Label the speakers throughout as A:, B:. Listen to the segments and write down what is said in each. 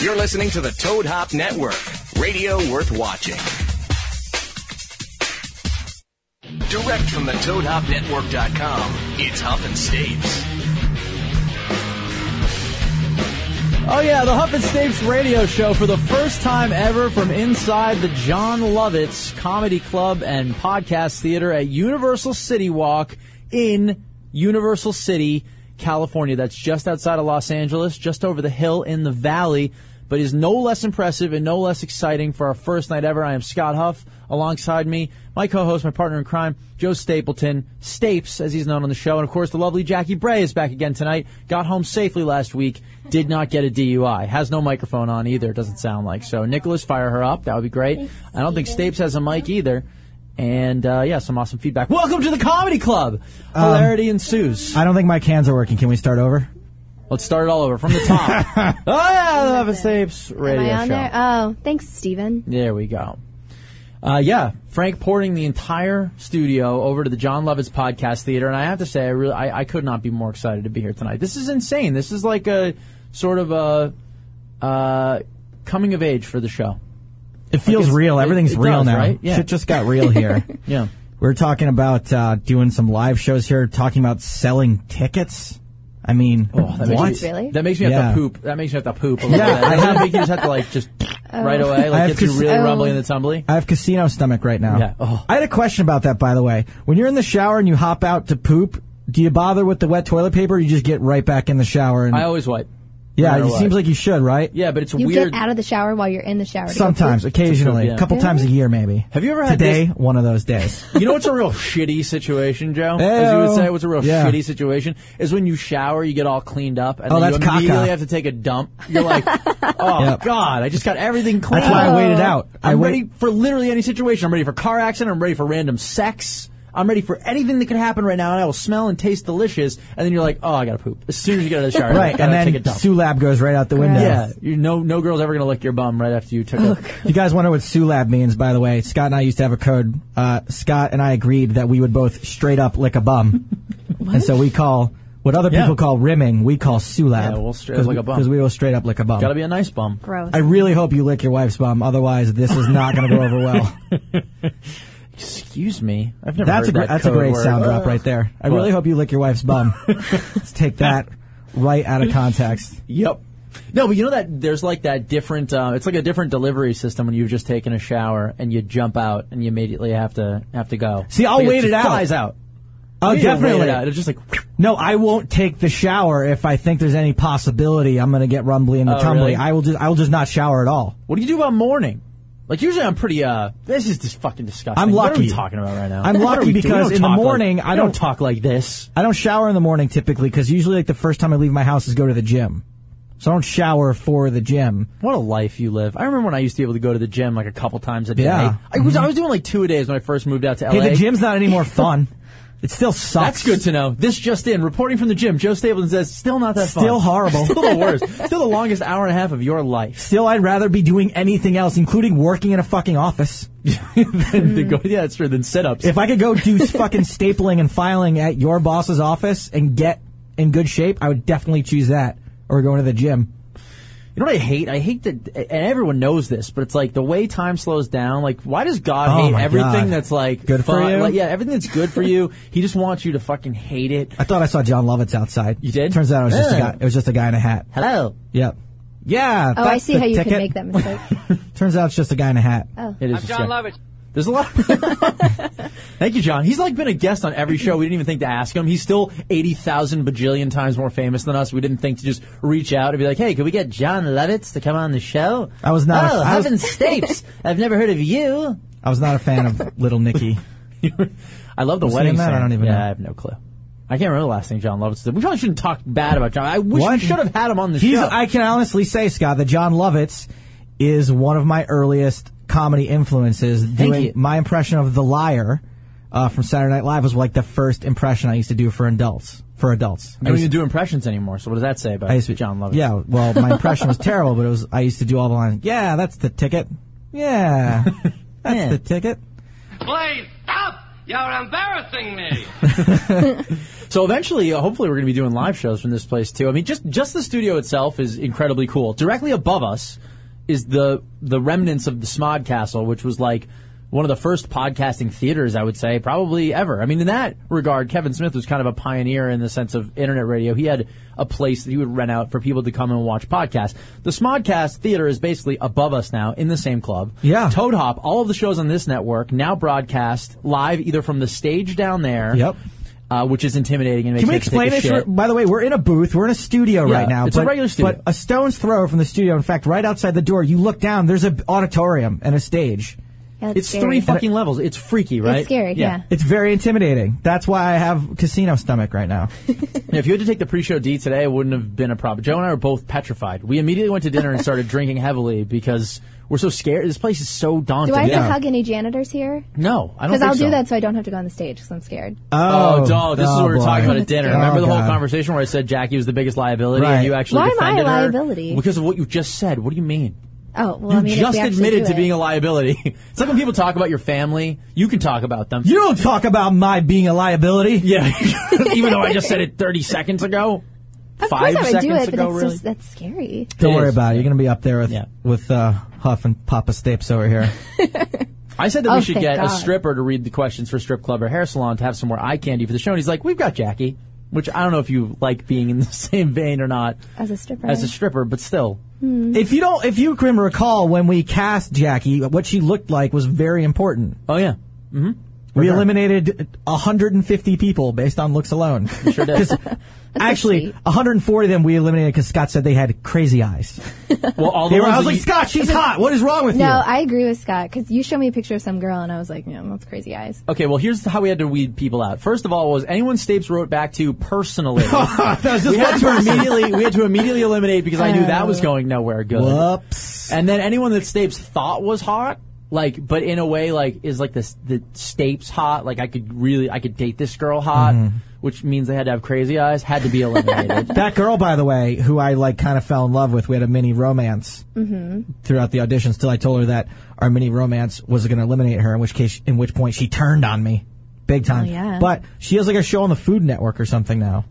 A: You're listening to the Toad Hop Network, radio worth watching. Direct from the ToadHopNetwork.com, it's Huffin' States.
B: Oh yeah, the Huff and Stapes radio show for the first time ever from inside the John Lovitz Comedy Club and Podcast Theater at Universal City Walk in Universal City, California. That's just outside of Los Angeles, just over the hill in the valley, but is no less impressive and no less exciting for our first night ever. I am Scott Huff. Alongside me, my co-host, my partner in crime, Joe Stapleton, Stapes, as he's known on the show, and of course the lovely Jackie Bray is back again tonight. Got home safely last week, did not get a DUI, has no microphone on either. It doesn't sound like so. Nicholas, fire her up. That would be great. I don't think Stapes has a mic either. And uh, yeah, some awesome feedback. Welcome to the comedy club. Hilarity ensues.
C: I don't think my cans are working. Can we start over?
B: Let's start it all over from the top. oh yeah, the Love and Stapes
D: Am
B: radio
D: I on
B: show.
D: there? Oh, thanks, Steven.
B: There we go. Uh, yeah, Frank porting the entire studio over to the John Lovitz Podcast Theater, and I have to say, I really, I, I could not be more excited to be here tonight. This is insane. This is like a sort of a uh, coming of age for the show.
C: It feels
B: it's-
C: real.
B: it-
C: Everything's
B: it
C: real
B: does,
C: now.
B: right? Yeah.
C: Shit just got real here.
B: Yeah,
C: We're talking about uh, doing some live shows here, talking about selling tickets. I mean,
B: Oh, that
D: Did
B: makes
D: you
B: me,
D: really?
B: that makes me have
C: Yeah.
B: to poop. That makes me have to poop a little
C: Yeah,
B: bit. I
C: I
B: don't think you just have to like just right away,
C: I
B: like
C: have
B: get you
C: to-
B: really
D: oh.
B: rumbly in the tumbly.
C: I have casino stomach right now.
B: Yeah. Oh.
C: I had a question about that, by the way. When you're in the shower and you hop out to poop, do you bother with the wet toilet paper? or you just get right back in the shower and
B: I always wipe.
C: yeah,
B: matter
C: it
B: what.
C: seems like you should, right?
B: Yeah, but it's
D: You
B: weird.
D: get out of the shower while you're in the shower. to go
C: Sometimes,
D: poop.
C: occasionally,
B: yeah.
C: a couple times a year, maybe.
B: Have you ever had
C: today? One of those days.
B: You know what's a real shitty situation, Joe? As you would
C: Ew.
B: say, what's a real
C: Yeah.
B: shitty situation is when you shower, you get all cleaned up, and
C: Oh,
B: then
C: that's
B: you
C: caca.
B: immediately have to take a dump. You're like, oh
C: Yep.
B: god, I just got everything clean.
C: That's why I waited out. I
B: I'm
C: wait-
B: ready for literally any situation. I'm ready for car accident. I'm ready for random sex. I'm ready for anything that could happen right now, and I will smell and taste delicious. And then you're like, oh, I gotta poop as soon as you get out of the shower. I
C: right,
B: gotta
C: and
B: take a
C: then
B: dump.
C: Sulab goes right out the window.
B: yeah, you no no girl's ever gonna lick your bum right after you took a.
C: If you guys wonder what Sulab means, by the way, Scott and I used to have a code. Uh, Scott and I agreed that we would both straight up lick a bum. and so we call what other
B: Yeah.
C: people call rimming, we call Sulab.
B: Yeah, we'll straight up
C: Because
B: lick
C: we-
B: a bum.
C: Because we will straight up lick a bum.
B: Gotta be a nice bum.
D: Gross.
C: I really hope you lick your wife's bum, otherwise this is not going to go over well.
B: Excuse me, I've never
C: That's a
B: heard
C: gr-
B: that
C: that's a
B: code
C: great
B: word.
C: sound drop right there. I really hope you lick your wife's bum. Let's take that right out of context.
B: Yep. No, but you know that there's like that different. Uh, it's like a different delivery system when you've just taken a shower and you jump out and you immediately have to have to go.
C: See, I'll
B: Like,
C: wait it out.
B: Flies out.
C: Oh,
B: You don't wait
C: definitely.
B: it out. It's just like
C: No, I won't take the shower if I think there's any possibility I'm going to get rumbly in the
B: Oh,
C: tumbly.
B: really?
C: I will just I will just not shower at all.
B: what do you do about morning? Like usually I'm pretty. uh This is just fucking disgusting.
C: I'm
B: What are we
C: lucky.
B: talking about right now?
C: I'm
B: What are
C: lucky
B: we doing?
C: because
B: We don't
C: in the
B: talk like-
C: morning, I
B: we don't
C: don't-
B: talk like this.
C: I don't shower in the morning typically because usually like the first time I leave my house is go to the gym, so I don't shower for the gym.
B: What a life you live! I remember when I used to be able to go to the gym like a couple times a day.
C: Yeah. Mm-hmm.
B: I was I was doing like two a days when I first moved out to LA.
C: Hey, the gym's not any more fun. It still sucks.
B: Oh, That's good to know. This just in: reporting from the gym, Joe Stapleton says still not that fun.
C: Still horrible.
B: Still the worst. Still the longest hour and a half of your life.
C: Still, I'd rather be doing anything else, including working in a fucking office.
B: than to go, yeah, that's true. Than sit-ups.
C: If I could go do fucking stapling and filing at your boss's office and get in good shape, I would definitely choose that or going to the gym.
B: you know what I hate? I hate that, and everyone knows this, but it's like the way time slows down. Like, why does God
C: Oh
B: hate
C: my
B: everything
C: God.
B: that's like
C: Good for
B: fun-
C: you?
B: Like, yeah, everything that's good for you. He just wants you to fucking hate it.
C: I thought I saw John Lovitz outside. You
B: did?
C: Turns out it was just a
B: Yeah.
C: guy. It was just a guy in a hat.
B: Hello.
C: Yep. Yeah.
D: oh, I see how you
C: ticket.
D: can make that Oh. mistake.
C: Turns out it's just a guy in a hat.
B: It is
E: I'm
B: just Jack.
E: John Lovitz.
B: There's a lot. Thank you, John. He's like been a guest on every show. We didn't even think to ask him. He's still eighty thousand bajillion times more famous than us. We didn't think to just reach out and be like, "Hey, could we get John Levitz to come on the show?"
C: I was not a-
B: Oh,
C: I was-
B: heaven stapes. I've never heard of you.
C: I was not a fan of Little Nicky.
B: I love the
C: he
B: wedding.
C: in that?
B: Singer.
C: I don't even
B: yeah,
C: know.
B: I have no clue. I can't remember the last thing John Lovitz did. We probably shouldn't talk bad about John. I wish we
C: What?
B: should have had him on the
C: He's,
B: show.
C: I can honestly say, Scott, that John Lovitz is one of my earliest comedy influences. doing
B: you.
C: my impression of The Liar uh, from Saturday Night Live was like the first impression I used to do for adults. For adults,
B: I don't even do impressions anymore. So what does that say about
C: I used to
B: John Lovitz?
C: Yeah, well, my impression was terrible, but it was I used to do all the lines. Yeah, that's the ticket. Yeah, that's
B: Yeah.
C: the ticket.
E: Please stop You're embarrassing me.
B: So eventually, uh, hopefully, we're going to be doing live shows from this place too. I mean, just just the studio itself is incredibly cool. Directly above us is the the remnants of the Smod Castle, which was like one of the first podcasting theaters, I would say, probably ever. I mean, in that regard, Kevin Smith was kind of a pioneer in the sense of internet radio. He had a place that he would rent out for people to come and watch podcasts. The Smodcast Theater is basically above us now in the same club.
C: Yeah.
B: Toad Hop, all of the shows on this network now broadcast live either from the stage down there
C: Yep.
B: uh, which is intimidating and makes
C: Can we
B: you have to take
C: explain
B: a
C: this?
B: shit.
C: We're- By the way, we're in a booth. We're in a studio
B: Yeah,
C: right now.
B: it's a regular studio.
C: But a stone's throw from the studio. In fact, right outside the door, you look down. There's an auditorium and a stage.
D: Yeah, that's
B: It's
D: scary.
B: three fucking levels. It's freaky, right?
D: It's scary, yeah.
C: It's very intimidating. That's why I have casino stomach right now.
B: Yeah, If you had to take the pre-show D today, it wouldn't have been a problem. Joe and I were both petrified. We immediately went to dinner and started drinking heavily because we're so scared. This place is so daunting.
D: Do I have
C: Yeah.
D: to hug any janitors here?
B: no, I don't.
D: Because
B: think
D: I'll
B: so.
D: do that so I don't have to go on the stage because I'm scared.
B: Oh, dog! This is what we were
C: boy.
B: talking about at dinner.
C: Oh,
B: Remember the
C: God.
B: whole conversation where I said Jackie was the biggest liability, and
C: Right.
B: you actually
D: Why am I a
B: defended her
D: liability?
B: because of what you just said. What do you mean?
D: oh, well,
B: You
D: I mean, if
B: just
D: we actually
B: admitted
D: do
B: to
D: it.
B: being a liability. it's like when people talk about your family, you can talk about them.
C: You don't talk about my being a liability.
B: Yeah, even though I just said it 30 seconds ago.
D: Of
B: five
D: course I would
B: seconds
D: do it, but
B: ago,
D: that's,
B: really.
D: just, that's scary.
C: Don't
B: It
C: worry
B: is.
C: about it. You're going to be up there with
B: Yeah.
C: with uh, Huff and Papa Stapes over here.
B: I said that
D: Oh,
B: we should
D: thank
B: get a
D: God.
B: stripper to read the questions for strip club or hair salon to have some more eye candy for the show. And he's like, "We've got Jackie," which I don't know if you like being in the same vein or not
D: As a stripper.
B: as a stripper, but still,
C: if you don't, if you can recall when we cast Jackie, what she looked like was very important.
B: oh yeah,
C: We eliminated 150 people based on looks alone.
B: sure does.
C: Actually,
D: sweet.
C: 140 of them we eliminated because Scott said they had crazy eyes.
B: well, all the
C: They were,
B: ones that
C: I was like,
B: you-
C: Scott, she's hot. What is wrong with
D: no,
C: you?
D: I agree with Scott because you showed me a picture of some girl and I was like, yeah, that's crazy eyes.
B: Okay, well, here's how we had to weed people out. First of all, was anyone Stapes wrote back to personally?
C: that was just
B: we had
C: one
B: to
C: person.
B: immediately we had to immediately eliminate because I knew that
D: Uh,
B: was going nowhere good.
C: Whoops.
B: And then anyone that Stapes thought was hot, like, but in a way, like, is like this the Stapes hot. Like, I could really, I could date this girl hot, which means they had to have crazy eyes. Had to be eliminated.
C: That girl, by the way, who I like kind of fell in love with, we had a mini romance throughout the auditions till I told her that our mini romance was going to eliminate her, in which case, in which point she turned on me. Big time.
D: Oh, yeah.
C: But she has like a show on the Food Network or something now.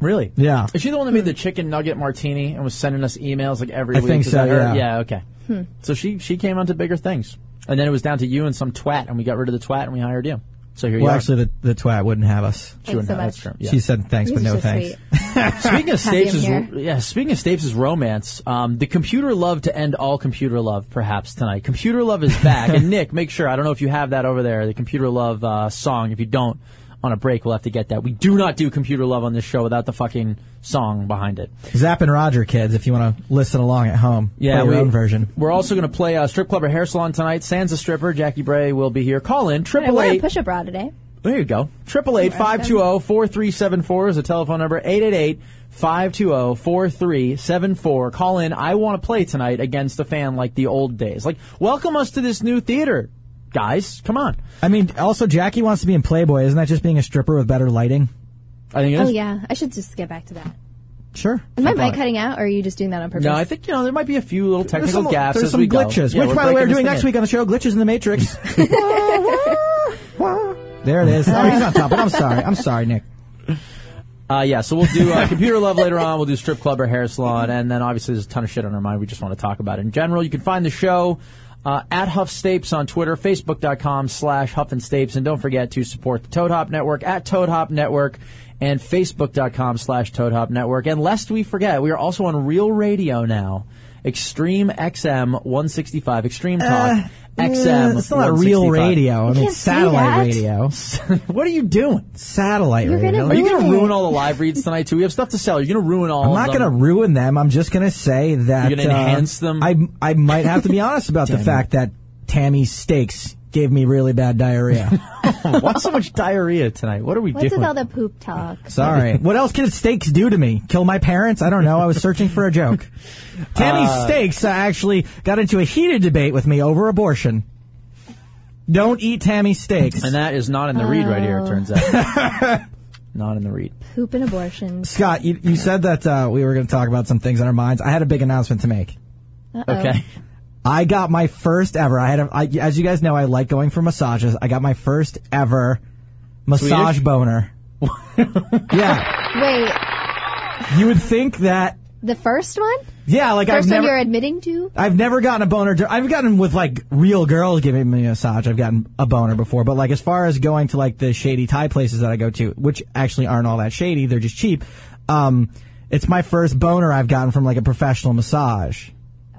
B: really?
C: Yeah.
B: Is she the one that made the chicken nugget martini and was sending us emails like every
C: I
B: week?
C: think
B: Is that
C: so,
B: her?
C: yeah.
B: Okay.
D: Hmm.
B: So she she came onto bigger things, and then it was down to you and some twat, and we got rid of the twat and we hired you. So here
C: Well,
B: you
C: actually, the, the twat wouldn't have us.
B: are.
D: Thanks so
B: No,
D: much.
B: that's true. Yeah.
C: She said thanks,
D: These
C: but
D: are
C: no
D: so
C: thanks.
D: sweet.
B: Speaking of
D: Happy I'm
B: Stapes' yeah, speaking of Stapes' romance, um, the computer love to end all computer love, perhaps tonight. Computer love is back, and Nick, make sure I don't know if you have that over there, the computer love uh, song. If you don't, on a break, we'll have to get that. We do not do computer love on this show without the fucking song behind it.
C: Zap and Roger, kids, if you want to listen along at home. Play your own version.
B: We're also going to play uh, strip club or hair salon tonight. Sans a stripper, Jackie Bray will be here. Call in
D: I
B: triple
D: wore a
B: eight.
D: push-up bra today.
B: There you go. oh, 888-520-4374 is the telephone number. oh, 888-520-4374. Call in. I want to play tonight against the fan like the old days. Like, welcome us to this new theater, guys. Come on.
C: I mean, also, Jackie wants to be in Playboy. Isn't that just being a stripper with better lighting?
B: I think it
D: Oh
B: is.
D: yeah, I should just get back to that.
C: Sure.
D: Is my
C: I thought-
D: mic cutting out, or are you just doing that on purpose?
B: No, I think, you know, there might be a few little
C: There's
B: technical
C: some,
B: gaps
C: there's
B: as
C: some
B: we go.
C: glitches,
B: Yeah, we're
C: which, by the way, we're
B: breaking
C: doing
B: this
C: next
B: thing
C: week on the show, Glitches in the Matrix. there it is. Oh, he's on top, but I'm sorry. I'm sorry, Nick.
B: in. Uh, yeah, so we'll do uh, Computer Love later on. We'll do Strip Club or Hair Salon. And then obviously there's a ton of shit on our mind. We just want to talk about it in general. You can find the show. Uh, at Huff Stapes on Twitter, Facebook.com slash Huff and Stapes, and don't forget to support the Toad Hop Network at Toad Hop Network and Facebook.com slash Toad Hop Network. And lest we forget, we are also on Real Radio now. Extreme XM 165, Extreme Talk XM.
C: Eh, Uh, it's not real
B: 165.
C: radio. I mean,
D: can't say
C: satellite
D: that.
C: radio.
B: what are you doing?
C: Satellite
D: You're
C: radio.
B: Are
D: gonna
B: you
D: Ruin
B: going to
D: it.
B: ruin all the live reads tonight too? We have stuff to sell. You're going to ruin all.
C: I'm not
B: of
C: going to
B: them.
C: ruin them. I'm just going to say that.
B: You're gonna
C: uh,
B: enhance them?
C: I, I might have to be honest about the fact that Tammy's steaks gave me really bad diarrhea.
B: Why so much diarrhea tonight? What are we
D: What's
B: doing?
D: with all the poop talk?
C: Sorry. what else could steaks do to me? Kill my parents? I don't know. I was searching for a joke. Tammy's steaks uh, actually got into a heated debate with me over abortion. Don't eat Tammy's steaks.
B: and that is not in the read right here. It turns out, not in the read.
D: Poop and abortion.
C: Scott, you, you said that uh, we were going to talk about some things on our minds. I had a big announcement to make.
D: Uh-oh.
B: Okay.
C: I got my first ever. I had, a, I, as you guys know, I like going for massages. I got my first ever massage
B: Swedish?
C: boner. yeah,
D: Wait,
C: you would think that.
D: the first one?
C: Yeah, like
D: First
C: I've
D: one
C: never,
D: you're admitting to?
C: I've never gotten a boner. dur- I've gotten with like real girls giving me a massage. I've gotten a boner before, but like as far as going to like the shady Thai places that I go to, which actually aren't all that shady, they're just cheap. Um, it's my first boner I've gotten from like a professional massage.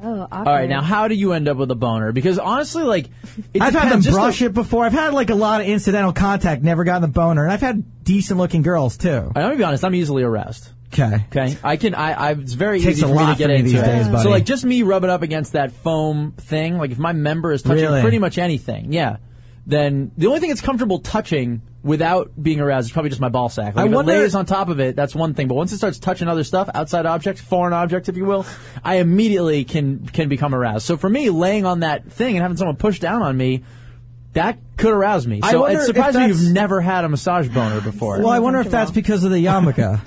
D: Oh, awkward.
B: All right, now how do you end up with a boner? Because honestly, like, it
C: I've had them
B: depends. Just
C: brush
B: like-
C: it before. I've had like a lot of incidental contact, never gotten the boner, and I've had decent looking girls too.
B: I'm gonna be honest. I'm easily aroused.
C: Okay.
B: Okay, I can. I. I it's very
C: Takes
B: easy
C: a
B: for me
C: lot
B: to get
C: for me
B: into
C: these
B: it.
C: days, buddy.
B: So like, just me rubbing up against that foam thing. Like, if my member is touching
C: Really?
B: pretty much anything, yeah. Then the only thing it's comfortable touching without being aroused is probably just my ball sack. Like,
C: I
B: if
C: wonder-
B: it layers on top of it, that's one thing. But once it starts touching other stuff, outside objects, foreign objects, if you will, I immediately can can become aroused. So for me, laying on that thing and having someone push down on me. That could arouse me.
C: I
B: So
C: wonder
B: it
C: if
B: surprised me
C: that's-
B: you've never had a massage boner before.
C: Well, I wonder if that's because of the yarmulke.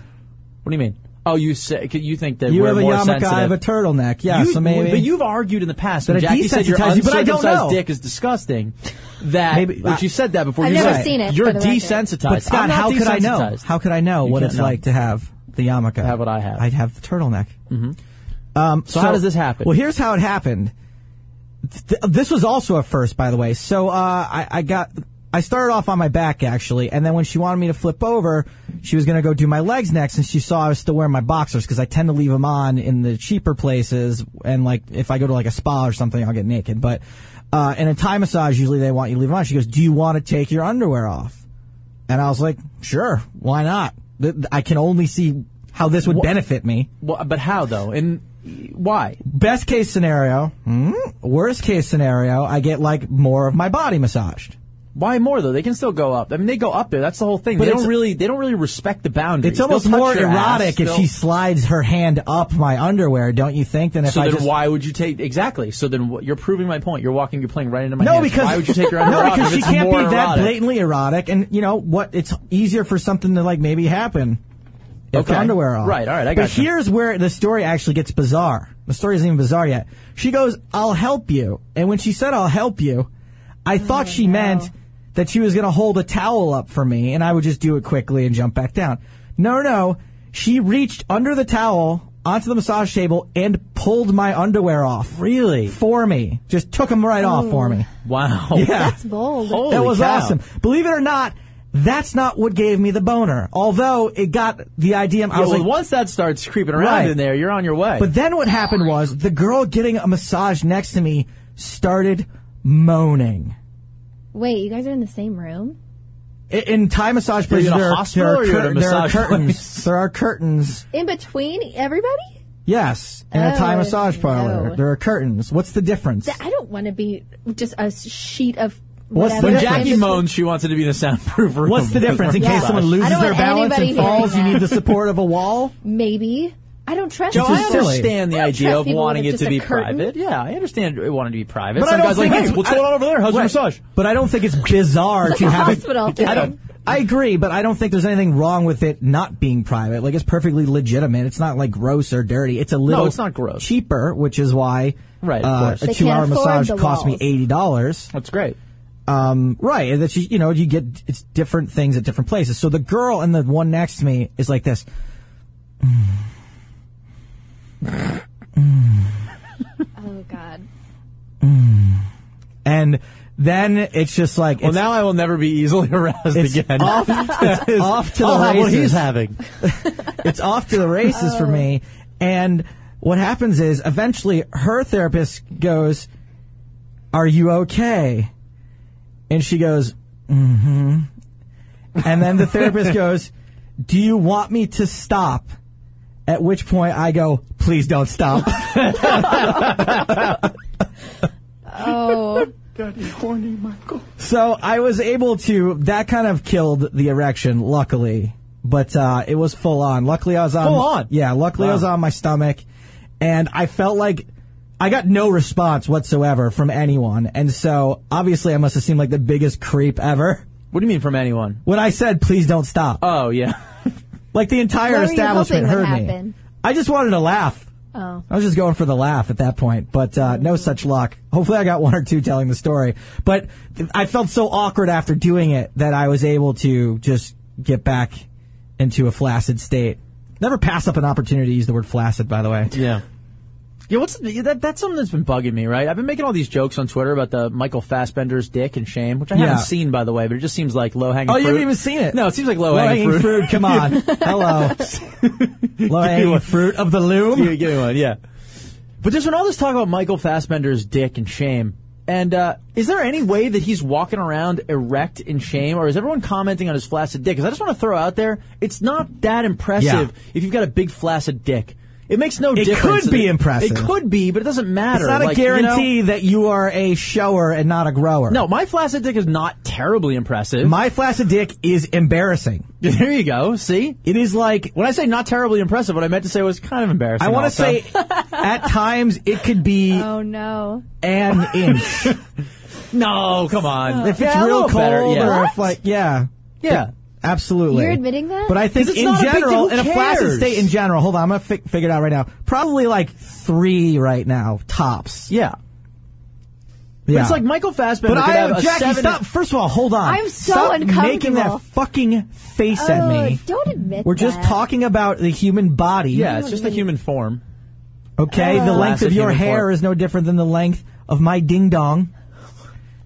B: What do you mean? Oh, you say you think that
C: You
B: we're
C: have a
B: more
C: yarmulke,
B: sensitive?
C: I have a turtleneck. Yeah,
B: You-
C: so maybe.
B: But you've argued in the past
C: That
B: when
C: it
B: Jackie said your
C: desensitizes you, but I don't know.
B: uncircumcised dick is disgusting. That
C: Maybe-
B: which you said that before.
D: I've
B: you
D: never
B: said,
D: seen it,
B: You're
D: for the record.
B: desensitized.
C: but
B: I'm
C: Scott,
B: not
C: how could I know?
B: desensitized.
C: How could I know
B: You
C: what
B: can't
C: it's
B: know.
C: like to have the yarmulke?
B: Have what I have.
C: I'd have the turtleneck. Mm-hmm. Um, so,
B: how does this happen?
C: Well, here's how it happened. Th- this was also a first, by the way. So uh, I, I got. I started off on my back actually, and then when she wanted me to flip over, she was gonna go do my legs next, and she saw I was still wearing my boxers because I tend to leave them on in the cheaper places, and like if I go to like a spa or something, I'll get naked. But uh, in a Thai massage, usually they want you to leave them on. She goes, "Do you want to take your underwear off?" And I was like, "Sure, why not?" Th- th- I can only see how this would benefit me.
B: Well, but how though? And why?
C: Best case scenario, hmm, worst case scenario, I get like more of my body massaged.
B: Why more though? They can still go up. I mean, they go up there. That's the whole thing.
C: But
B: they
C: it's-
B: don't really. They don't really respect the boundaries.
C: It's almost
B: They'll touch
C: more
B: your ass.
C: erotic if
B: They'll-
C: she slides her hand up my underwear, don't you think? Than if
B: So
C: I
B: then,
C: just
B: why would you take exactly? So then, wh- you're proving my point. You're walking. You're playing right into my
C: no,
B: hands.
C: because
B: why would you take your
C: no,
B: underwear off
C: because
B: if
C: she
B: it's
C: can't be
B: more
C: that
B: erotic?
C: blatantly erotic, and you know what? It's easier for something to like maybe happen. If the
B: Okay.
C: underwear off.
B: Right, all right, I
C: But
B: gotcha.
C: here's where the story actually gets bizarre. The story isn't even bizarre yet. She goes, "I'll help you," and when she said, "I'll help you," I thought she meant that she was going to hold a towel up for me, and I would just do it quickly and jump back down. No, no, she reached under the towel onto the massage table and pulled my underwear off
B: Really?
C: for me. Just took them right off for me.
B: Wow.
C: Yeah.
D: That's bold. Oh,
B: Holy
C: that was
B: cow.
C: awesome. Believe it or not, that's not what gave me the boner. Although it got the idea. I
B: Yeah,
C: was
B: well,
C: like,
B: once that starts creeping around
C: Right.
B: in there, you're on your way.
C: But then what happened was the girl getting a massage next to me started moaning.
D: Wait, you guys are in the same room?
C: I- In Thai massage
B: you
C: places,
B: in a
C: there, are-
B: hospital
C: there,
B: or
C: are,
B: you in a
C: there are
B: massage
C: curtains.
B: place?
C: There are curtains.
D: In between everybody?
C: Yes, in a
D: Oh,
C: Thai massage parlor,
D: no.
C: there are curtains. What's the difference?
D: I don't want to be just a sheet of.
C: What's the
D: whatever
B: when
D: in
B: Jackie
D: between.
B: moans, she wants it to be in a soundproof room.
C: What's the difference in
D: Yeah.
C: case someone
D: I
C: loses
D: don't
C: their
D: want
C: balance
D: anybody
C: and
D: hearing
C: falls? You
D: that.
C: need the support of a wall.
D: Maybe. I don't trust
B: No,
C: It's
B: I
C: just silly.
B: understand the
D: I don't
B: idea
D: trust
B: of
D: people
B: wanting
D: with
B: it to
D: just
B: be
D: a curtain.
B: private. Yeah, I understand it wanted to be private.
C: But
B: Some
C: I don't
B: guys
C: think
B: like,
C: it's,
B: hey, what's
C: I-
B: going on over there? How's
C: Right.
B: your massage?
C: But I don't think it's bizarre to
D: a
C: have
D: hospital
C: it. I don't.
D: thing.
C: I agree, but I don't think there's anything wrong with it not being private. Like it's perfectly legitimate. It's not like gross or dirty. It's a little.
B: it's not gross.
C: Cheaper, which is why
B: Right, of
C: uh,
B: course.
C: a
D: They
C: two-hour
D: can't afford
C: massage
D: the
C: cost me
D: walls.
C: eighty dollars.
B: That's great.
C: Um, right, and that you you know you get it's different things at different places. So the girl and the one next to me is like this.
D: Oh, God.
C: and then it's just like
B: Well,
C: it's
B: now I will never be easily aroused
C: It's
B: again.
C: off- it's off to the
B: I'll have what
C: races.
B: he's having.
C: it's off to the races for me. And what happens is eventually her therapist goes, "Are you okay?" And she goes, "Mm-hmm." And then the therapist goes, "Do you want me to stop?" At which point I go, "Please don't stop."
D: Oh.
C: So I was able to. That kind of killed the erection, luckily. But uh, it was full on. Luckily, I was on.
B: Full on?
C: Yeah. Luckily, I was
B: Wow.
C: on my stomach, and I felt like I got no response whatsoever from anyone. And so obviously, I must have seemed like the biggest creep ever
B: What do you mean from anyone?
C: when I said, "Please don't stop."
B: Oh, yeah.
C: like the entire
D: What were you
C: establishment
D: hoping would
C: heard me.
D: happen?
C: I just wanted to laugh. Oh. I was just going for the laugh at that point, but uh, no such luck. Hopefully, I got one or two telling the story. But th- I felt so awkward after doing it that I was able to just get back into a flaccid state. Never pass up an opportunity to use the word flaccid, by the way.
B: Yeah. Yeah, what's yeah, that? That's something that's been bugging me, right? I've been making all these jokes on Twitter about the Michael Fassbender's dick and shame, which I
C: Yeah.
B: haven't seen, by the way, but it just seems like low hanging.
C: Oh,
B: fruit.
C: you haven't even seen it?
B: No, it seems like low
C: Low-hanging
B: hanging fruit.
C: fruit, come on. Hello. Low-hanging
B: one.
C: fruit of the
B: yeah,
C: loom.
B: give me one, yeah. But there's been all this talk about Michael Fassbender's dick and shame. And uh, is there any way that he's walking around erect in shame, or is everyone commenting on his flaccid dick? Because I just want to throw out there, it's not that impressive
C: Yeah.
B: if you've got a big flaccid dick. It makes no
C: It
B: difference.
C: could be impressive.
B: It could be, but it doesn't matter.
C: It's not
B: Like,
C: a
B: you know-
C: guarantee that you are a shower and not a grower.
B: no, my flaccid dick is not terribly impressive.
C: My flaccid dick is embarrassing.
B: there you go. See,
C: It is like
B: when I say not terribly impressive, what I meant to say was kind of embarrassing.
C: I want to
B: also.
C: say at times it could be
D: Oh no.
C: an inch
B: no. Come on,
C: Oh, if it's
B: Yeah, a
C: real
B: little
C: cold
B: better, yeah.
C: or if like yeah
B: yeah.
C: absolutely.
D: You're admitting that?
C: But I think
B: 'Cause it's
C: in
B: not a big deal.
C: general,
B: Who
C: in a flaccid
B: cares?
C: state in general, hold on, I'm gonna fi- figure it out right now. Probably like three right now tops.
B: Yeah. But
C: Yeah.
B: it's like Michael Fassbender.
C: But
B: could
C: I,
B: have a
C: Jackie,
B: seven
C: stop. First of all, hold on.
D: I'm so
C: stop making
D: uncomfortable.
C: that fucking face
D: oh,
C: at me.
D: Don't admit
C: We're just
D: that.
C: talking about the human body.
B: Yeah, it's just the human form.
C: Okay, the length
B: Classic
C: of your
B: human
C: hair
B: form.
C: is no different than the length of my ding dong.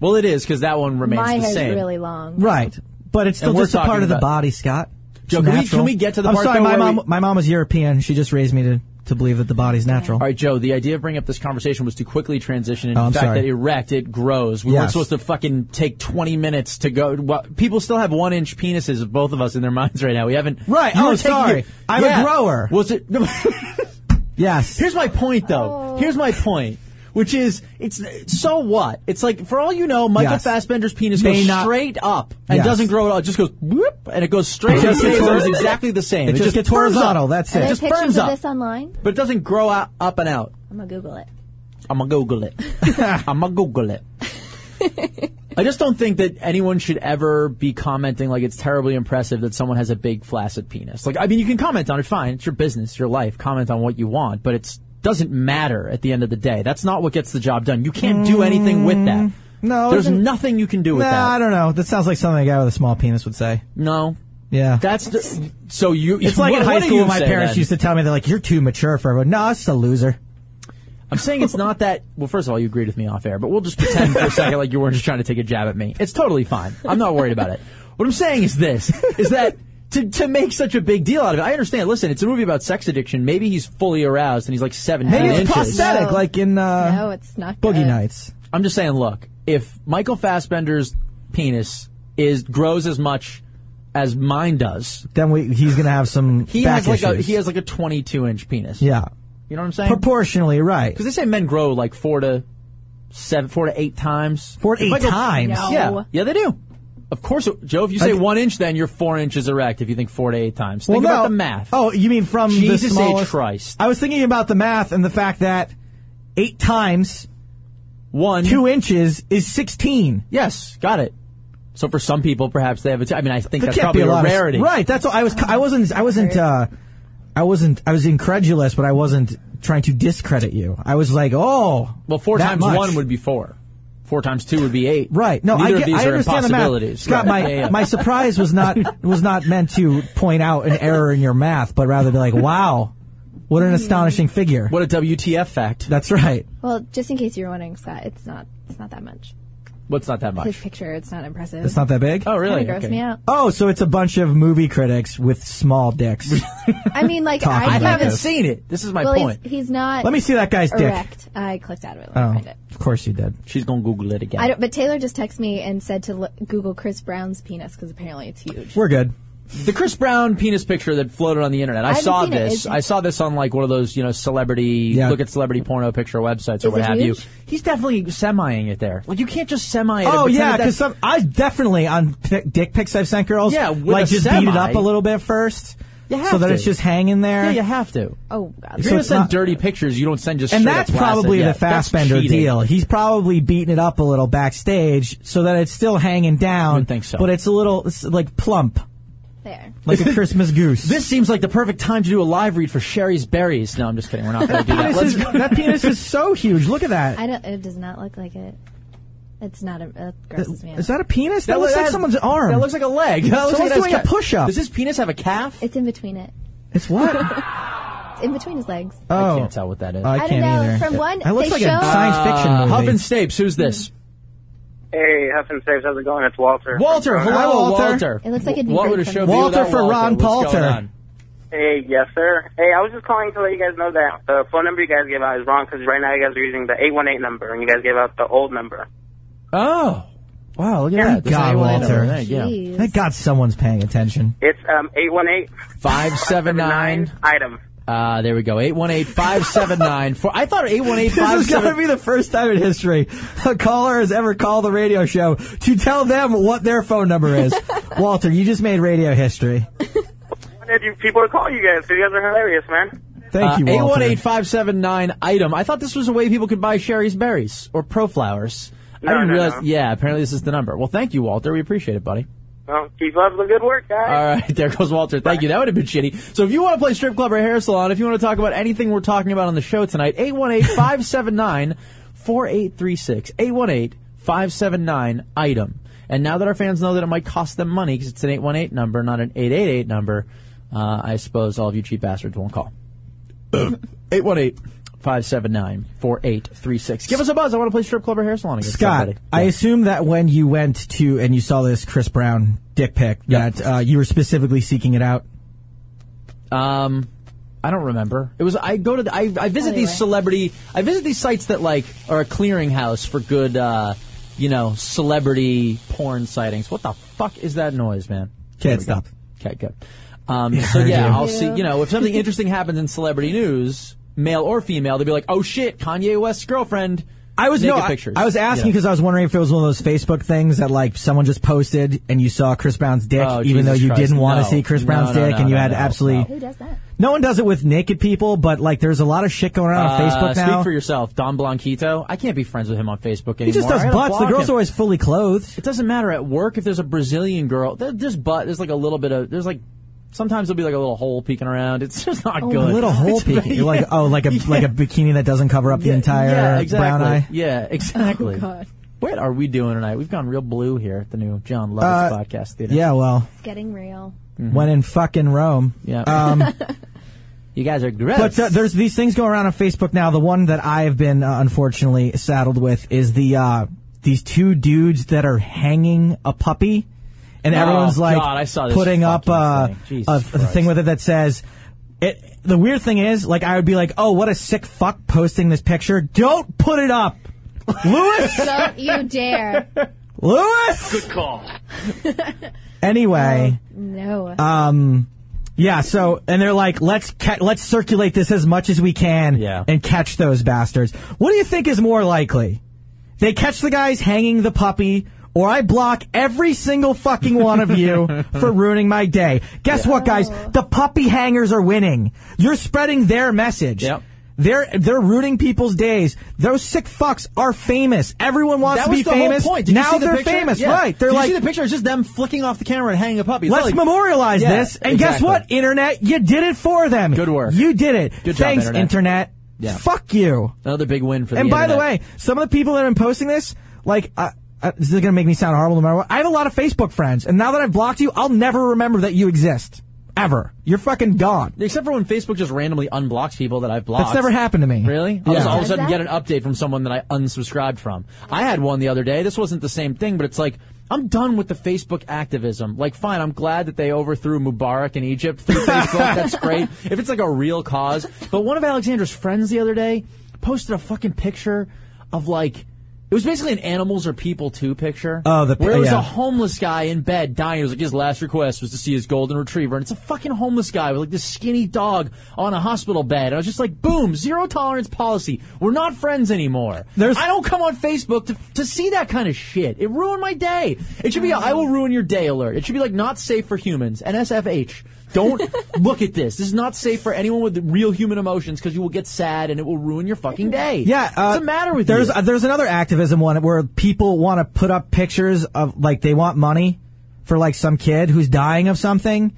B: Well, it is because that one remains
D: My
B: the
D: hair's
B: same.
D: really long.
C: Right, but it's still
B: And we're
C: just a part
B: talking
C: of the
B: about-
C: body, Scott.
B: Joe, can
C: It's
B: we-
C: natural.
B: can we get to the
C: I'm
B: part,
C: sorry,
B: though,
C: my
B: where
C: mom.
B: we-
C: My mom is European. She just raised me to to believe that the body's natural.
B: All right, Joe. The idea of bringing up this conversation was to quickly transition into
C: Oh, I'm
B: the fact
C: sorry.
B: that erect it grows. We weren't
C: Yes.
B: supposed to fucking take 20 minutes to go. Well, people still have one inch penises of both of us in their minds right now. We haven't.
C: Right,
B: You
C: oh,
B: were taking
C: sorry.
B: it-
C: I'm a
B: Yeah.
C: grower.
B: Was it?
C: Yes.
B: Here's my point, though.
D: Oh.
B: Here's my point, which is it's so what? It's like for all you know, Michael
C: Yes.
B: Fassbender's penis
C: They
B: goes
C: not-
B: straight up and
C: Yes.
B: doesn't grow at all. It just goes whoop and it goes straight. up.
C: It just gets
B: It goes
C: horizontal.
B: exactly the same.
C: It just gets
B: firms up.
C: horizontal, that's it.
D: Are
B: It
D: there
B: just
D: pictures
B: firms
D: of
B: up,
D: this online?
B: but it doesn't grow out up and out.
D: I'm gonna Google it.
B: I'm gonna Google it. I'm gonna Google it. I just don't think that anyone should ever be commenting like it's terribly impressive that someone has a big flaccid penis. Like, I mean, you can comment on it, fine. It's your business, your life. Comment on what you want, but it's doesn't matter at the end of the day. That's not what gets the job done. You can't do anything with that.
C: Mm, no,
B: there's
C: isn't-
B: nothing you can do with
C: Nah, I
B: that.
C: don't know. That sounds like something a guy with a small penis would say.
B: No,
C: Yeah.
B: that's the, so you.
C: it's like
B: what-
C: in high
B: what do
C: school,
B: you
C: my
B: say
C: parents
B: then?
C: used to tell me they're like, "You're too mature for everyone." No, it's just a loser.
B: I'm saying it's not that. Well, first of all, you agreed with me off air, but we'll just pretend for a second like you weren't just trying to take a jab at me. It's totally fine. I'm not worried about it. What I'm saying is this: is that to to make such a big deal out of it. I understand. Listen, it's a movie about sex addiction. Maybe he's fully aroused and he's like 17
C: Maybe it's
B: inches.
C: prosthetic,
D: No.
C: like in uh,
D: No, Oh, it's not
C: Boogie
D: good.
C: Nights.
B: I'm just saying. Look, if Michael Fassbender's penis is grows as much as mine does,
C: Then we, he's gonna have some.
B: he
C: back
B: has like a
C: issues.
B: he has like a 22 inch penis.
C: yeah,
B: you know what I'm saying?
C: proportionally right.
B: Because they say men grow like four to seven, four to eight times.
C: Four to
B: If
C: eight
B: I go-
C: times.
D: No.
B: Yeah, yeah, they do. Of course, it- Joe. If you say
C: Okay.
B: one inch, then you're four inches erect. If you think four to eight times, think
C: well,
B: about
C: no.
B: the math.
C: Oh, you mean from the
B: Jesus H.
C: smallest?
B: Christ.
C: I was thinking about the math and the fact that eight times
B: one,
C: two inches is sixteen.
B: Yes, got it. So for some people, perhaps they have a. T- I mean, I think
C: That
B: that's
C: can't be
B: probably
C: a
B: a,
C: lot of-
B: rarity.
C: right? That's what I was. I wasn't. I wasn't. Uh, I wasn't. I was incredulous, but I wasn't trying to discredit you. I was like, oh,
B: Well, four
C: that
B: times
C: much.
B: one would be four. Four times two would be eight.
C: Right. No,
B: Neither
C: I,
B: of
C: get,
B: these
C: I
B: are
C: understand the math.
B: impossibilities.
C: Scott,
B: Right.
C: my,
B: Yeah, yeah.
C: my surprise was not was not meant to point out an error in your math, but rather be like, wow, what an astonishing figure.
B: what a WTF fact.
C: That's right.
D: Well, just in case you're wondering, Scott, it's not. It's not that much.
B: What's not that
D: His
B: much?
D: picture, it's not impressive.
C: It's not that big.
B: Oh, really?
D: It grossed
B: Okay.
D: me out.
C: Oh, so it's a bunch of movie critics with small dicks.
D: I mean, like
C: Talking
D: I
C: about
B: I haven't
C: this.
B: seen it. This is my
D: Well,
B: point.
D: he's, he's not.
C: Let me see that guy's dick.
D: erect. I clicked out of it. Let me
C: Oh,
D: find it.
C: of course you did.
B: She's gonna Google it again.
D: I don't, but Taylor just texted me and said to look, Google Chris Brown's penis because apparently it's huge.
C: We're good.
B: The Chris Brown penis picture that floated on the internet. I,
D: haven't
B: saw
D: seen it.
B: this.
D: Is it-
B: I saw this on like one of those, you know, celebrity
C: Yeah.
B: look at celebrity porno picture websites or
D: Is
B: what
D: it
B: have
D: huge?
B: you. He's definitely semiing it there. Like you can't just semi it. and
C: Oh
B: pretend
C: yeah,
B: that
C: because some I definitely on pic, dick pics I've sent girls.
B: Yeah, with
C: like
B: a
C: just beat it up
B: semi.
C: a little bit first,
B: You have
C: so that
B: to.
C: it's just hanging there.
B: yeah, you have to.
D: Oh god.
B: If you're
C: So
B: gonna
C: it's
B: send
C: not-
B: dirty pictures, you don't send just.
C: And
B: straight
C: that's
B: up flaccid.
C: probably
B: Yeah,
C: the
B: that's
C: Fassbender
B: cheating.
C: deal. He's probably beating it up a little backstage so that it's still hanging down.
B: think so.
C: But it's a little it's like plump.
D: There.
C: like a Christmas goose.
B: This seems like the perfect time to do a live read for Sherry's Berries. No, I'm just kidding. We're not going to do that.
C: penis
B: Let's
C: is, that penis is so huge. Look at that.
D: I don't. It does not look like it. It's not. A, that grosses me out.
C: Is that a penis? That, looks
B: lo-
C: like someone's arm.
B: That looks like a leg. That looks
C: Someone's
B: like it has
C: doing a
B: ca-
C: push-up.
B: Does his penis have a calf?
D: It's in between it.
C: it's what?
D: It's in between his legs.
B: I
C: Oh,
B: can't tell what that is. Uh,
C: I
D: I don't
C: can't
D: know.
C: either.
D: From one,
C: That looks
D: they
C: like
D: show.
C: a science fiction movie.
B: Huff and Stapes, who's this?
F: Hey, Huff and Saves, how's it going? It's Walter.
B: Walter, hello,
C: Hi, Walter.
B: Walter.
D: It looks like it'd be
B: What
D: great
B: would a
D: for
B: show
D: him.
B: be
C: Walter
B: without
C: for Ron
B: What's going
C: Palter.
B: on?
F: Hey, yes, sir. Hey, I was just calling to let you guys know that the phone number you guys gave out is wrong because right now you guys are using the 818 number and you guys gave out the old number.
B: Oh, wow! Look at
C: Thank
B: that. There's
C: God,
B: anyone in
C: Walter.
B: there. Thank you.
D: Jeez.
C: Thank God someone's paying attention.
F: It's um 818
B: Five seven nine.
F: item.
B: Uh, there we go. Eight one eight five seven nine four. I thought eight one eight
C: This
B: five
C: is going to
B: seven.
C: be the first time in history a caller has ever called the radio show to tell them what their phone number is. Walter, you just made radio history.
F: Why did you people to call you guys? 'Cause you guys are hilarious, man.
C: Thank you,
B: Eight Uh, one
C: Walter.
B: eight five seven nine item. I thought this was a way people could buy Sherry's berries or pro flowers. I
F: No,
B: didn't
F: no,
B: realize.
F: no.
B: Yeah, apparently this is the number. Well, thank you, Walter. We appreciate it, buddy.
F: Well, keep up the good work, guys.
B: All right, there goes Walter. Thank you. That would have been shitty. So if you want to play strip club or hair salon, if you want to talk about anything we're talking about on the show tonight, 818-579-4836. 818-579-ITEM. And now that our fans know that it might cost them money because it's an 818 number, not an 888 number, uh, I suppose all of you cheap bastards won't call. 818-579-4836. Give us a buzz. I want to play strip club or hair salon against
C: Scott,
B: somebody.
C: I
B: Yeah.
C: assume that when you went to and you saw this Chris Brown dick pic,
B: Yep.
C: that uh, you were specifically seeking it out.
B: Um, I don't remember. It was I go to the- I I visit these
D: Anyway.
B: celebrity I visit these sites that like are a clearinghouse for good uh you know celebrity porn sightings. What the fuck is that noise, man?
C: Okay,
B: There
C: it
B: we go.
C: stopped.
B: Okay, good. Um, so
C: heard
B: yeah,
C: you.
B: I'll see.
D: Yeah.
B: You know, if something interesting happens in celebrity news, male or female, they'll be like, "Oh shit, Kanye West's girlfriend."
C: I was
B: Naked
C: no, I-
B: pictures.
C: I, was asking
B: Yeah.
C: because I was wondering if it was one of those Facebook things that like someone just posted and you saw Chris Brown's dick,
B: Oh, Jesus
C: even though you
B: Christ,
C: didn't want
B: no.
C: to see Chris
B: No,
C: Brown's
B: no,
C: dick,
B: no,
C: and you
B: no,
C: had
B: no,
C: absolutely.
B: no.
D: Who does that?
C: No one does it with naked people, but like there's a lot of shit going on on
B: Uh,
C: Facebook now.
B: Speak for yourself, Don Blanquito. I can't be friends with him on Facebook anymore.
C: He just
B: I
C: does
B: gotta
C: butts. The
B: block
C: girls
B: him.
C: are always fully clothed.
B: it doesn't matter at work if there's a Brazilian girl. There, there's butt. There's like a little bit of. There's like sometimes there'll be like a little hole peeking around. It's just not
C: A
B: good.
C: Oh, little hole
B: It's
C: peeking.
B: very-
C: You're like, oh, like a
B: Yeah.
C: like a bikini that doesn't cover up the
B: Yeah,
C: entire
B: yeah,
C: uh,
B: exactly.
C: brown eye.
B: Yeah, exactly.
D: Oh, God.
B: What are we doing tonight? We've gone real blue here at the new John Lovitz
C: Uh,
B: podcast theater.
C: Yeah, well,
D: It's getting real.
C: when in fucking Rome.
B: Mm-hmm. Yeah.
C: Um,
B: you guys are gross.
C: But uh, there's these things going around on Facebook now. The one that I've been uh, unfortunately saddled with is the uh, these two dudes that are hanging a puppy, and
B: Oh,
C: everyone's like
B: God, I saw this
C: putting up
B: fucking
C: uh,
B: thing. Jesus
C: a, a
B: Christ.
C: thing with it that says. It, the weird thing is, like, I would be like, "Oh, what a sick fuck posting this picture! Don't put it up, Lewis,
D: Don't you dare.
C: Lewis." Good call. anyway,
D: No.
C: um, yeah. So, and they're like, let's ca- let's circulate this as much as we can,
B: Yeah.
C: and catch those bastards. What do you think is more likely? They catch the guys hanging the puppy, or I block every single fucking one of you for ruining my day. Guess what, guys? The puppy hangers are winning. You're spreading their message.
B: Yep.
C: They're they're ruining people's days. Those sick fucks are famous. Everyone wants
B: that
C: to
B: was
C: be
B: the
C: famous.
B: whole point. Did you
C: Now
B: see the
C: they're
B: picture?
C: famous,
B: Yeah.
C: right? They're
B: Did
C: like
B: you see the picture? It's just them flicking off the camera and hanging a puppy. It's
C: Let's
B: not like-
C: memorialize
B: Yeah,
C: this. And guess
B: exactly.
C: what, Internet? You did it for them.
B: Good work.
C: You did it.
B: Good job,
C: Thanks,
B: Internet. Yeah.
C: Fuck you.
B: Another big win for
C: and
B: the
C: by the
B: internet.
C: way, some of the people that have been posting this, like, uh, uh, this is going to make me sound horrible no matter what. I have a lot of Facebook friends, and now that I've blocked you, I'll never remember that you exist. Ever. You're fucking gone.
B: Except for when Facebook just randomly unblocks people that I've blocked.
C: That's never happened to me.
B: Really? I'll just all of a
D: Does
B: sudden
D: that?
B: get an update from someone that I unsubscribed from. I had one the other day. This wasn't the same thing, but it's like, I'm done with the Facebook activism. Like, fine, I'm glad that they overthrew Mubarak in Egypt through Facebook. That's great. If it's like a real cause. But one of Alexandra's friends the other day posted a fucking picture of like, it was basically an animals or people too picture.
C: Oh, the-
B: where it was
C: yeah.
B: a homeless guy in bed dying. It was like his last request was to see his golden retriever, and it's a fucking homeless guy with like this skinny dog on a hospital bed. I was just like, boom, zero tolerance policy. We're not friends anymore.
C: There's-
B: I don't come on Facebook to, to see that kind of shit. It ruined my day. It should be a, I will ruin your day alert. It should be like not safe for humans. NSFH. Don't look at this. This is not safe for anyone with real human emotions because you will get sad and it will ruin your fucking day.
C: Yeah, uh,
B: what's the matter with
C: there's
B: you?
C: uh, there's another activism one where people want to put up pictures of like they want money for like some kid who's dying of something.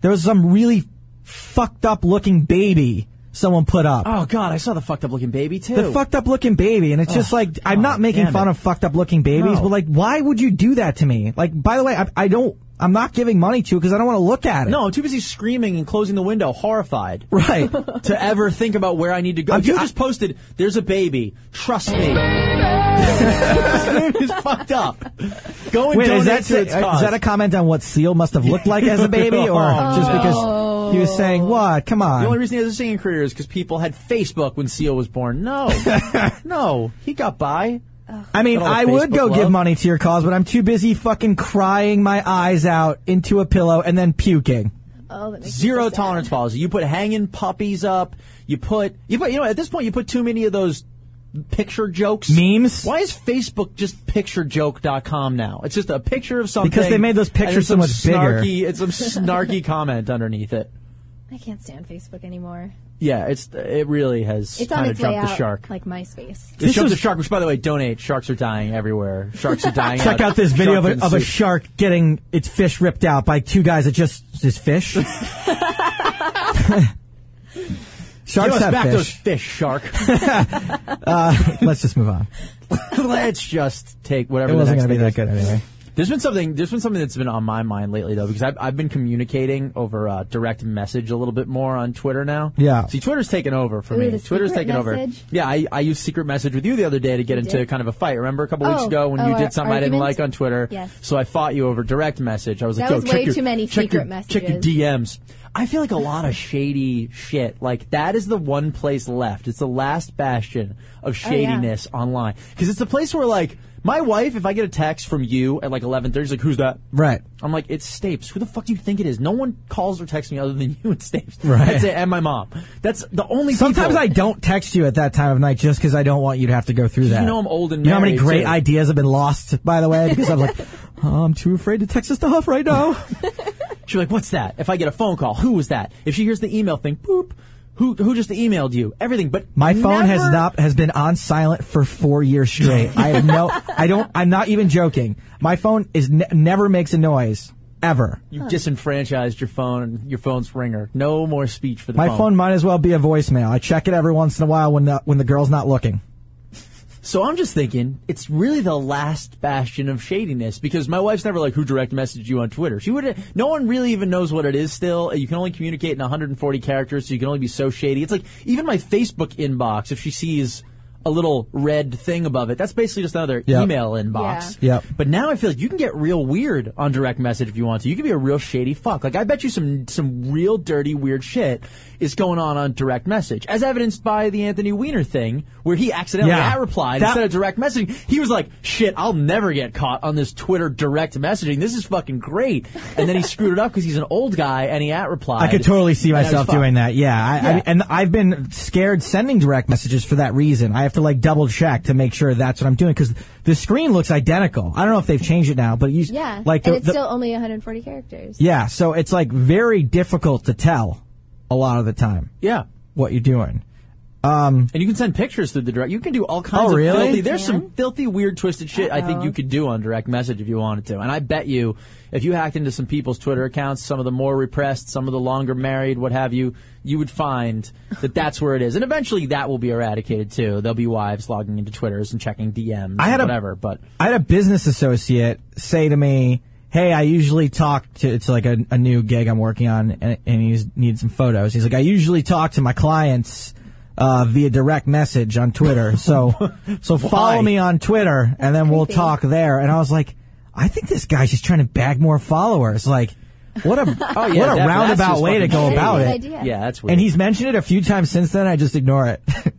C: There was some really fucked up looking baby someone put up.
B: Oh God, I saw the fucked up looking baby too.
C: The fucked up looking baby, and it's just like I'm not making
B: Oh, damn
C: fun
B: it.
C: of fucked up looking babies,
B: No.
C: but like, why would you do that to me? Like, by the way, I, I don't. I'm not giving money to because I don't want to look at it.
B: No, I'm too busy screaming and closing the window, horrified,
C: right?
B: to ever think about where I need to go.
C: I'm
B: you
C: ju-
B: just posted, "There's a baby. Trust me." His name is fucked up. Go and
C: Wait,
B: donate
C: is that uh,
B: to its
C: is
B: cause.
C: that a comment on what Seal must have looked like as a baby, or
B: Oh,
C: just
B: no.
C: because he was saying what? Come
B: the only
C: on.
B: reason he has a singing career is because people had Facebook when Seal was born. No, no, he got by.
C: I mean,
B: Got all the
C: I would
B: Facebook
C: go give
B: love.
C: money to your cause, but I'm too busy fucking crying my eyes out into a pillow and then puking.
D: Oh, that makes me
B: Zero
D: so sad.
B: tolerance policy. You put hanging puppies up. You put you put you know at this point you put too many of those picture jokes
C: Memes?
B: Why is Facebook just picturejoke.com now? It's just a picture of something
C: Because they made those
B: and there's
C: pictures so
B: some
C: much bigger.
B: Snarky, it's some snarky comment underneath it.
D: I can't stand Facebook anymore.
B: Yeah, it's it really has
D: It's on
B: kind of
D: its way
B: jumped
D: out,
B: the shark.
D: like MySpace.
B: It jumped
C: was-
B: the shark, which by the way, donate. Sharks are dying everywhere. Sharks are dying.
C: Check out this
B: Shark
C: video of
B: fin
C: a, of a
B: soup.
C: shark getting its fish ripped out by two guys that just is fish.
B: Give
C: Sharks
B: us
C: have
B: back those
C: fish.
B: fish, shark.
C: Let's just move on.
B: Let's just take whatever.
C: It wasn't
B: going to
C: be that good anyway.
B: There's been something. There's been something that's been on my mind lately, though, because I've, I've been communicating over uh, direct message a little bit more on Twitter now.
C: Yeah.
B: See, Twitter's taken over for
D: Ooh,
B: me.
D: the
B: Twitter's
D: secret
B: taken
D: message?
B: over. Yeah, I, I used secret message with you the other day to get into
D: did?
B: kind of a fight. Remember a couple weeks
D: Oh,
B: ago when you
D: oh,
B: did
D: our
B: something I didn't
D: argument?
B: like on Twitter?
D: Yes.
B: So I fought you over direct message. I was like,
D: That
B: Yo,
D: was
B: check
D: way
B: your,
D: too many
B: check
D: secret
B: your, Check your
D: messages.
B: DMs. I feel like a lot of shady shit. Like that is the one place left. It's the last bastion of
D: Oh, yeah.
B: shadiness online because it's the place where like my wife, if I get a text from you at like 11:30, she's like, "Who's that?"
C: Right.
B: I'm like, "It's Stapes. Who the fuck do you think it is? No one calls or texts me other than you and Stapes.
C: Right.
B: That's it. And my mom. That's the only.
C: Sometimes
B: people-
C: I don't text you at that time of night just because I don't want you to have to go through that.
B: You know I'm old and
C: You know how many
B: married,
C: great
B: too.
C: ideas have been lost, by the way, because I'm like, oh, I'm too afraid to text this to Huff right now.
B: She's like, "What's that?" If I get a phone call, who was that? If she hears the email thing, boop. Who, who just emailed you? Everything, but
C: My phone has
B: never-
C: not has been on silent for four years straight. I have no, I don't, I'm not even joking. My phone is ne- never makes a noise ever.
B: You disenfranchised your phone, your phone's ringer. No more speech for the
C: My
B: phone.
C: phone might as well be a voicemail. I check it every once in a while when the when the girl's not looking.
B: So I'm just thinking, it's really the last bastion of shadiness because my wife's never like, who direct messaged you on Twitter? She would, no one really even knows what it is still. You can only communicate in 140 characters, so you can only be so shady. It's like, even my Facebook inbox, if she sees a little red thing above it, that's basically just another
C: Yep.
B: email inbox.
C: Yeah. Yep.
B: But now I feel like you can get real weird on direct message if you want to. You can be a real shady fuck. Like I bet you some some real dirty weird shit is going on on direct message, as evidenced by the Anthony Weiner thing, where he accidentally
C: Yeah.
B: at replied
C: That-
B: instead of direct messaging. He was like, "Shit, I'll never get caught on this Twitter direct messaging. This is fucking great." And then he screwed it up because he's an old guy and he at replied.
C: I could totally see
B: And I was
C: myself
B: fucked.
C: doing that. Yeah, I,
B: Yeah.
C: I, and I've been scared sending direct messages for that reason. I have to like double check to make sure that's what I'm doing because the screen looks identical. I don't know if they've changed it now, but you
D: Yeah,
C: like the,
D: and it's
C: the-
D: still only 140 characters.
C: yeah, so it's like very difficult to tell a lot of the time
B: Yeah.
C: what you're doing.
B: And you can send pictures through the direct. You can do all kinds
C: Oh,
B: of
C: really?
B: filthy.
C: You
B: There's
D: can?
B: some filthy, weird, twisted shit. I think
D: Uh-oh.
B: you could do on direct message if you wanted to. And I bet you, if you hacked into some people's Twitter accounts, some of the more repressed, some of the longer married, what have you, you would find that that's where it is. And eventually, that will be eradicated too. There'll be wives logging into Twitters and checking DMs.
C: I had
B: and
C: a-
B: whatever, but
C: I had a business associate say to me, "Hey, I usually talk to it's like a, a new gig I'm working on, and, and he's needed some photos. He's like, I usually talk to my clients uh, via direct message on Twitter. So, so follow me on Twitter, and then we'll
D: creepy.
C: talk there." And I was like, "I think this guy's just trying to bag more followers. Like, what a
B: Oh, yeah,
C: what a
B: that- that's
C: roundabout
B: just
C: way to
B: fucking
C: go
B: shady.
C: about
D: Good
C: it."
D: idea.
B: yeah, that's weird.
C: And he's mentioned it a few times since then. I just ignore it.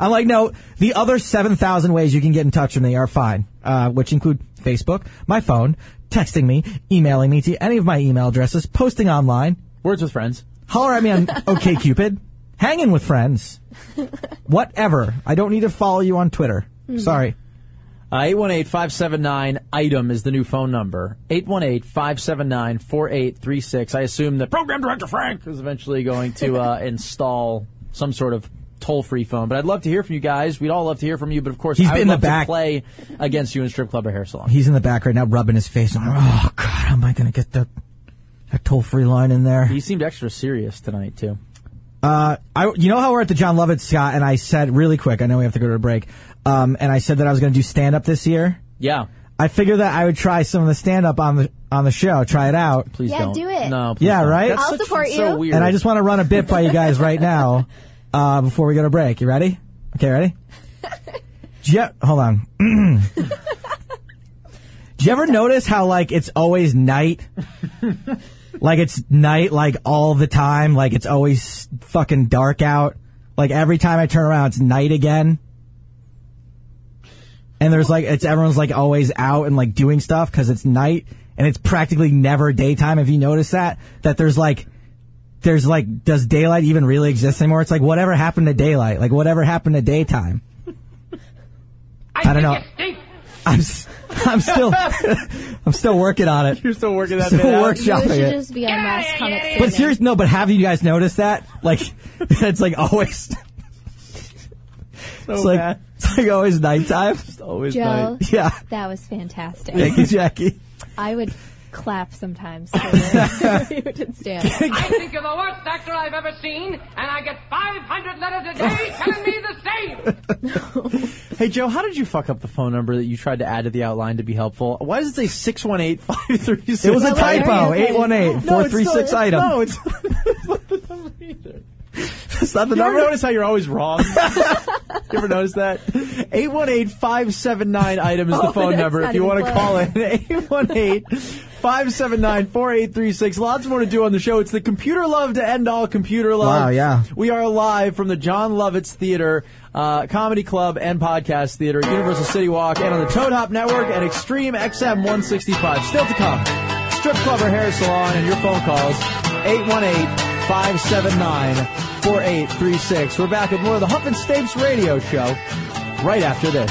C: I'm like, no, the other 7,000 ways you can get in touch with me are fine, uh, which include Facebook, my phone, texting me, emailing me to any of my email addresses, posting online,
B: words with friends.
C: holler at me on OKCupid, hanging with friends, whatever. I don't need to follow you on Twitter. Sorry.
B: Eight one eight five seven nine item is the new phone number. 818-579-4836. I assume that program director Frank is eventually going to uh, install some sort of toll-free phone. But I'd love to hear from you guys. We'd all love to hear from you. But of course,
C: He's
B: I would
C: in the
B: love
C: back.
B: to play against you in strip club or hair salon.
C: He's in the back right now rubbing his face. Oh, God, oh my I gonna get the a toll free line in there?
B: He seemed extra serious tonight too.
C: I, you know how we're at the John Lovett Scott, and I said really quick. I know we have to go to a break. Um, and I said that I was going to do stand up this year.
B: Yeah.
C: I figured that I would try some of the stand up on the on the show, try it out.
B: Please
D: Yeah,
B: don't.
D: do it.
B: No. Please
C: Yeah,
B: don't.
C: right?
B: That's
D: I'll
B: such-
D: support
B: so
D: you.
B: Weird.
C: And I just want to run a bit by you guys right now uh, before we go to break. You ready? Okay, ready? Do you, e, hold on. Do you ever notice how like it's always night? like it's night like all the time, like it's always fucking dark out. Like every time I turn around it's night again. And there's like it's everyone's like always out and like doing stuff cuz it's night and it's practically never daytime. Have you noticed that that there's like there's like, does daylight even really exist anymore? It's like, whatever happened to daylight? Like, whatever happened to daytime?
E: I,
C: don't know.
E: think it's deep.
C: I'm, s- I'm still, I'm still working on it.
B: You're still working that
C: Still
B: bit out.
D: You
C: workshopping
D: should
C: it.
D: just be on
E: Yeah,
D: Last
E: yeah,
D: Comic
E: yeah, yeah.
D: Standing.
C: but seriously, no, but have you guys noticed that? Like, it's like always,
B: So
C: it's like,
B: bad.
C: it's like always nighttime.
B: It's always
D: Joe,
B: night.
C: Yeah.
D: that was fantastic.
C: Thank you, Jackie.
D: I would clap sometimes. for the- you did stand.
E: I think you're the worst actor I've ever seen, and I get 500 letters a day telling me the same.
B: Hey Joe, how did you fuck up the phone number that you tried to add to the outline to be helpful? Why does it say six one eight five three six?
C: It was a
D: Well, why
C: typo.
D: are you-
C: 818 436 item.
B: No, it's.
C: it's not the
B: You ever
C: number.
B: notice how you're always wrong? you ever notice that? 818-579 item is the
D: Oh,
B: phone
D: that's
B: number if
D: not
B: you
D: even
B: want to
D: close.
B: call in. 818-579-4836. Lots more to do on the show. It's the computer love to end all computer love.
C: Wow, yeah.
B: We are live from the John Lovitz Theater, uh, Comedy Club and Podcast Theater, Universal City Walk, and on the Toad Hop Network and Extreme XM 165. Still to come, Strip Club or Hair Salon and your phone calls, 818-579-4836. We're back with more of the Huff and Stapes Radio Show right after this.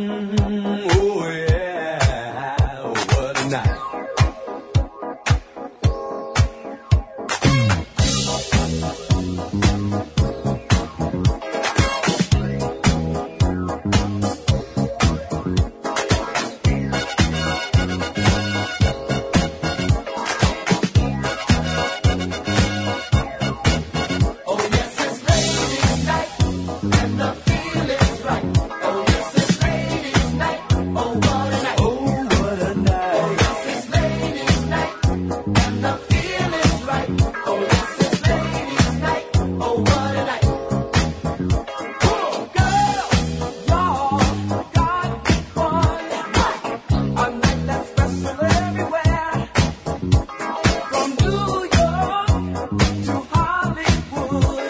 A: Oh yeah, what a night.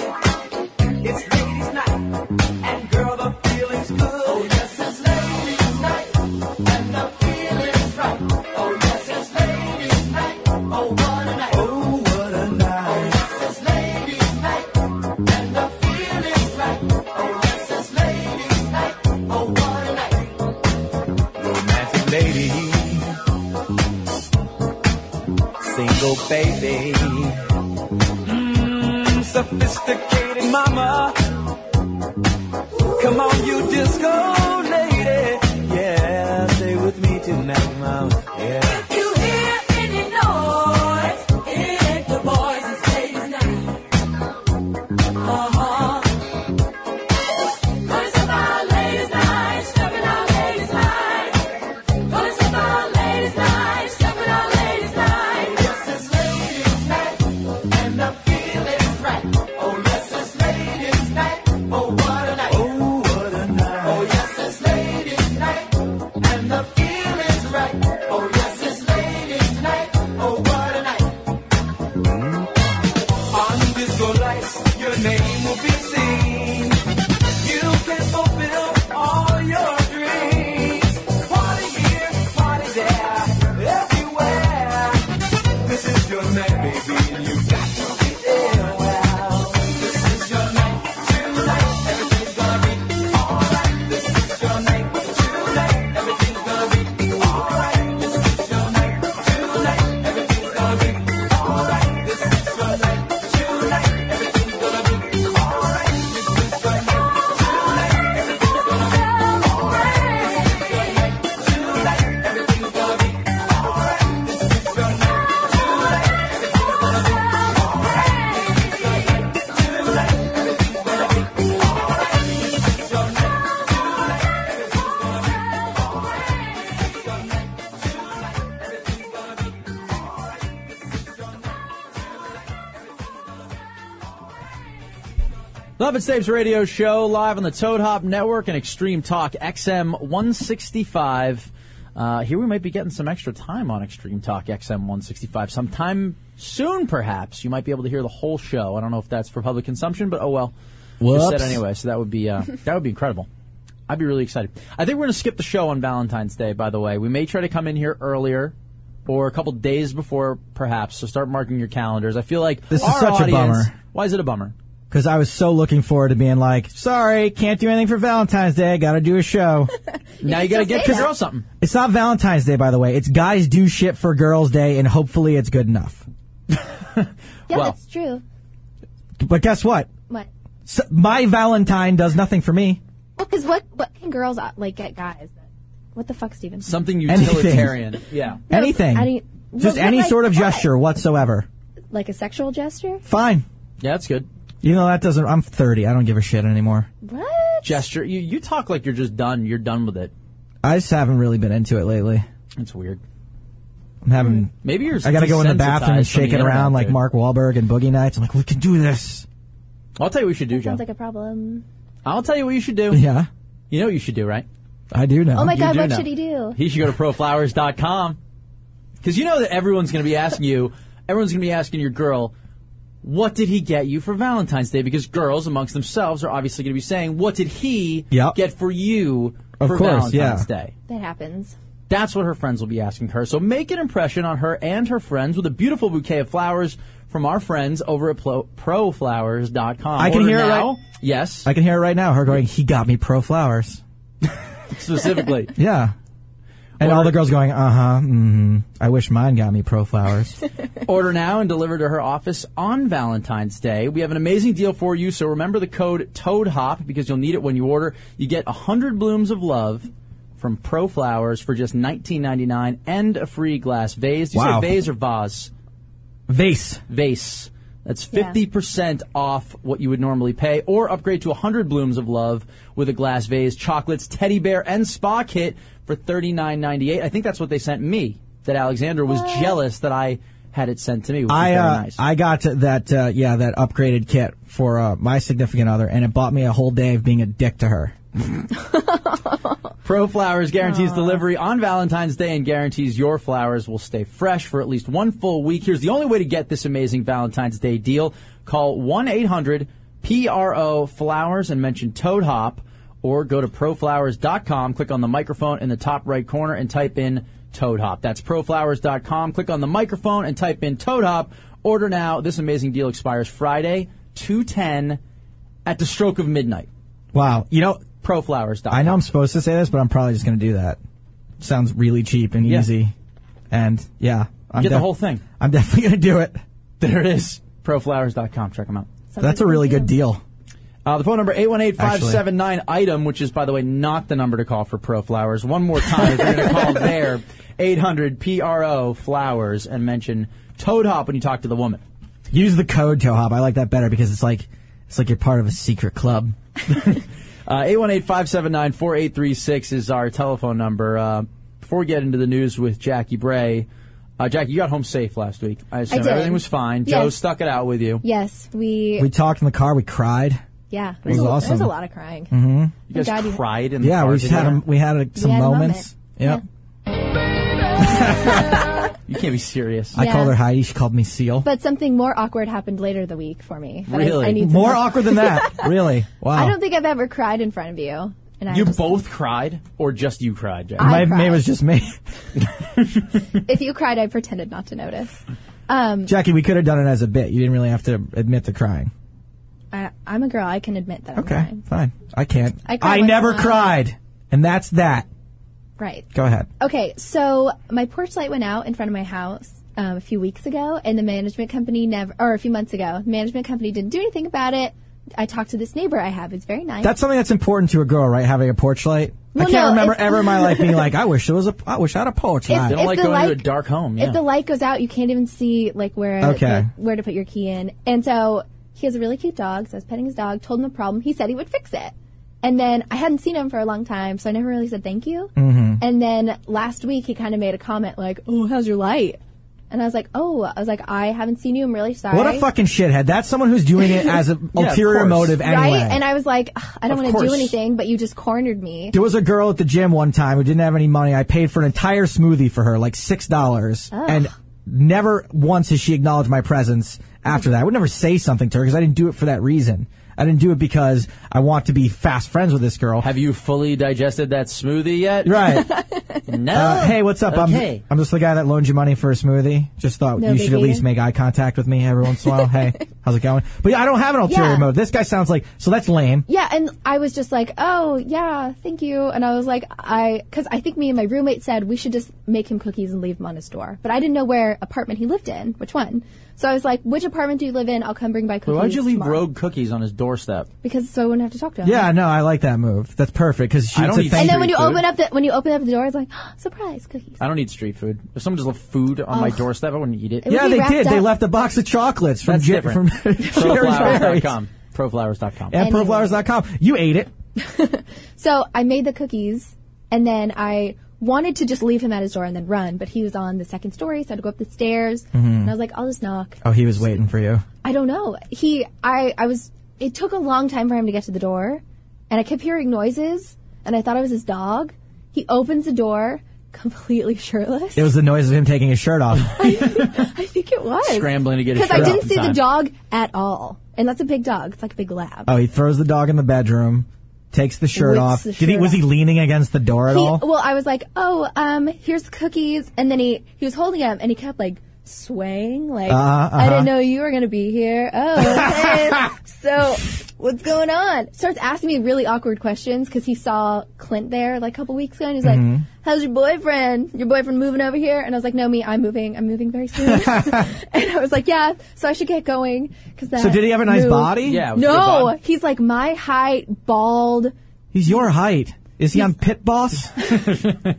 G: It's ladies' night, and girl, the feeling's good. Oh, yes, it's ladies' night, and the feeling's right. Oh, yes, it's ladies' night. Oh, what a night. Oh, what a night. Oh, yes, it's ladies' night, and the feeling's right. Oh, yes, it's ladies' night. Oh, what a night.
A: romantic lady, single baby, mm, sophisticated mama. Come on, you disco lady, yeah, stay with me tonight, mama. Yeah,
G: If you hear any noise, it ain't the boys, it's ladies' night. Uh-huh. Gonna step on ladies' night, stepping on ladies' night. Gonna step on ladies' night, stepping on ladies' night. Yes, it's ladies' night, and the feeling's right. Oh, yes, it's ladies' night. Oh, what a night. Oh, what a night. Oh, yes, it's ladies' night, and the feeling's right. Oh, yes, it's ladies' night. Oh, what a night. On disco lights, your name will be seen. You can fulfill all your dreams. Party here, party there, everywhere. This is your night, baby, and you got to be there. Well, this is your night, tonight. Everything's gonna be alright. This is your night, tonight.
B: The Muppet Tapes Radio Show live on the Toad Hop Network and Extreme Talk XM 165. Uh, here we might be getting some extra time on Extreme Talk XM 165 sometime soon, perhaps. You might be able to hear the whole show. I don't know if that's for public consumption, but oh well. We're set
H: Whoops.
B: anyway, so that would be uh, that would be incredible. I'd be really excited. I think we're going to skip the show on Valentine's Day. By the way, we may try to come in here earlier. Or a couple days before, perhaps. So start marking your calendars. I feel like
C: This is
B: our
C: such a
B: audience-
C: bummer.
B: Why is it a bummer?
C: Because I was so looking forward to being like, sorry, can't do anything for Valentine's Day. Got to do a show.
B: Now you got to
D: still
B: get
D: say
B: your
D: that.
B: girl something.
C: it's not Valentine's Day, by the way. It's Guys Do Shit for Girls Day, and hopefully it's good enough.
D: Yeah,
B: Well.
D: that's true.
C: But guess what?
D: What?
C: S my Valentine does nothing for me.
D: Because what? What can girls uh, like get guys? that- What the fuck, Steven?
B: Something
C: Anything.
B: utilitarian. Yeah.
C: Anything.
D: I didn't-
C: Just
D: Well,
C: any
D: like
C: sort of
D: what?
C: gesture whatsoever.
D: Like a sexual gesture?
C: Fine.
B: Yeah, that's good.
C: You know, that doesn't, I'm 30. I don't give a shit anymore.
D: What?
B: Gesture. You you talk like you're just done. You're done with it.
C: I just haven't really been into it lately.
B: It's weird.
C: I'm having,
B: Maybe you're.
C: I gotta go in the bathroom and
B: desensitized from
C: shake
B: the
C: it around
B: internet,
C: like
B: dude.
C: Mark Wahlberg and Boogie Nights. I'm like, we can do this.
B: I'll tell you what you should do, John.
D: Sounds like a problem.
B: I'll tell you what you should do.
C: Yeah.
B: You know what you should do, right?
C: I do know.
D: Oh my
B: You
D: god,
B: do
D: what
B: know.
D: should he do?
B: He should go to proflowers.com because you know that everyone's going to be asking you. Everyone's going to be asking your girl, what did he get you for Valentine's Day? Because girls amongst themselves are obviously going to be saying, what did he
C: Yep.
B: get for you
C: Of
B: for
C: course, yeah.
B: Valentine's Day?
D: That happens.
B: That's what her friends will be asking her. So make an impression on her and her friends with a beautiful bouquet of flowers from our friends over at Plo- proflowers.com.
C: I can
B: Order
C: hear it
B: now.
C: right-
B: Yes,
C: I can hear it right now. Her going, he got me pro flowers.
B: specifically.
C: Yeah. And
B: Or-
C: all the girls going, uh huh, mm-hmm. I wish mine got me pro flowers.
B: Order now and deliver to her office on Valentine's Day. We have an amazing deal for you, so remember the code TOADHOP because you'll need it when you order. You get 100 blooms of love from Pro Flowers for just $19.99 and a free glass vase. Do you
C: Wow.
B: say vase or vase?
C: Vase.
B: vase. That's
D: Yeah.
B: 50% off what you would normally pay, or upgrade to 100 blooms of love with a glass vase, chocolates, teddy bear, and spa kit for $39.98. I think that's what they sent me, that Alexander was jealous that I had it sent to me, which
C: I
B: is very
C: uh,
B: nice.
C: I got to that uh, yeah that upgraded kit for uh, my significant other, and it bought me a whole day of being a dick to her.
B: Pro Flowers guarantees delivery on Valentine's Day and guarantees your flowers will stay fresh for at least one full week. Here's the only way to get this amazing Valentine's Day deal. Call 1-800-PRO Flowers and mention Toad Hop or go to proflowers.com, click on the microphone in the top right corner and type in Toad Hop. That's proflowers.com, click on the microphone and type in Toad Hop. Order now. This amazing deal expires Friday, 210 at the stroke of midnight.
C: Wow, you know
B: Proflowers.com.
C: I know I'm supposed to say this, but I'm probably just going to do that. Sounds really cheap and
B: Yeah.
C: easy, and yeah, I'm
B: Get the
C: def-
B: whole thing.
C: I'm definitely going to do it.
B: There it is. Proflowers.com. Check them out.
D: Sounds
C: That's
D: like
C: a really good
D: deal.
C: deal.
B: Uh, the phone number 818-579 item, which is by the way not the number to call for Pro Flowers. One more time, if you're going to call there, 800 PRO Flowers and mention Toad Hop when you talk to the woman.
C: Use the code Tohop. I like that better because it's like it's like you're part of a secret club.
B: Uh, 818-579-4836 is our telephone number. Uh, before we get into the news with Jackie Bray, uh, Jackie, you got home safe last week. I assume
D: I did.
B: everything was fine. Joe
D: Yes.
B: stuck it out with you.
D: Yes, we.
C: We talked in the car. We cried.
D: yeah, there was,
C: was
D: a, there was
C: awesome.
D: a lot of crying. Mm-hmm.
B: You guys
D: God, you-
B: cried in the
C: Yeah,
B: car
C: we just had
B: together.
C: a, we had a, some
D: had a moment.
C: moments. Yep.
B: You can't be serious.
C: I
D: Yeah.
C: called her Heidi. She called me Seal.
D: But something more awkward happened later the week for me. But I-
B: Really?
D: I, need some
C: More
D: help.
C: awkward than that. Really? Wow.
D: I don't think I've ever cried in front of you. And I
B: you
D: just-
B: both cried, or just you cried, Jackie?
D: I
C: My,
D: cried.
C: maybe it was just me.
D: If you cried, I pretended not to notice.
C: Jackie, we could have done it as a bit. You didn't really have to admit to crying.
D: I, I'm a girl. I can admit that. I'm
C: Okay,
D: crying.
C: fine. I can't.
D: I cry once
C: never
D: in a while.
C: cried. And that's that.
D: Right.
C: Go ahead.
D: Okay, so my porch light went out in front of my house um, a few weeks ago, and the management company never, or a few months ago, the management company didn't do anything about it. I talked to this neighbor I have; it's very nice.
C: That's something that's important to a girl, right? Having a porch light.
D: Well,
C: I can't
D: no,
C: remember
D: if-
C: ever in my life being like, I wish there was a, I wish I had a porch
D: If-
B: They
C: light.
B: don't
D: if
B: like
D: the
B: going to a
D: light-
B: dark home. Yeah.
D: if the light goes out, you can't even see like where
C: Okay.
D: like, where to put your key in. And so he has a really cute dog. So I was petting his dog, told him the problem. He said he would fix it. And then I hadn't seen him for a long time, so I never
C: Mm-hmm.
D: really said thank you. And then last week he kind of made a comment like, "Oh, how's your light?" And I was like, oh, I was like, I haven't seen you. I'm really sorry.
C: What a fucking shithead. That's someone who's doing it as an
B: Yeah, of
C: ulterior
B: course.
C: motive anyway.
D: Right? And I was like, "Ugh, I don't
B: Of
D: want to do
B: course.
D: anything, but you just cornered me.
C: There was a girl at the gym one time who didn't have any money. I paid for an entire smoothie for her, like six dollars, and never once has she acknowledged my presence after that. I would never say something to her because I didn't do it for that reason. I didn't do it because I want to be fast friends with this girl.
B: Have you fully digested that smoothie yet?
C: Right.
B: No.
C: Uh, hey, what's up?
B: Okay.
C: I'm I'm just the guy that loaned you money for a smoothie. Just thought
D: No
C: you
D: big
C: should at least
D: deal.
C: make eye contact with me every once in a while. hey, how's it going? But I don't have an ulterior
D: Yeah.
C: motive. This guy sounds like so that's lame.
D: Yeah, and I was just like, oh, yeah, thank you. And I was like, I, because I think me and my roommate said we should just make him cookies and leave them on his door. But I didn't know where apartment he lived in, which one. So I was like, which apartment do you live in? I'll come bring by cookies.
B: Why'd you leave
D: tomorrow.
B: rogue cookies on his doorstep?
D: Because so I wouldn't have to talk to him.
C: Yeah, no, I like that move. That's perfect because she
B: I don't
C: said
B: eat
C: thank
D: And then
B: Street
D: when you
B: food.
D: open up the when you open up the door, it's like "Oh, surprise cookies.
B: I don't eat street food. If someone just left food on my doorstep, I wouldn't eat it.
D: It would
C: Yeah,
D: be
C: they
D: wrapped
C: did. They
D: up.
C: left a box of chocolates from
B: That's
C: Jer-
B: different.
C: from Jerry's Berries.
B: Proflowers.com. Proflowers.com.
C: at
D: Anyway.
C: proflowers.com. You ate it.
D: So I made the cookies, and then I wanted to just leave him at his door and then run, but he was on the second story, so I had to go up the stairs.
B: Mm-hmm.
D: And I was like, I'll just knock.
C: Oh, he was waiting for you.
D: I don't know. He, I, I was. It took a long time for him to get to the door, and I kept hearing noises, and I thought it was his dog. He opens the door completely shirtless.
C: It was the noise of him taking his shirt off.
D: I think it was
B: Scrambling to get his
D: because
B: shirt
D: I
B: off
D: didn't
B: in
D: see
B: time.
D: the dog at all, and that's a big dog. It's like a big lab.
C: oh, he throws the dog in the bedroom, takes the shirt
D: Whips
C: off.
D: the
C: Did he
D: shirt
C: was he
D: off.
C: leaning against the door at
D: He-
C: all?
D: well, I was like, oh, um, here's the cookies, and then he he was holding them, and he kept like swaying,
C: Uh,
D: like
C: uh-huh.
D: I didn't know you were gonna be here. Oh, okay. so what's going on? Starts asking me really awkward questions because he saw Clint there like a couple weeks ago, and he's
C: Mm-hmm.
D: like, how's your boyfriend? Your boyfriend moving over here? And I was like, no, me, I'm moving. I'm moving very soon. and I was like, yeah, so I should get going because
C: so did he have a nice body?
B: Yeah. it was a good
D: No,
B: body.
D: he's like my height, bald.
C: He's your height. Is he on Pit Boss?
D: How'd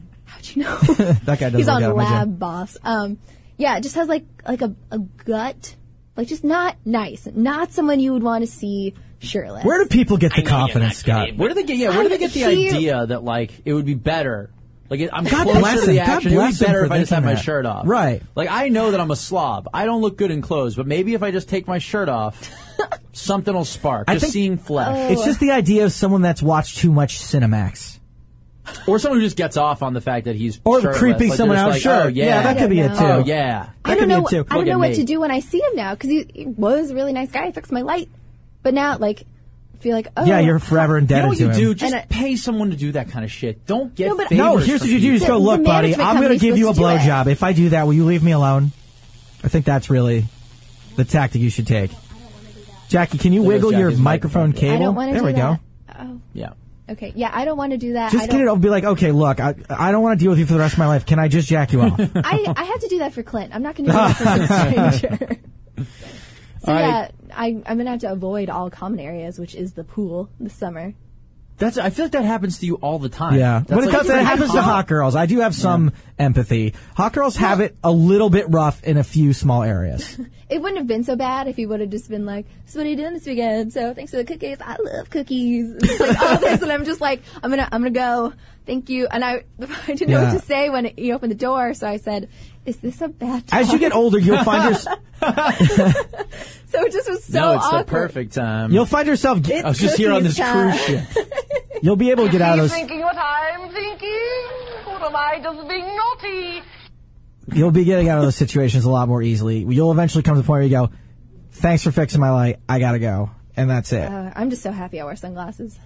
D: you know?
C: That guy doesn't
D: He's
C: look
D: on
C: out of Oh my gym.
D: Lab Boss. Um, yeah, it just has like like a, a gut, like just not nice, not someone you would want to see shirtless.
C: Where do people get the confidence, Scott?
B: Where do they get? Yeah. Where do they get the
D: He-
B: idea that like it would be better? Like it, I'm
C: God
B: closer
C: bless
B: to the
C: him. God
B: action. It would
C: bless
B: be
C: him
B: better
C: for
B: if I just had
C: thinking
B: my
C: that.
B: shirt off.
C: Right.
B: Like I know that I'm a slob. I don't look good in clothes, but maybe if I just take my shirt off, something will spark.
C: I
B: Just
C: think- Oh.
B: seeing flesh,
C: It's just the idea of someone that's watched too much Cinemax.
B: or someone who just gets off on the fact that he's
C: Or
B: shirtless.
C: creeping
B: Like,
C: someone
B: they're
C: out.
B: just
C: sure.
B: Like, oh, yeah.
C: that could be it too.
D: I
B: Oh yeah.
D: I
C: could
D: don't
C: be
D: know.
C: it, too.
D: I
B: Look
D: don't
B: at
D: know what
B: me.
D: to do when I see him now because he, he was a really nice guy. He fixed my light, but now like I feel like oh
C: Yeah, you're forever
B: You know
C: indebted
B: what you
C: to him.
B: do? Just
D: And I-
B: pay someone to do that kind of shit. Don't get
D: No, but-
B: favors
C: No, here's
B: from
C: what you do.
B: people.
C: Just go,
D: The-
C: look,
D: the
C: buddy,
D: management
C: I'm going to
D: company's
C: give you a
D: supposed to do
C: blowjob. If I do that, will you leave me alone? I think that's really the tactic you should take. Jackie, can you
B: There
C: wiggle
B: goes
C: your
B: Jackie's
C: microphone
B: microphone.
C: cable?
D: I don't want to.
C: there
D: do
C: we
D: that.
C: go.
D: Oh,
B: Yeah.
D: okay. Yeah, I don't want to do that. I
C: Just get
D: don't-
C: it over. Be like, okay, look, I, I don't want to deal with you for the rest of my life. Can I just jack you off?
D: I, I have to do that for Clint. I'm not going to do that for some stranger. so
B: right.
D: yeah, I, I'm going to have to avoid all common areas, which is the pool this summer.
B: That's. I feel like that happens to you all the time.
C: Yeah,
B: That's
C: but it,
B: like-
C: does, it
B: Like,
C: happens to
B: huh?
C: hot girls. I do have some empathy. Hot girls have it a little bit rough in a few small areas.
D: It wouldn't have been so bad if he would have just been like, "So what are you doing this weekend?" So thanks for the cookies. I love cookies. And it's like all this, and I'm just like, "I'm gonna, I'm gonna go. Thank you." And I, I didn't know
C: Yeah.
D: what to say when he opened the door, so I said, "Is this a bad?" Time?
C: As you get older, you'll find your,
D: so it just was so
B: No, it's
D: awkward.
B: the perfect time.
C: you'll find yourself.
B: I was just here on this
D: time.
B: cruise ship.
C: You'll be able to get out of
E: He's
C: those.
E: thinking what I'm thinking. What am I just being naughty?
C: You'll be getting out of those situations a lot more easily. You'll eventually come to the point where you go, "Thanks for fixing my light. I gotta go," and that's it.
D: Uh, I'm just so happy I wear sunglasses.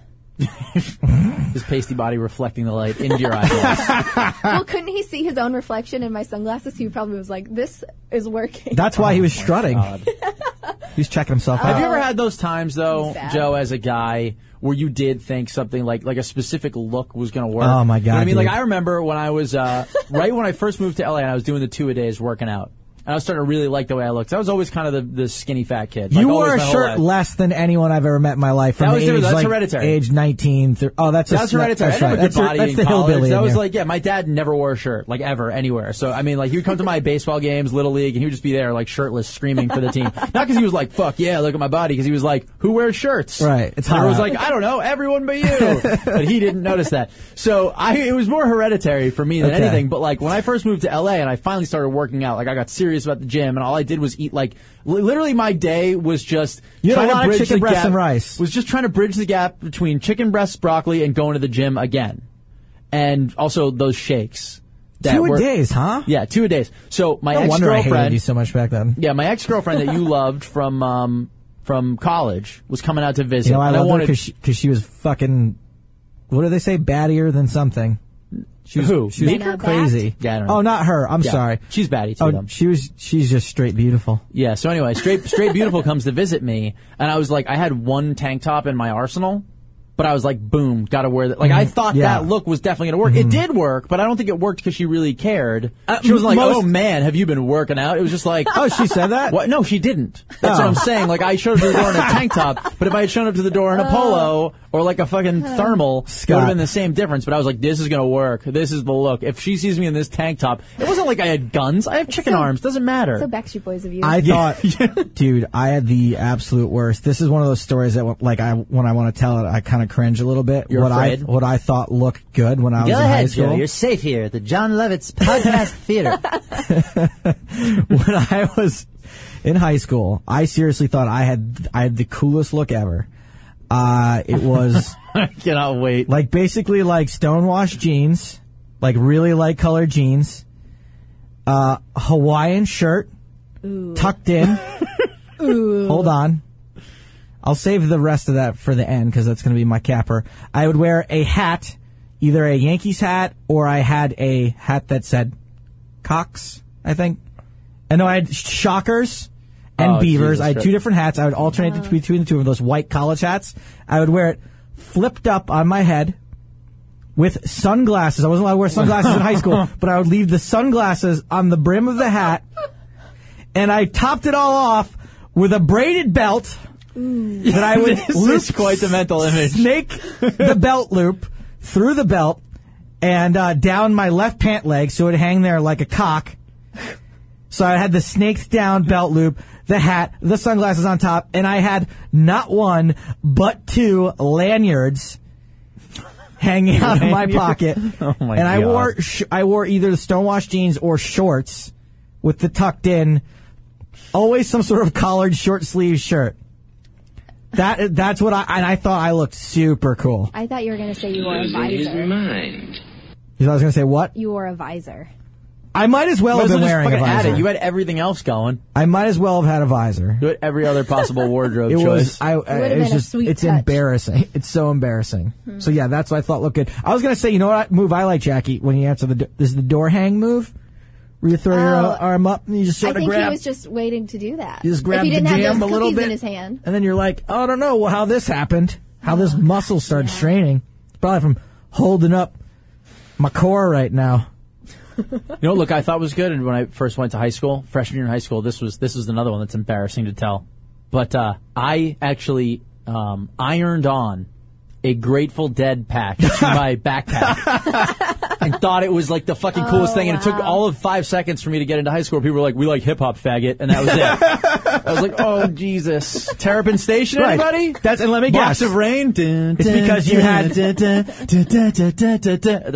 B: His pasty body reflecting the light into your eyeballs.
D: well, couldn't he see his own reflection in my sunglasses? He probably was like, "This is working."
C: that's why he was strutting.
B: Oh God.
C: He's checking himself
B: Have you
C: out.
B: ever had those times though,
D: Sad.
B: Joe, as a guy, where you did think something like like a specific look was going to work?
C: Oh, my
B: You know what I
C: God,
B: mean,
C: dude.
B: like I remember when I was uh, right when I first moved to LA and I was doing the two a days working out, and I was starting to really like the way I looked. I was always kind of the, the skinny fat kid. Like,
C: You
B: always
C: wore a
B: my whole
C: shirt
B: life.
C: less than anyone I've ever met in my life. From
B: That
C: the
B: was-
C: age,
B: that's
C: like,
B: hereditary.
C: Age nineteen. Through, oh, that's a,
B: That's hereditary.
C: That's
B: I
C: right.
B: never
C: That's,
B: good
C: your-
B: body
C: that's
B: in
C: the
B: college.
C: hillbilly.
B: That
C: in
B: was
C: you.
B: like, yeah, my dad never wore a shirt, like ever, anywhere. So I mean, like he would come to my baseball games, little league, and he would just be there, like shirtless, screaming for the team. Not because he was like, "Fuck yeah, look at my body," because he was like, "Who wears shirts?"
C: Right. It's
B: and I
C: hot
B: was
C: out.
B: like, "I don't know, everyone but you," but he didn't notice that. So I, it was more hereditary for me than
C: Okay.
B: anything. But like when I first moved to LA and I finally started working out, like I got serious serious about the gym, and all I did was eat like li- literally my day was just
C: You had
B: trying
C: a lot
B: to
C: of
B: bridge
C: chicken
B: the
C: breasts
B: gap,
C: and rice.
B: Was just trying to bridge the gap between chicken breasts, broccoli, and going to the gym again, and also those shakes. that
C: Two a
B: were-
C: days, huh?
B: Yeah, two a days. So my
C: No
B: ex
C: wonder I hated
B: girlfriend,
C: you so much back then.
B: yeah, my ex girlfriend that you loved from um, from college was coming out to visit.
C: You know, I
B: and
C: love her
B: wanted
C: because she, 'cause she was fucking. What do they say? Battier than something. She was,
B: Who?
C: She was
B: Me? Nina
C: crazy.
B: Yeah, I don't know.
C: Oh, not her. I'm
B: Yeah.
C: sorry.
B: She's baddie too.
C: Oh,
B: though.
C: she was. She's just straight beautiful.
B: Yeah. So anyway, straight straight beautiful comes to visit me, and I was like, I had one tank top in my arsenal, but I was like, boom, gotta wear that. Like I thought
C: Mm-hmm. Yeah. Mm-hmm.
B: that look was definitely gonna work. It did work, but I don't think it worked because she really cared. she was like,
C: Uh, most-
B: oh man, have you been working out? It was just like.
C: Oh, she said that.
B: What? No, she didn't. That's
C: Oh.
B: what I'm saying. Like, I showed up to the door in a tank top, but if I had shown up to the door in a polo or like a fucking thermal, it would
C: Uh. Scott.
B: have been the same difference. But I was like, this is gonna work. This is the look. If she sees me in this tank top, it wasn't like I had guns. I have chicken
D: so-
B: arms. Doesn't matter.
D: So Backstreet Boys of you.
C: I thought, dude, I had the absolute worst. This is one of those stories that, like, I when I want to tell it, I kind of cringe a little bit.
B: You're
C: what
B: afraid?
C: I what I thought looked good when I was
B: Go
C: in high
B: ahead,
C: school.
B: Joe. You're safe here at the John Lovitz Podcast Theater.
C: when I was in high school, I seriously thought I had I had the coolest look ever. Uh, it was
B: I cannot wait.
C: like basically like stonewashed jeans, like really light colored jeans, uh, Hawaiian shirt tucked in. Hold on. I'll save the rest of that for the end because that's going to be my capper. I would wear a hat, either a Yankees hat or I had a hat that said Cox, I think. And no, I had shockers and
B: Oh,
C: beavers.
B: Jesus
C: I had
B: Christ.
C: two different hats. I would alternate between the two of those white college hats. I would wear it flipped up on my head with sunglasses. I wasn't allowed to wear sunglasses in high school, but I would leave the sunglasses on the brim of the hat, and I topped it all off with a braided belt that I would
B: Mm. This
C: loop,
B: is quite the mental image.
C: snake the belt loop through the belt and uh, down my left pant leg, so it would hang there like a cock. So I had the snaked down belt loop, the hat, the sunglasses on top, and I had not one but two lanyards hanging out of my
B: Lanyard.
C: pocket.
B: Oh my
C: and I
B: God.
C: wore sh- I wore either the stonewashed jeans or shorts with the tucked in, always some sort of collared short sleeve shirt. That that's what I and I thought I looked super cool.
D: I thought you were gonna say you wore a visor.
H: mind.
C: You thought I was gonna say what?
D: You wore a visor.
C: I might as well
B: Might
C: have
B: as well
C: been
B: just
C: wearing a
B: fucking add
C: visor.
B: it. You had everything else going.
C: I might as well have had a visor.
B: You had every other possible wardrobe
C: It was
B: choice.
C: I, I it was
D: been a
C: just
D: sweet
C: it's
D: touch.
C: embarrassing. It's so embarrassing. So yeah, that's what I thought looked good. I was gonna say, you know what move I like, Jackie? When you answer the do- this is the door hang move, where you throw your
D: Oh.
C: uh, arm up and you just
D: I
C: sort of
D: think he
C: grab,
D: was just waiting to do that.
C: you just grab
D: if he didn't
C: the
D: have
C: jam
D: those
C: a little
D: cookies
C: bit,
D: in his hand.
C: and then you're like, oh, I don't know well, how this happened, how this muscle started straining, probably from holding up my core right now.
B: you know, look, I thought was good, and when I first went to high school, freshman year in high school, this was this is another one that's embarrassing to tell. But uh, I actually um, ironed on a Grateful Dead patch to my backpack. And thought it was like the fucking coolest thing, and it took all of five seconds for me to get into high school. People were like, "We like hip hop, faggot," and that was it. I was like, "Oh Jesus!" Terrapin Station,
C: Right.
B: anybody?
C: That's- and let me
B: Box
C: guess.
B: of rain.
C: It's because you had-
B: They're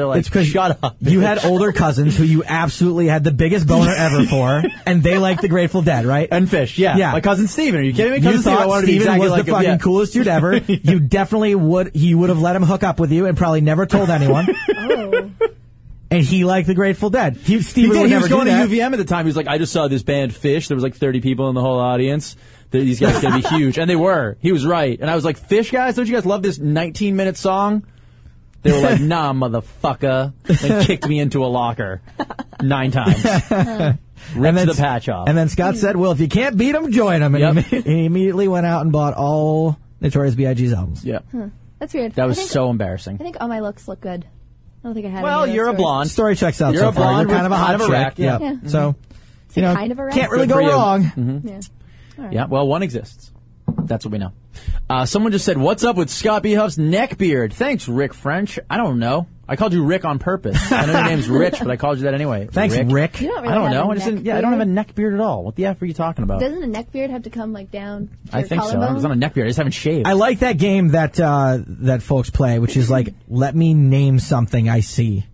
B: like,
C: It's 'cause
B: "Shut up."
C: You had older cousins who you absolutely had the biggest boner ever for, and they liked the Grateful Dead, right?
B: and fish. Yeah,
C: Yeah.
B: my cousin Steven. Are you kidding me?
C: you
B: Cousin Steven, I
C: thought
B: wanted to be
C: Steven
B: exactly
C: was
B: like
C: the
B: him.
C: fucking
B: Yeah.
C: coolest dude ever. You definitely would. He would have let him hook up with you and probably never told anyone.
D: Oh,
C: and he liked the Grateful Dead. He
B: He,
C: Steven
B: did.
C: would
B: he
C: never
B: was going
C: do
B: to
C: that.
B: UVM at the time. He was like, I just saw this band Fish. There was like 30 people in the whole audience. Th- These guys are going to be huge, and they were. He was right, and I was like, Fish guys, don't you guys love this 19 minute song? They were like, Nah, motherfucker, and kicked me into a locker nine times. Ripped
C: then
B: the
C: s-
B: patch off.
C: And then Scott said, "Well, if you can't beat him, join him." And
B: Yep.
C: he, he immediately went out and bought all Notorious B.I.G.'s albums.
B: yeah,
D: that's weird.
B: that was
D: I think,
B: so
D: I
B: embarrassing.
D: think all my looks look good. I don't think I had.
B: Well,
D: any of those
B: you're a
D: stories.
B: blonde.
C: Story checks out
B: You're
C: so
B: a
C: far.
B: blonde
C: You're kind
B: with
C: of a hot
B: kind of a
C: chick.
B: rack, yeah.
C: Yep.
D: Yeah. Mm-hmm.
C: So, you know,
D: kind of a rack.
C: can't really
B: Good
C: go
B: for you. Mm-hmm.
C: wrong.
D: Yeah.
B: Yeah, well, one exists. That's what we know. Uh, someone just said, "What's up with Scott B. Huff's neck beard?" Thanks, Rick French. I don't know. I called you Rick on purpose. I know your name's Rich, but I called you that anyway.
C: Thanks, Rick.
D: You don't really
B: I don't
D: have
B: know.
D: a
B: I just
D: neck
B: didn't, yeah, I don't have
D: beard.
B: a neck beard at all. What the f are you talking about?
D: Doesn't a neck beard have to come like down? To
B: I
D: your
B: think so.
D: collarbone?
B: I was on a neck beard. I just haven't shaved.
C: I like that game that uh, that folks play, which is like, let me name something I see.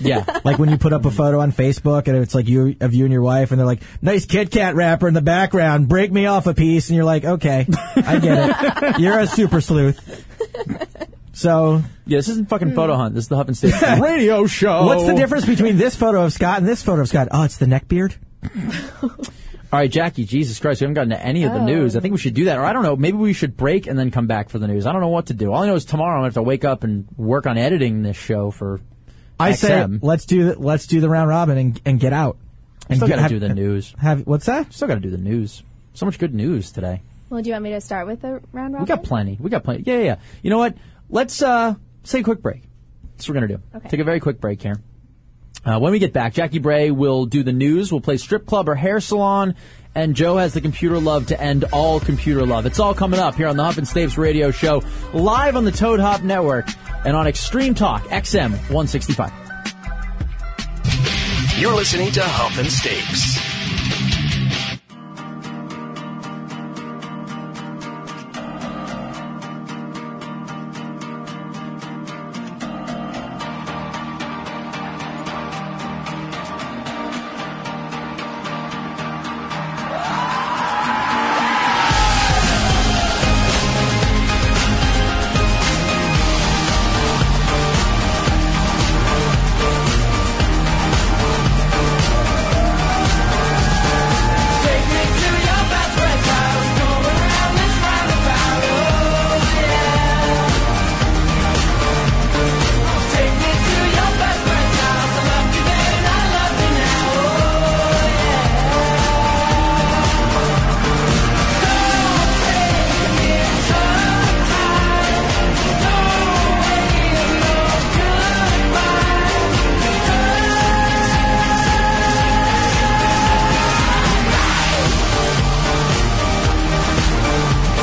B: Yeah.
C: Like when you put up a photo on Facebook and it's like you of you and your wife, and they're like, "Nice Kit Kat wrapper in the background. Break me off a piece." And you're like, "Okay, I get it. You're a super sleuth." So,
B: Yeah, this isn't
D: Hmm.
B: fucking photo hunt. This is the Huff and State radio show.
C: what's the difference between this photo of Scott and this photo of Scott? Oh, it's the neck beard.
B: All right, Jackie, Jesus Christ, we haven't gotten to any of the news. I think we should do that. Or I don't know, maybe we should break and then come back for the news. I don't know what to do. All I know is tomorrow I'm going to have to wake up and work on editing this show for.
C: I
B: XM.
C: say, let's do let's do the round robin and, and get out. And
B: Still
C: get-
B: got to
C: have-
B: do the news.
C: Have what's that?
B: Still got to do the news. So much good news today.
D: Well, do you want me to start with the round robin?
B: We got plenty. We got plenty. Yeah, yeah, yeah. You know what? Let's uh, let's take a quick break. That's what we're gonna do.
D: Okay.
B: Take a very quick break here. Uh, when we get back, Jackie Bray will do the news. We'll play strip club or hair salon, and Joe has the computer love to end all computer love. It's all coming up here on the Huff and Stapes Radio Show, live on the Toad Hop Network and on Extreme Talk XM 165.
H: You're listening to Huff and Stakes.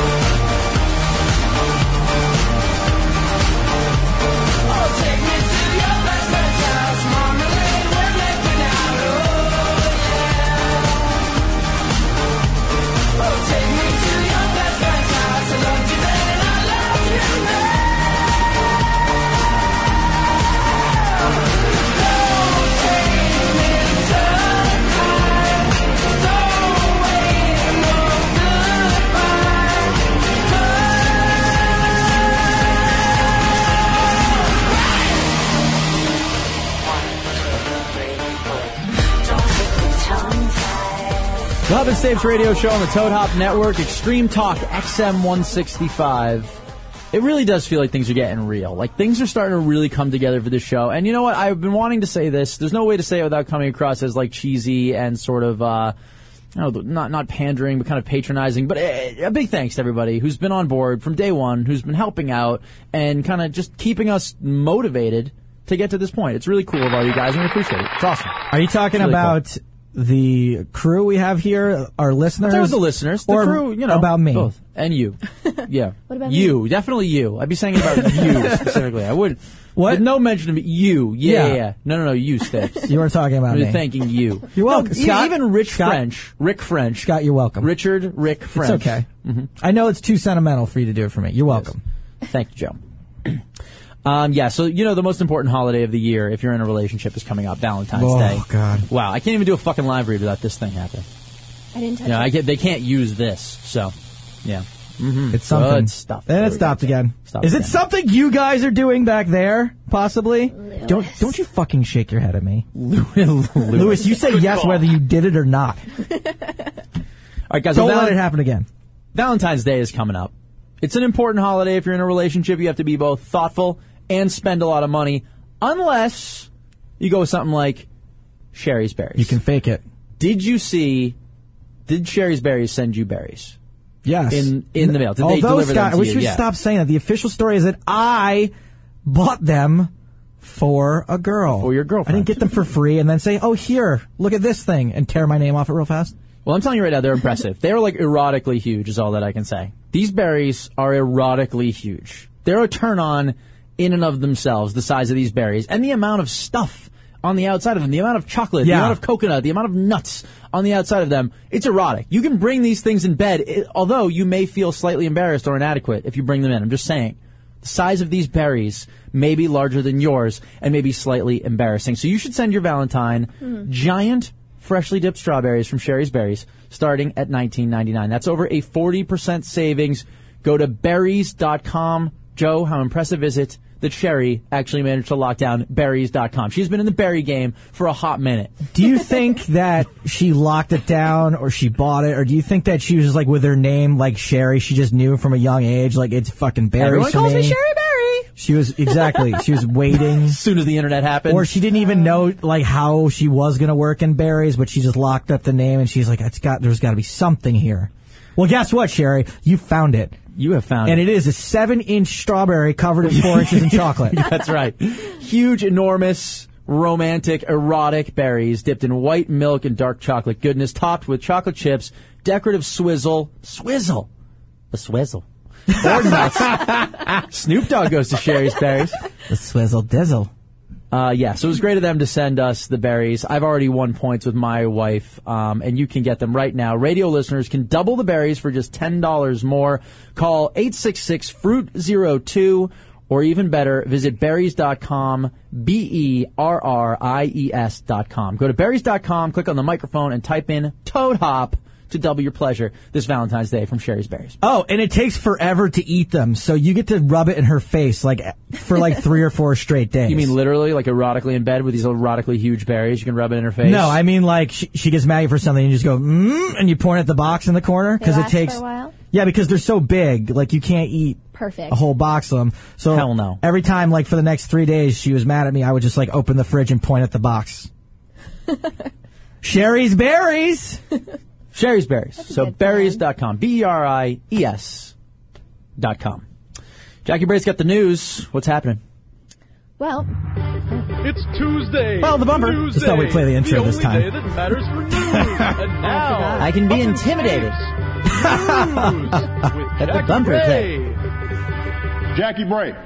G: Oh, Oh,
B: The Hub and Stapes Radio Show on the Toad Hop Network, Extreme Talk XM 165. It really does feel like things are getting real. Like things are starting to really come together for this show. And you know what? I've been wanting to say this. There's no way to say it without coming across as like cheesy and sort of, uh, you know, not not pandering, but kind of patronizing. But eh, a big thanks to everybody who's been on board from day one, who's been helping out and kind of just keeping us motivated to get to this point. It's really cool of all you guys, and we appreciate it. It's awesome.
C: Are you talking
B: really
C: about the crew we have here, our listeners?
B: There was the listeners, the
C: or
B: crew, you know,
C: about me.
B: both. and you. Yeah, what
D: about
B: you? Definitely you. I'd be saying it about you specifically. I would. What? No mention of you. Yeah,
C: Yeah.
B: yeah. yeah. No, no, no. You steps.
C: You were talking about me.
B: I'm thanking you.
C: You're welcome.
B: No, e-
C: Scott-
B: even Rich
C: Scott-
B: French, Rick French,
C: Scott, you're welcome.
B: Richard Rick
C: it's
B: French.
C: okay. Mm-hmm. I know it's too sentimental for you to do it for me. You're welcome.
B: Thank you, Joe. Um, yeah, so you know the most important holiday of the year, if you're in a relationship, is coming up Valentine's
C: Oh,
B: Day.
C: God.
B: Wow, I can't even do a fucking live read without this thing happening.
D: I didn't touch
B: No,
D: it.
B: I get, they can't use this. So, yeah.
C: It's something.
B: Good stuff.
C: And
B: There
C: it
B: we
C: stopped
B: go.
C: again.
B: Stopped
C: Is it
B: again.
C: something you guys are doing back there? Possibly. Don't don't you fucking shake your head at me, Lewis. You say yes whether you did it or not.
B: All right, guys.
C: Don't
B: well,
C: let
B: Val-
C: it happen again.
B: Valentine's Day is coming up. It's an important holiday. If you're in a relationship, you have to be both thoughtful and spend a lot of money, unless you go with something like Sherry's Berries.
C: You can fake it.
B: Did you see? Did Sherry's Berries send you berries?
C: Yes.
B: In- in the mail. Did they
C: Although
B: deliver them
C: Scott,
B: to
C: I wish
B: you?
C: you would
B: Yeah.
C: stop saying that. The official story is that I bought them for a girl.
B: For your
C: I
B: girlfriend.
C: didn't get them for free and then say, "Oh, here, look at this thing," and tear my name off it real fast.
B: Well, I'm telling you right now, they're impressive. They're like erotically huge, is all that I can say. These berries are erotically huge. They're a turn on in and of themselves, the size of these berries, and the amount of stuff on the outside of them, the amount of chocolate,
C: Yeah.
B: the amount of coconut, the amount of nuts on the outside of them. It's erotic. You can bring these things in bed, i although you may feel slightly embarrassed or inadequate if you bring them in. I'm just saying. size of these berries may be larger than yours and may be slightly embarrassing. So you should send your Valentine giant freshly dipped strawberries from Sherry's Berries starting at 19.99. That's over a 40% savings. Go to berries.com. Joe, how impressive is it that Sherry actually managed to lock down berries.com? She's been in the berry game for a hot minute.
C: Do you think that she locked it down or she bought it? Or do you think that she was just like with her name, like Sherry, she just knew from a young age, like it's fucking berries
B: Everyone
C: to
B: calls
C: me.
B: me Sherry Berry.
C: She was, exactly. she was waiting.
B: As soon as the internet happened.
C: Or she didn't even know like how she was gonna work in berries, but she just locked up the name and she's like, "It's got there's got to be something here." Well, guess what, Sherry? You found it,
B: you have found
C: and
B: it.
C: it is a seven-inch strawberry covered in four inches of chocolate.
B: That's right. Huge, enormous, romantic, erotic berries dipped in white milk and dark chocolate goodness, topped with chocolate chips, decorative swizzle, swizzle, a swizzle, or nuts. Snoop Dogg goes to Sherry's Berries.
C: The swizzle dizzle.
B: Uh, yeah, so it was great of them to send us the berries. I've already won points with my wife, um, and you can get them right now. Radio listeners can double the berries for just $10 more. Call 866-FRUIT-02, or even better, visit berries.com, E B-E-R-R-I-E-S E dot com. Go to berries.com, click on the microphone, and type in Toad Hop to double your pleasure this Valentine's Day from Sherry's Berries.
C: Oh, and it takes forever to eat them, so you get to rub it in her face like for like three or four straight days.
B: You mean literally, like erotically in bed with these erotically huge berries? You can rub it in her face?
C: No, I mean like she, she gets mad at you for something, and you just go mm, and you point at the box in the corner because
D: They
C: it
D: last for
C: takes.
D: a while?
C: Yeah, because they're so big, like you can't eat
D: Perfect.
C: a whole box of them. So
B: Hell no.
C: Every time, like for the next three days, she was mad at me. I would just like open the fridge and point at the box. Sherry's berries.
B: Sherry's Berries. So
D: good
B: berries.com. B E R I E S dot com. Jackie Bray's got the news. What's happening?
D: Well,
I: It's Tuesday.
C: Well, the bumper. Tuesday, Just thought we'd play the intro the this only time. day
I: that matters for news. and now,
B: I can be intimidated. Got the bumper thing.
I: Jackie Bray.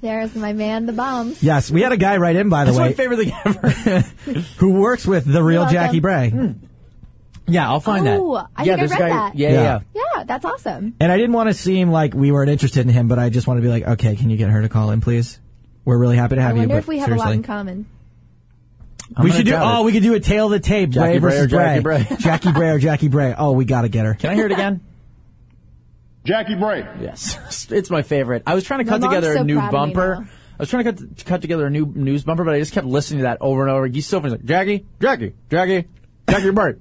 D: there's my man, the bombs.
C: Yes, we had a guy right in by the
B: That's my
C: way
B: favorite thing ever.
C: who works with the real
D: welcome.
C: Jackie Bray,
B: yeah, I'll find
D: Oh,
B: that.
D: I
B: yeah,
D: think I
B: there's a guy.
D: read that.
B: Yeah, yeah,
C: Yeah.
B: yeah.
D: Yeah, that's awesome.
C: and I didn't want to seem like we weren't interested in him, but I just want to be like, okay, can you get her to call in, please? We're really happy to
D: I
C: have you.
D: wonder
C: but
D: if we have
C: seriously.
D: a lot in common.
B: I'm
C: we
B: gonna
C: should do.
B: doubt
C: Oh,
B: it.
C: we could do a tail of the tape.
B: Jackie
C: Bray
B: Bray or
C: versus
B: Jackie Bray?
C: Jackie Bray or Jackie Bray. Oh, we gotta get her.
B: Can I hear it again?
I: Jackie Bray.
B: yes, it's my favorite. I was trying to
D: My
B: cut
D: mom's
B: together a
D: so
B: new
D: proud of me
B: bumper.
D: now.
B: I was trying to cut, to cut together a new news bumper, but I just kept listening to that over and over. He's so funny. He's like, Jackie, Jackie, Jackie, Jackie Bray.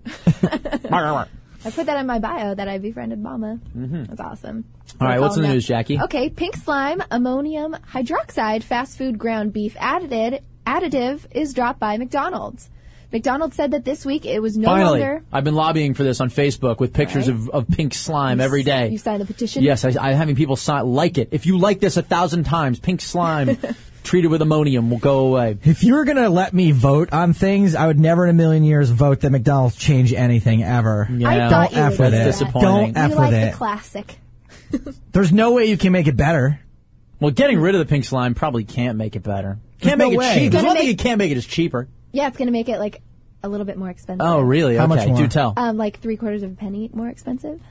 D: I put that in my bio that I befriended Mama. Mm-hmm. That's awesome.
B: All right,
D: I'll
B: what's
D: call
B: in the
D: him
B: news,
D: up.
B: Jackie?
D: Okay, pink slime, ammonium hydroxide, fast food ground beef added additive is dropped by McDonald's. McDonald's said that this week it was no
B: Finally,
D: longer.
B: I've been lobbying for this on Facebook with pictures
D: Right.
B: of, of pink slime every day.
D: You signed the petition.
B: yes, I, I'm having people si- like it. If you like this a thousand times, pink slime treated with ammonium will go away.
C: If you were gonna let me vote on things, I would never in a million years vote that McDonald's change anything ever.
D: I
B: Yeah.
D: thought you
C: F with
D: would do
C: it.
D: that.
B: That's disappointing.
C: Don't
D: You
C: F
D: like
C: with
D: the
C: it.
D: classic.
C: There's no way you can make it better.
B: Well, getting rid of the pink slime probably can't make it better. Can't
C: No
B: make it
C: way.
B: cheap. There's
D: Gonna
B: one thing
D: make-
B: you can't make it is cheaper.
D: Yeah, it's gonna make it like a little bit more expensive.
B: Oh, really?
C: How
B: okay,
C: much more?
B: do tell.
D: Um, like three quarters of a penny more expensive.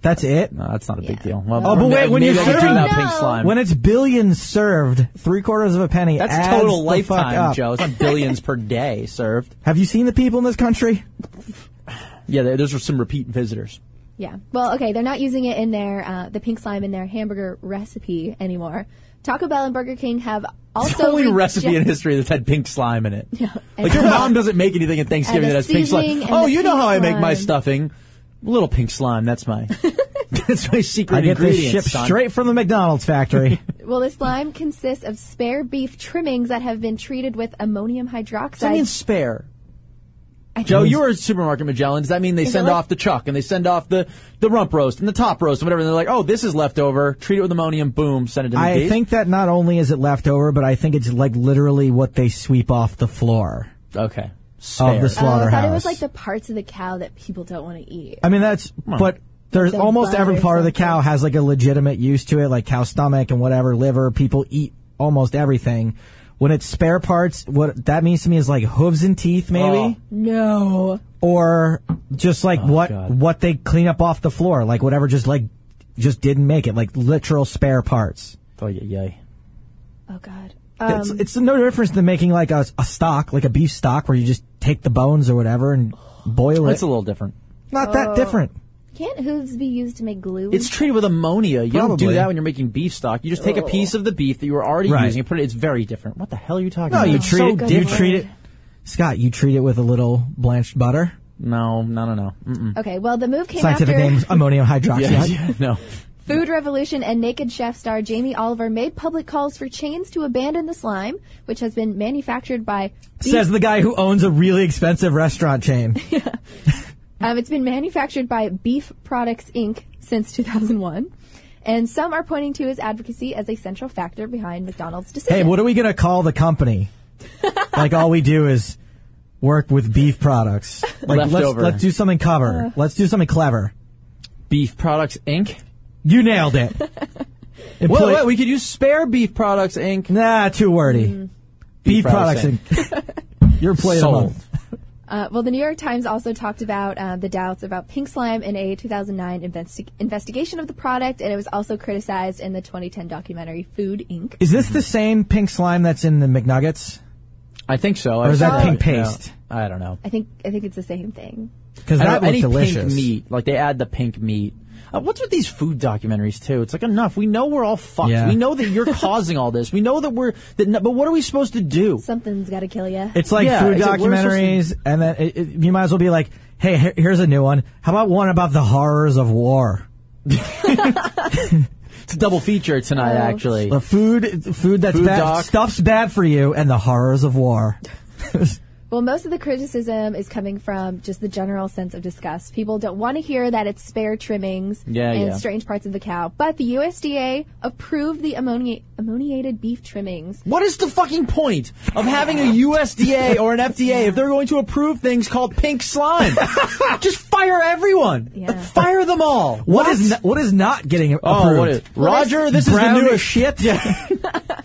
C: That's it.
B: no, Oh, that's not a big deal. Well,
C: Oh, but
B: maybe-
C: wait, when
B: maybe
C: you
B: I can
C: serve-
B: do without
D: No.
B: pink slime.
C: When it's billions served, three quarters of a penny.
B: that's
C: adds
B: total
C: the fuck
B: lifetime,
C: up.
B: Joe. It's not billions per day served.
C: Have you seen the people in this country?
B: Yeah, there- those are some repeat visitors.
D: Yeah. Well, okay, they're not using it in their uh, the pink slime in their hamburger recipe anymore. Taco Bell and Burger King have
B: It's
D: also
B: the only
D: reject-
B: recipe in history that's had pink slime in it.
D: and-
B: Like your mom doesn't make anything at Thanksgiving
D: And the
B: that has pink slime.
D: seasoning and
B: Oh,
D: the
B: you know
D: pink
B: how I make my
D: slime.
B: stuffing. A little pink slime. That's my. that's my secret
C: I get this
B: ingredient.
C: shipped
B: son.
C: straight from the McDonald's factory.
D: Well, the slime consists of spare beef trimmings that have been treated with ammonium hydroxide.
B: Does that mean spare?
D: I
B: Joe,
D: think-
B: you were at Supermarket Magellan. Does that mean they
D: Is it
B: send
D: like-
B: off the chuck and they send off the, the rump roast and the top roast and whatever? And they're like, oh, this is leftover. Treat it with ammonium. Boom. Send it to
C: I
B: McDee's.
C: think that not only is it left over, but I think it's like literally what they sweep off the floor
B: Okay. Spare.
C: of the
D: Oh, I
C: slaughterhouse.
D: thought it was like the parts of the cow that people don't want to eat.
C: I mean, that's but there's
D: Like a
C: almost
D: bun
C: every
D: or
C: part of the
D: something.
C: cow has like a legitimate use to it, like cow stomach and whatever liver. People eat almost everything. When it's spare parts, what that means to me is like hooves and teeth,
B: Oh.
C: maybe,
D: No.
C: or just like what
B: God. Oh,
C: what they clean up off the floor, like whatever, just like just didn't make it, like literal spare parts.
B: Oh yeah, yay.
D: Oh God.
C: it's, it's no difference than making like a, a stock, like a beef stock, where you just take the bones or whatever and boil it.
B: That's a little different.
C: Not
D: Oh.
C: that different.
D: Can't hooves be used to make glue?
B: It's treated with ammonia. You don't do
C: Probably.
B: that when you're making beef stock. You just take a piece of the beef that you were already
C: Right.
B: using and put it. It's very different. What the hell are you talking
C: No,
B: about?
C: you
D: It's
C: treat
D: so
C: it.
D: good
C: You
D: for
C: treat
D: you.
C: it, Scott. You treat it with a little blanched butter.
B: No, no, no, Mm, no. Mm-mm.
D: okay. Well, the move came
C: Scientific
D: after
C: name is ammonium
B: Yeah,
C: hydroxide.
B: yeah, no.
D: Food Revolution and Naked Chef star Jamie Oliver made public calls for chains to abandon the slime, which has been manufactured by. beef-
C: Says the guy who owns a really expensive restaurant chain.
D: Um, it's been manufactured by Beef Products Inc. since 2001, and some are pointing to his advocacy as a central factor behind McDonald's decision.
C: hey, what are we gonna call the company? like all we do is work with beef products. Like let's,
B: Leftover.
C: let's do something cover. let's do something clever.
B: Beef Products Inc.
C: You nailed it.
B: Wait,
C: Employ-
B: wait, we could use Spare Beef Products Inc.
C: nah, too wordy. Beef, products.
B: products
C: and- Your plate
B: Sold.
C: alone.
D: Uh, well, the New York Times also talked about uh, the doubts about pink slime in a 2009 investi- investigation of the product, and it was also criticized in the 2010 documentary Food Inc.
C: Is this the same pink slime that's in the McNuggets?
B: I think so. Or
C: is that pink paste?
B: I don't know.
D: I think I think it's the same thing.
C: Because
B: I
C: that
B: don't-
C: looked
B: any
C: delicious.
B: pink meat, like they add the pink meat. Uh, what's with these food documentaries too? It's like enough. We know we're all fucked.
C: Yeah.
B: We know that you're causing all this. We know that we're. That, no- but what are we supposed to do?
D: Something's got to kill you.
C: It's like
B: Yeah,
C: food
B: it's like, what are we
C: documentaries, and then it, it- you might as well be like, "Hey, here- here's a new one. How about one about the horrors of war?
B: It's a double feature tonight, actually.
C: The food, food that's
B: Food
C: bad,
B: doc.
C: stuff's bad for you, and the horrors of war.
D: Well, most of the criticism is coming from just the general sense of disgust. People don't want to hear that it's spare trimmings
B: Yeah,
D: and
B: yeah.
D: strange parts of the cow. But the USDA approved the ammoni- ammoniated beef trimmings.
B: What is the fucking point of having a USDA or an FDA if they're going to approve things called pink slime? Just fire everyone.
D: Yeah.
B: Fire them all.
C: What is n- what is not getting approved?
B: Oh, what is, Roger, this is the
C: Brown as
B: newest
C: shit.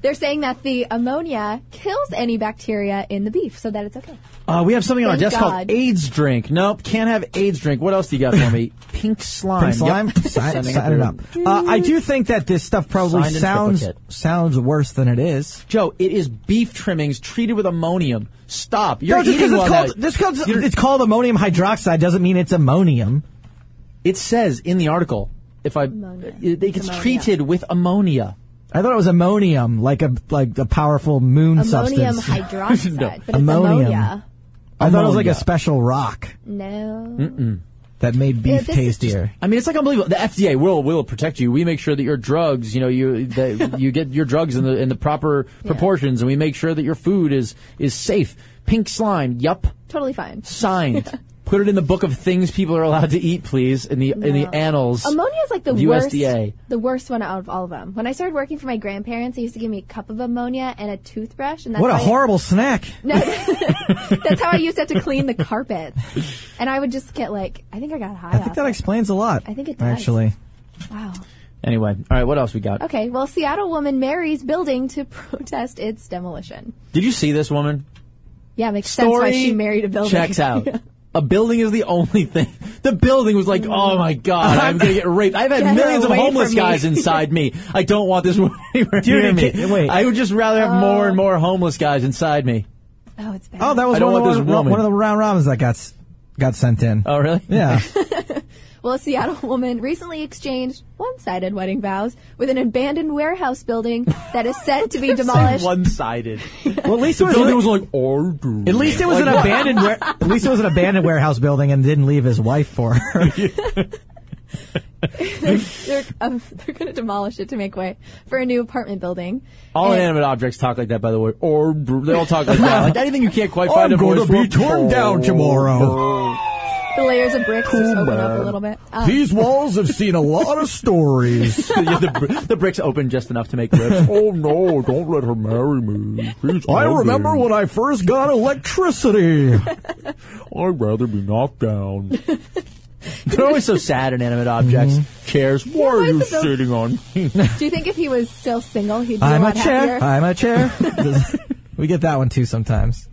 D: They're saying that the ammonia kills any bacteria in the beef, so that it's okay.
B: Uh, we have something on our
D: Thank
B: desk called
D: God.
B: AIDS drink. Nope, can't have AIDS drink. What else do you got for me? Pink slime.
C: Pink slime.
B: Yep.
C: Sign,
B: Sending
C: sign it up. Uh, I do think that this stuff probably
B: Signed in
C: sounds
B: triplicate.
C: sounds worse than it is.
B: Joe, it is beef trimmings treated with ammonium. Stop. You're
C: No, just
B: eating
C: because it's
B: one
C: called
B: that-
C: this called,
B: You're-
C: it's called ammonium hydroxide doesn't mean it's ammonium.
B: It says in the article, if I,
D: Ammonia.
B: it, it gets
D: Ammonia.
B: treated with ammonia.
C: I thought it was ammonium, like a like a powerful moon
D: Ammonium
C: substance.
D: hydroxide,
B: No.
D: but it's
C: Ammonium.
D: ammonia.
C: I thought it was like
B: Ammonia.
C: a special rock
D: No.
B: Hmm?
C: that made beef
D: this is
C: tastier.
B: I mean, it's like unbelievable. The FDA will will protect you. We make sure that your drugs, you know, you that you get your drugs in the in the proper proportions, and we make sure that your food is is safe. Pink slime. Yup.
D: Totally fine.
B: Signed. Put it in the book of things people are allowed to eat, please. In the in the annals.
D: Ammonia is like the
B: The
D: worst,
B: USDA.
D: the worst one out of all of them. When I started working for my grandparents, they used to give me a cup of ammonia and a toothbrush, and that's
C: What a
D: how I-
C: horrible snack!
D: No, that's how I used to have to clean the carpet, and I would just get like, I think I got high.
C: I think that explains a lot.
D: I think it does.
C: Actually,
D: wow.
B: Anyway, all right. What else we got?
D: Okay. Well, Seattle woman marries building to protest its demolition.
B: Did you see this woman?
D: Yeah, makes
B: Story
D: sense why she married a building.
B: Checks out. A building is the only thing. The building was like, oh my god, I'm gonna get raped. I've had
D: Get her
B: millions of
D: away
B: homeless
D: from me.
B: guys inside me. I don't want this one anywhere
C: Dude,
B: near
C: it
B: me.
C: can't- wait.
B: I would just rather have more
D: Uh,
B: and more homeless guys inside me.
D: Oh, it's bad.
C: oh, that was
B: I don't
C: one of,
B: want
C: the,
B: this woman.
C: one of the round robins that got s- got sent in.
B: Oh really?
C: Yeah,
D: Well, a Seattle woman recently exchanged one-sided wedding vows with an abandoned warehouse building that is set to be demolished.
B: One-sided.
C: well, at least it was,
B: building was like, oh, dude.
C: at least it was an abandoned ware- at least it was an abandoned warehouse building and didn't leave his wife for her.
D: They're, um, they're going to demolish it to make way for a new apartment building.
B: all
D: And-
B: inanimate objects talk like that. By the way, or they all talk like that. Like anything you can't quite find. a
C: gonna
B: voice
C: be
B: for.
C: torn down tomorrow.
D: The layers of bricks just open up a little bit. Um,
C: These walls have seen a lot of stories.
B: Yeah, the, br- the bricks open just enough to make lips.
J: Oh no, don't let her marry me. She's ugly.
C: I first got electricity.
J: I'd rather be knocked down.
B: They're always so sad. Inanimate objects, chairs.
J: Mm-hmm. Why are
D: why is
J: you
D: it so-
J: sitting on me?
D: do you think if he was still single, he'd be
C: I'm
D: a
C: a
D: lot
C: chair.
D: happier?
C: I'm a chair. we get that one too sometimes.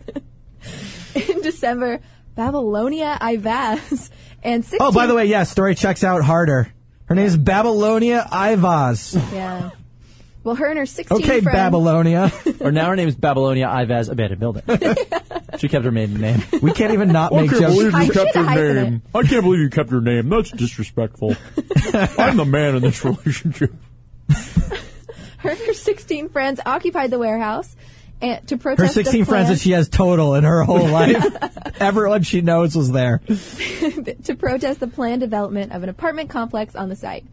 D: In December, Babylonia Ivaz and 16
C: Oh, by the way, yeah, story checks out harder. Her name is Babylonia Ivaz.
D: Yeah. Well, her and her 16
C: Okay,
D: friend.
C: Babylonia.
B: or now her name is Babylonia Ivaz Abed Building. she kept her maiden name.
C: We can't even not
J: I
C: make
J: can't
C: jokes.
J: believe
D: I
J: you kept
D: should've
J: your
D: hyphen
J: name. I can't believe you kept your name. That's disrespectful. I'm the man in this relationship.
D: Her and her 16 friends occupied the warehouse and, to protest
C: Her
D: the
C: 16 friends
D: plan-
C: that she has total in her whole life. Everyone she knows was there.
D: to protest the planned development of an apartment complex on the site.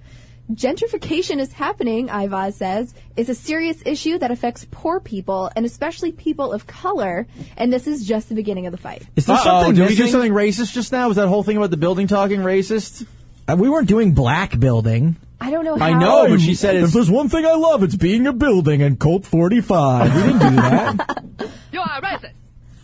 D: Gentrification is happening, Ivaz says. It's a serious issue that affects poor people and especially people of color, and this is just the beginning of the fight.
C: Is there
B: Uh-oh,
C: something
B: did we do
C: missing?
B: something racist just now? Was that whole thing about the building talking racist?
C: Uh, we weren't doing black building.
D: I don't know how.
B: I know, but she said
C: If
B: it's.
C: there's one thing I love, it's being a building and Colt 45. We didn't do that.
E: You are racist.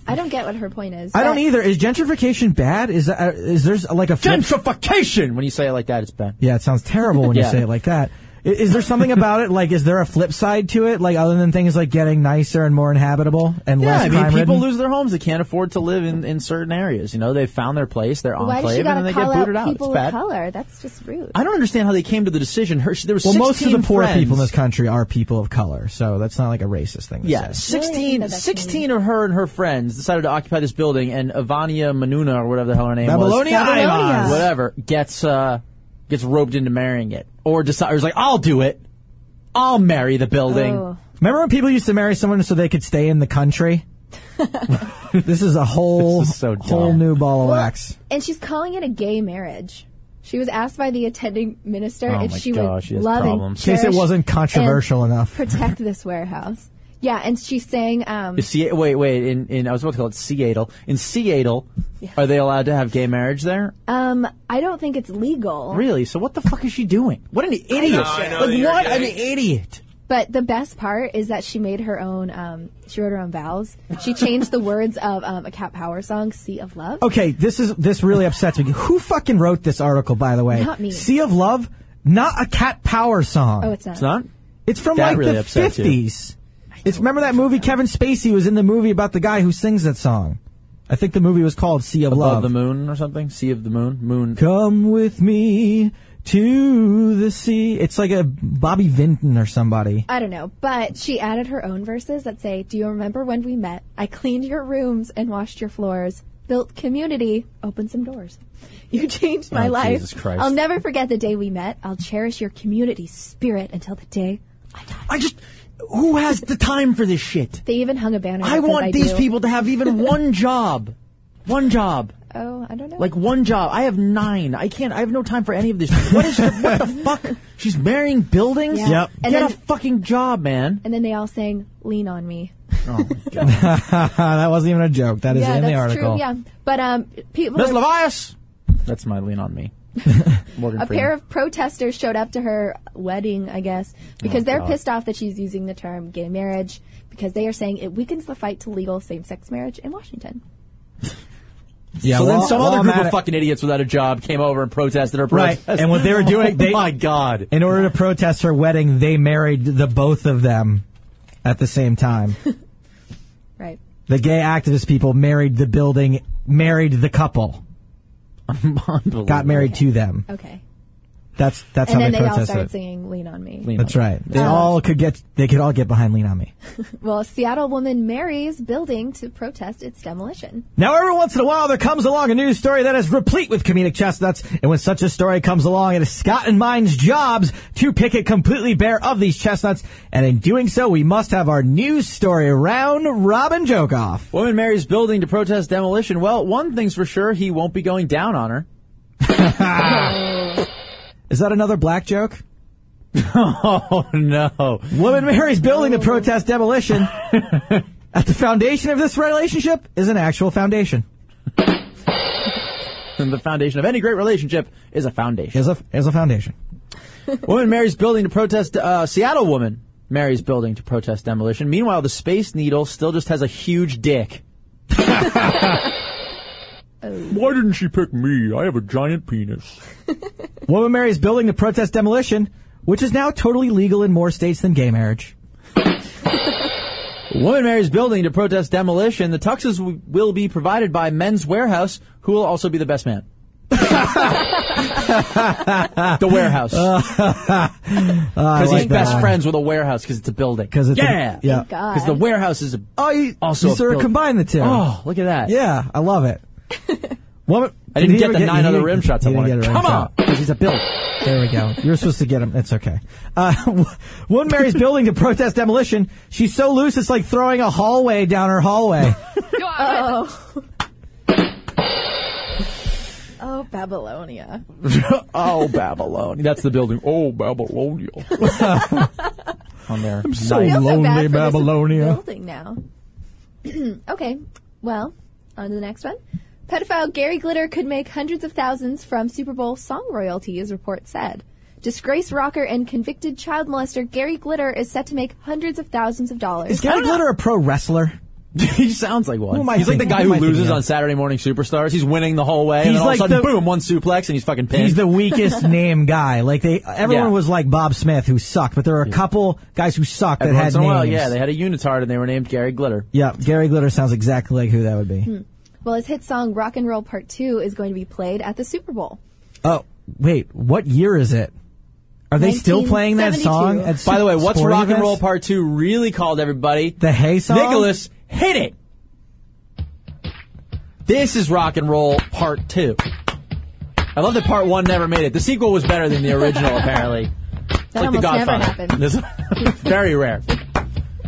D: I don't get what her point is.
C: I
D: but
C: don't either. Is gentrification bad? Is uh, is there's uh, like a flip-
B: Gentrification! When you say it like that, it's bad.
C: Yeah, it sounds terrible when
B: Yeah.
C: you say it like that. I- Is, there something about it? Like, is there a flip side to it? Like, other than things like getting nicer and more inhabitable and
B: Yeah,
C: less
B: I mean,
C: crime
B: people
C: ridden?
B: lose their homes. They can't afford to live in, in certain areas. You know, they found their place, their
D: Why does she
B: enclave, and then they
D: gotta
B: get
D: call
B: booted
D: out
B: out. It's
D: people of
B: bad.
D: color? That's just rude.
B: I don't understand how they came to the decision. Her, there were
C: well, most of the
B: 16
C: poor
B: friends.
C: people in this country are people of color, so that's not like a racist thing. To
B: Yeah,
C: say.
B: 16,
D: Yeah, that's
B: 16 of her and her friends decided to occupy this building, and Ivania Manuna, or whatever the hell her name
C: Babylonia
B: was,
D: Babylonia. Ivas.
B: whatever, gets uh, gets roped into marrying it, or decides like, "I'll do it, I'll marry the building."
D: Oh.
C: Remember when people used to marry someone so they could stay in the country? this is a whole
B: This is so
C: whole
B: dumb.
C: new ball of wax.
D: And she's calling it a gay marriage. She was asked by the attending minister
B: Oh
D: if
B: my
D: she
B: gosh, she
D: would
B: has
D: love
B: problems.
D: and
C: In case it
D: cherish
C: wasn't controversial
D: and
C: enough.
D: protect this warehouse. Yeah, and she sang. Um,
B: Is Se- wait, wait. In, in I was about to call it Seattle. In Seattle, are they allowed to have gay marriage there?
D: um, I don't think it's legal.
B: Really? So what the fuck is she doing? What an idiot! like what an idiot!
D: But the best part is that she made her own. Um, she wrote her own vows. She changed the words of um, a Cat Power song, "Sea of Love."
C: Okay, this is this really upsets me. Who fucking wrote this article, by the way?
D: Not me.
C: Sea of Love, not a Cat Power song.
D: Oh, it's not.
B: It's not.
C: It's from
B: That
C: like
B: really
C: the
B: upsets you.
C: fifties. It's remember that movie Kevin Spacey was in the movie about the guy who sings that song. I think the movie was called Sea of
B: Above
C: Love.
B: the moon or something? Sea of the moon? Moon.
C: Come with me to the sea. It's like a Bobby Vinton or somebody.
D: I don't know, but she added her own verses that say, "Do you remember when we met? I cleaned your rooms and washed your floors, built community, opened some doors. You changed my
B: Oh,
D: life.
B: Jesus Christ.
D: I'll never forget the day we met. I'll cherish your community spirit until the day."
B: I just. Who has the time for this shit?
D: They even hung a banner. that
B: I
D: says,
B: want
D: I
B: these
D: do."
B: people to have even one job. One job.
D: Oh, I don't know.
B: Like one job. I have nine. I can't. I have no time for any of this. What is? what the fuck? She's marrying buildings.
D: Yeah. Yep.
B: Get
D: And
B: a
D: then-
B: fucking job, man.
D: and then they all sang "Lean on Me."
C: Ah, that wasn't even a joke. That is
D: yeah,
C: in
D: that's
C: the article.
D: true. Yeah, but um, people.
B: Miss Levias. That's my lean on me. Morgan
D: a pair of protesters showed up to her wedding, I guess, because they're pissed off that she's using the term gay marriage because they are saying it weakens the fight to legal same-sex marriage in Washington.
C: Yeah,
B: so then
C: well-
B: some
C: well,
B: other
C: I'm
B: group
C: at
B: of
C: it.
B: fucking idiots without a job came over and protested her protest.
C: Right, and what they were doing,
B: Oh
C: they-
B: my god.
C: in order to protest her wedding, they married the both of them at the same time.
D: Right.
C: the gay activist people married the building, married the couple,
B: Unbelievable.
C: got married to them.
D: Okay.
C: That's that's
D: and
C: how
D: then
C: they
D: they, all
C: protested.
D: started singing Oh. "Lean on Me."
B: Lean
C: That's
B: on me.
C: right. They all could get they could all get behind Lean on Me.
D: Well, a Seattle woman marries building to protest its demolition.
C: Now, every once in a while, there comes along a news story that is replete with comedic chestnuts, and when such a story comes along, it is Scott and mine's jobs to pick it completely bare of these chestnuts, and in doing so, we must have our news story round robin joke off.
B: Woman marries building to protest demolition. Well, one thing's for sure, he won't be going down on her.
C: Is that another black joke?
B: Oh no.
C: Woman marries building to protest demolition. At the foundation of this relationship is an actual foundation.
B: And the foundation of any great relationship is a foundation.
C: Is a is a foundation.
B: woman marries building to protest uh, Seattle woman marries building to protest demolition. Meanwhile, the space needle still just has a huge dick.
J: Why didn't she pick me? I have a giant penis.
C: Woman marries building to protest demolition, which is now totally legal in more states than gay marriage.
B: Woman marries building to protest demolition. The tuxes w- will be provided by Men's Warehouse, who will also be the best man. the warehouse. Because he's best friends with a warehouse because it's a building. Because
C: it's a-
B: yeah,
C: yeah. Thank God.
B: Because the warehouse is a,
C: Oh, you,
B: also
C: you
B: a
C: sort of
B: building.
C: combine the two.
B: Oh, look at that!
C: Yeah, I love it. Woman,
B: I didn't
C: did he
B: get
C: ever
B: the nine
C: he
B: other
C: didn't-
B: rim shots I
C: he didn't
B: wanted.
C: get a rim
B: Come
C: shot.
B: on, 'cause he's a build.
C: There we go. You're supposed to get him. It's okay. Uh, woman marries building to protest demolition. She's so loose, it's like throwing a hallway down her hallway.
D: Oh. oh, Babylonia.
B: oh, Babylon. That's the building. Oh, Babylonia. On there. I'm
C: so
D: I feel so bad for this
B: Babylonia.
D: Building now. okay, well, on to the next one. Pedophile Gary Glitter could make hundreds of thousands from Super Bowl song royalties, report said. Disgraced rocker and convicted child molester Gary Glitter is set to make hundreds of thousands of dollars.
C: Is Gary Glitter a pro wrestler?
B: he sounds like one.
C: Who am I
B: He's like the
C: thinking-
B: guy
C: who
B: who
C: am I thinking
B: loses
C: of?
B: on Saturday Morning Superstars. He's winning the whole way. and
C: He's
B: then all
C: like
B: of a sudden,
C: the-
B: boom, one suplex, and he's fucking pinned.
C: He's the weakest name guy. Like they, everyone
B: Yeah.
C: was like Bob Smith who sucked, but there were a couple guys who sucked
B: Every
C: that
B: once
C: had
B: in a
C: names.
B: while, yeah, they had a unitard and they were named Gary Glitter.
C: yeah, Gary Glitter sounds exactly like who that would be.
D: well, his hit song Rock and Roll Part 2 is going to be played at the Super Bowl.
C: Oh, wait, what year is it? Are they still playing that song?
D: 1972.
C: At
B: By the way, what's
C: sporting
B: Rock and
C: events?
B: Roll Part Two really called? Everybody,
C: The Hay song.
B: Nicholas, hit it. This is Rock and Roll Part Two. I love that Part One never made it. The sequel was better than the original, apparently. It's
D: That
B: like The
D: almost never
B: Godfather.
D: happened.
B: This- very rare.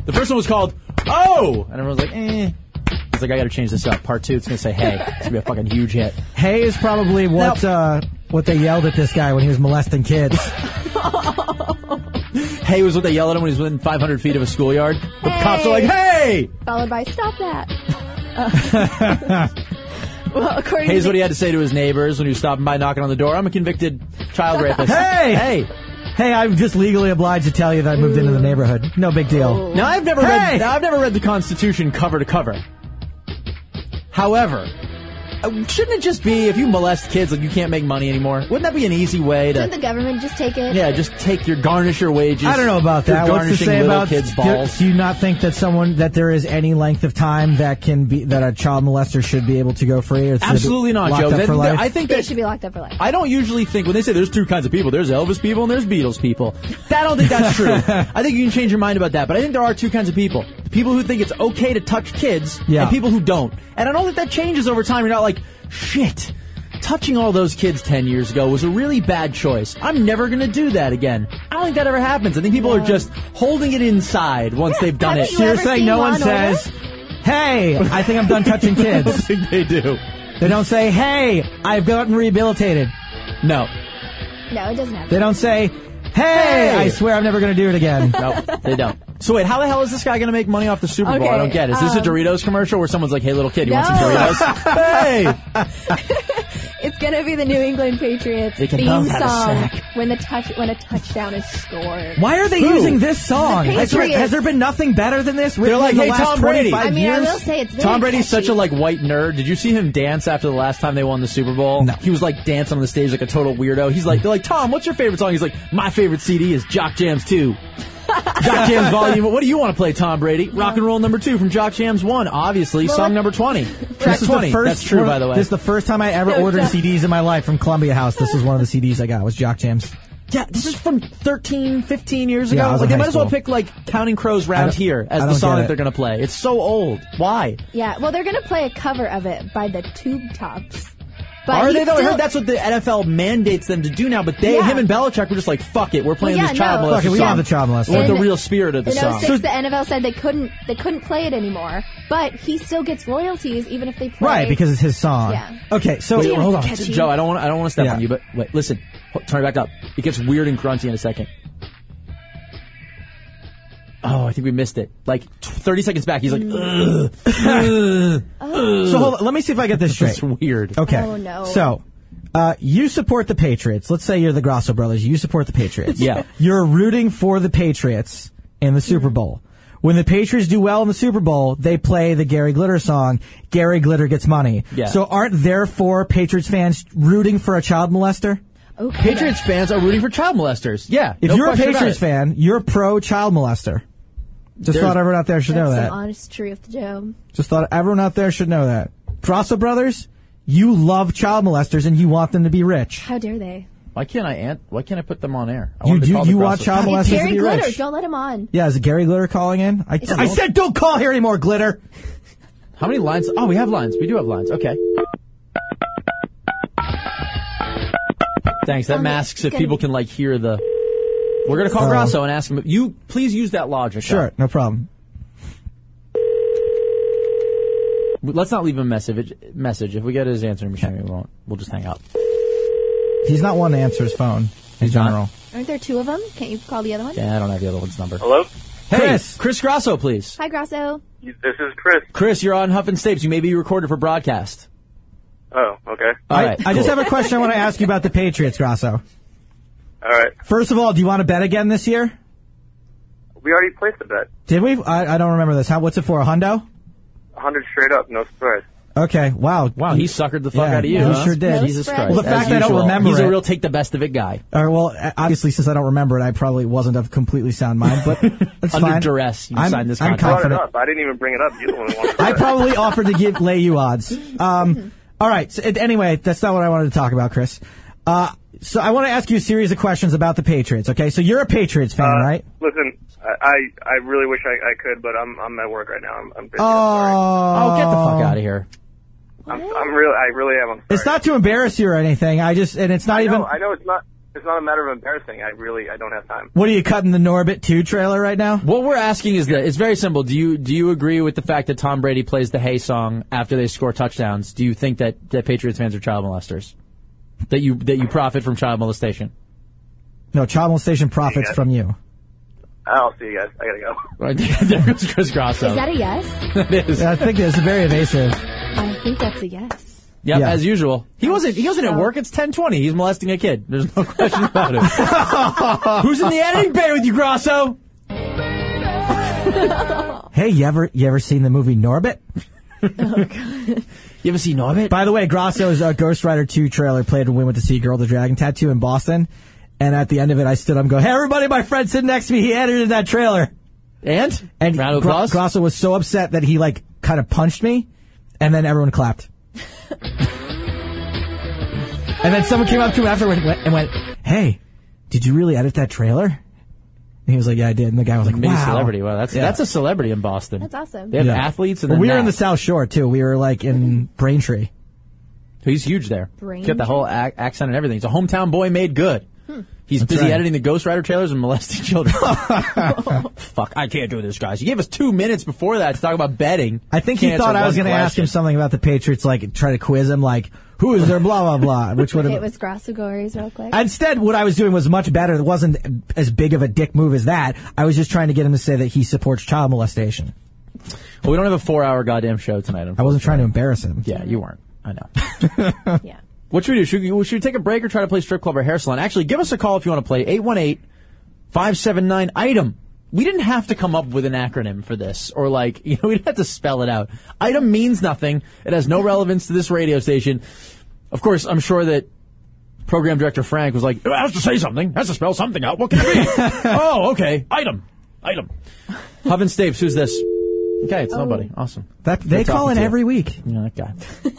B: The first one was called Oh, and everyone's like, eh. It's like I got to change this up. Part Two, it's gonna say Hey. It's gonna be a fucking huge hit.
C: Hay is probably what uh, what they yelled at this guy when he was molesting kids.
B: Hey was what they yelled at him when he was within 500 feet of a schoolyard. The cops are like, Hey.
D: Followed by Stop That. Uh, well, according
B: Here's
D: to
B: what he had to say to his neighbors when he was stopping by knocking on the door. I'm a convicted child rapist.
C: Hey!
B: Hey!
C: hey, I'm just legally obliged to tell you that I moved into the neighborhood. No big deal.
B: Now I've never
C: Hey!
B: read now, I've never read the Constitution cover to cover. However, uh, shouldn't it just be if you molest kids like you can't make money anymore? Wouldn't that be an easy way
D: Didn't
B: to
D: the government just take it?
B: Yeah, just take your garnish your wages.
C: I don't know about
B: You're
C: that. What's to
B: garnishing
C: say
B: little
C: about
B: kids'
C: do-
B: balls.
C: Do, you not think that someone that there is any length of time that can be that a child molester should be able to go free? Or should be
B: Absolutely not,
C: locked
B: Joe.
C: up
B: Then-
C: for
B: then
C: life?
B: I think
D: They
B: that
D: should be locked up for life.
B: I don't usually think when they say there's two kinds of people, there's Elvis people and there's Beatles people. That I don't think that's true. I think you can change your mind about that, but I think there are two kinds of people. The people who think it's okay to touch kids
C: Yeah.
B: and people who don't. And I don't think that changes over time. You're not like, shit. Touching all those kids 10 years ago was a really bad choice. I'm never gonna do that again. I don't think that ever happens. I think people are just holding it inside once they've done
D: haven't
B: it.
D: you
C: so you're
D: ever
C: saying
D: seen
C: no
D: Law
C: one
D: and Order?
C: says, "Hey, I think I'm done touching
B: I don't
C: kids."
B: think they do.
C: they don't say, "Hey, I've gotten rehabilitated."
B: No.
D: No, it doesn't happen.
C: They don't say, "Hey, I swear I'm never going to do it again."
B: No, they don't. So wait, how the hell is this guy going to make money off the Super Bowl? I don't
D: Okay,
B: get. it. Is this
D: um,
B: a Doritos commercial where someone's like, "Hey, little kid, you want some
D: No.
B: Doritos?" hey,
D: It's gonna be the New England Patriots
B: They can
D: theme
B: both have a
D: song
B: sack.
D: when the touch when a touchdown is scored.
C: Why are they
B: Who?
C: using this song?
D: The
C: Has there,
D: Patriots.
C: has there been nothing better than this? written
B: They're like,
C: in the
B: "Hey,
C: last
B: Tom Brady."
C: 25
D: I mean, I
C: years?
D: will say it's very
B: Tom Brady's
D: catchy.
B: such a like white nerd. Did you see him dance after the last time they won the Super Bowl?
C: No.
B: He was like dancing on the stage like a total weirdo. He's like, they're like, Tom, what's your favorite song? He's like, my favorite CD is Jock Jams Two. Jock Jams Volume. What do you want to play, Tom Brady? Rock and Roll Number Two from Jock Jams One, obviously.
D: Well,
B: song
D: let-
B: number twenty, track
C: This is
B: twenty.
C: the first.
B: That's true, by the way.
C: This is the first time I ever
D: No,
C: ordered
D: it's not.
C: CDs in my life from Columbia House. This is one of the CDs I got. Was Jock Jams.
B: Yeah, this is from 13, 15 years
C: Yeah, I
B: ago.
C: was
B: like
C: in
B: they
C: high
B: might as well
C: school.
B: pick like Counting Crows
C: I
B: Round
C: don't-
B: Here
C: I
B: as the
C: don't get
B: song
C: it.
B: that they're gonna play. It's so old. Why?
D: Yeah, well, they're gonna play a cover of it by the Tube Tops. But
B: Are
D: he's
B: they though? I
D: still-
B: heard that's what the NFL mandates them to do now, but they,
D: Yeah.
B: him and Belichick were just like, fuck it, we're playing
D: yeah,
B: this child
D: no.
B: molester
D: Fuck it,
C: we
B: song.
C: have the child molester.
B: We want the
D: In-
B: real spirit of the
D: In
B: song.
D: 06, the NFL said they couldn't they couldn't play it anymore, but he still gets royalties even if they play.
C: Right, because it's his song.
D: Yeah.
C: Okay, so
D: Damn,
C: hold on.
D: it's catchy.
B: Joe, I don't want I don't want to step
C: Yeah.
B: on you, but wait, listen, Ho- turn it back up. It gets weird and grunty in a second. Oh, I think we missed it. Like t- 30 seconds back, he's like, ugh, ugh.
C: So hold on. Let me see if I get this straight.
B: It's weird.
C: Okay.
D: Oh, no.
C: So, uh, you support the Patriots. Let's say you're the Grosso brothers. You support the Patriots.
B: Yeah.
C: You're rooting for the Patriots in the
D: Mm-hmm.
C: Super Bowl. When the Patriots do well in the Super Bowl, they play the Gary Glitter song. Gary Glitter gets money.
B: Yeah.
C: So aren't therefore Patriots fans rooting for a child molester?
D: okay.
B: Patriots fans are rooting for child molesters. Yeah.
C: If
B: no
C: you're a
B: question about
C: Patriots
B: it.
C: fan, you're pro child molester. Just
B: There's-
C: thought everyone out there should
D: That's
C: know
D: some
C: that.
D: honest truth, Joe.
C: Just thought everyone out there should know that. Grosso brothers, You love child molesters and you want them to be rich.
D: How dare they?
B: Why can't I ant? Why can't I put them on air? I
C: You
B: wanted to
C: do-
B: call the
C: you
B: Cross
C: watch
B: List.
C: child
D: It's
C: molesters
D: Gary
C: to be
D: Glitter.
C: rich.
D: Don't let him on.
C: Yeah, is Gary Glitter calling in? I, I said don't call here anymore, Glitter.
B: How many lines? Oh, we have lines. We do have lines. Okay. Thanks. That
D: Um,
B: masks if
D: gonna-
B: people can like hear the. We're gonna call
C: Oh.
B: Grasso and ask him. You please use that logic.
C: Sure, no problem.
B: Let's not leave him a message. Message. If we get his answering machine, we won't. We'll just hang up.
C: He's not one to answer his phone in general.
D: Aren't there two of them? Can't you call the other one?
B: Yeah, I don't have the other one's number.
F: Hello?
B: Hey, Chris. Chris Grasso, please.
D: Hi, Grasso.
F: This is Chris.
B: Chris, you're on Huff and Stapes. You may be recorded for broadcast.
F: Oh, okay.
B: All
C: I,
B: right.
C: I just
B: cool.
C: have a question I want to ask you about the Patriots, Grasso.
F: All right.
C: First of all, do you want to bet again this year?
F: We already placed the bet.
C: Did we? I, I don't remember this. How? What's it for? A hundo?
F: 100 straight up, no surprise.
C: Okay. Wow.
B: Wow, he suckered the fuck
C: Yeah,
B: out of you.
C: he
B: huh?
C: sure did.
B: Jesus
D: Well,
B: Christ.
D: the
C: fact
B: As
C: that I don't
B: usual.
C: remember
B: He's a
C: it-
B: real take the best of it guy.
C: All right, well, uh, obviously, since I don't remember it, I probably wasn't of completely sound mind, but that's
B: Under
C: fine.
B: duress, you
C: I'm,
B: signed this
C: I'm
B: contract.
F: Brought it
C: confident.
F: up. I didn't even bring it up. You the one who wanted to
C: I
F: bet.
C: probably offered to give lay you odds. Um, all right. So, uh, anyway, that's not what I wanted to talk about, Chris. Uh, so I want to ask you a series of questions about the Patriots. Okay, so you're a Patriots fan,
F: Uh,
C: right?
F: Listen, I, I,
B: Uh,
F: I really wish I, I could, but I'm I'm at work right now. I'm I'm busy.
C: Oh,
F: I'm, sorry.
B: Oh, get the fuck out of here.
F: I'm, I'm really I really am. I'm sorry.
C: It's not to embarrass you or anything. I just, and it's not
F: I
C: even.
F: know, I know it's not it's not a matter of embarrassing. I really I don't have time.
C: What are you cutting the Norbit two trailer right now?
B: What we're asking is that it's very simple. Do you do you agree with the fact that Tom Brady plays the Hey song after they score touchdowns? Do you think that, that Patriots fans are child molesters? That you that you profit from child molestation?
C: No, Chomel Station profits
F: Yeah.
C: from you.
F: I'll see you guys. I gotta go.
B: Right there goes Chris Grosso.
D: Is that a yes?
B: It is.
C: I think it's very evasive.
D: I think that's a yes.
B: Yep,
C: Yeah.
B: as usual. He wasn't. He wasn't at work. It's ten twenty. He's molesting a kid. There's no question about it. Who's in the editing bay with you, Grosso?
C: Hey, you ever you ever seen the movie Norbit?
B: You ever seen Norbit?
C: By the way, Grosso's uh, Ghost Rider 2 trailer played when we went to see Girl with the Dragon Tattoo in Boston. And at the end of it, I stood up and go, Hey, everybody, my friend sitting next to me, he edited that trailer.
B: and
C: And
B: round of
C: Gro-
B: applause.
C: Grosso was so upset that he, like, kind of punched me. And then everyone clapped. and then someone came up to him afterward and went, and went, Hey, did you really edit that trailer? And he was like, Yeah, I did. And the guy was like,
B: Mini
C: Wow.
B: celebrity. Wow, that's that's a celebrity in Boston.
D: That's awesome.
B: They have
C: Yeah.
B: athletes and
C: Well,
B: then
C: we were
B: that.
C: in the South Shore, too. We were, like, in Braintree.
B: He's huge there.
D: Brain Hmm.
B: He's got the whole ac- accent and everything. He's a hometown boy made good. He's busy
C: right.
B: editing the Ghost Rider trailers and molesting children. Fuck, I can't do this, guys. You gave us two minutes before that to talk about betting.
C: I think he
B: Can't
C: thought
B: answer
C: I was
B: one
C: going to ask him
B: question.
C: something about the Patriots, like try to quiz him, like who is their blah blah blah, which would
D: Okay,
C: have.
D: it was Grasso Gories real quick.
C: Instead, what I was doing was much better. It wasn't as big of a dick move as that. I was just trying to get him to say that he supports child molestation.
B: Well, we don't have a four hour goddamn show tonight.
C: I wasn't trying to embarrass him.
B: Yeah, you weren't. I know.
D: yeah.
B: What should we do? Should we, should we take a break or try to play strip club or hair salon? Actually, give us a call if you want to play 818-579-ITEM. E We didn't have to come up with an acronym for this or like, you know, we didn't have to spell it out. ITEM means nothing. It has no relevance to this radio station. Of course, I'm sure that program director Frank was like, it has to say something, it has to spell something out. What can it be? oh, okay. ITEM. ITEM. E Huff and Stapes, who's this? Okay, it's nobody. Awesome.
C: That they
B: Good
C: call
B: talking
C: in
B: to you.
C: every week.
B: You know, that guy.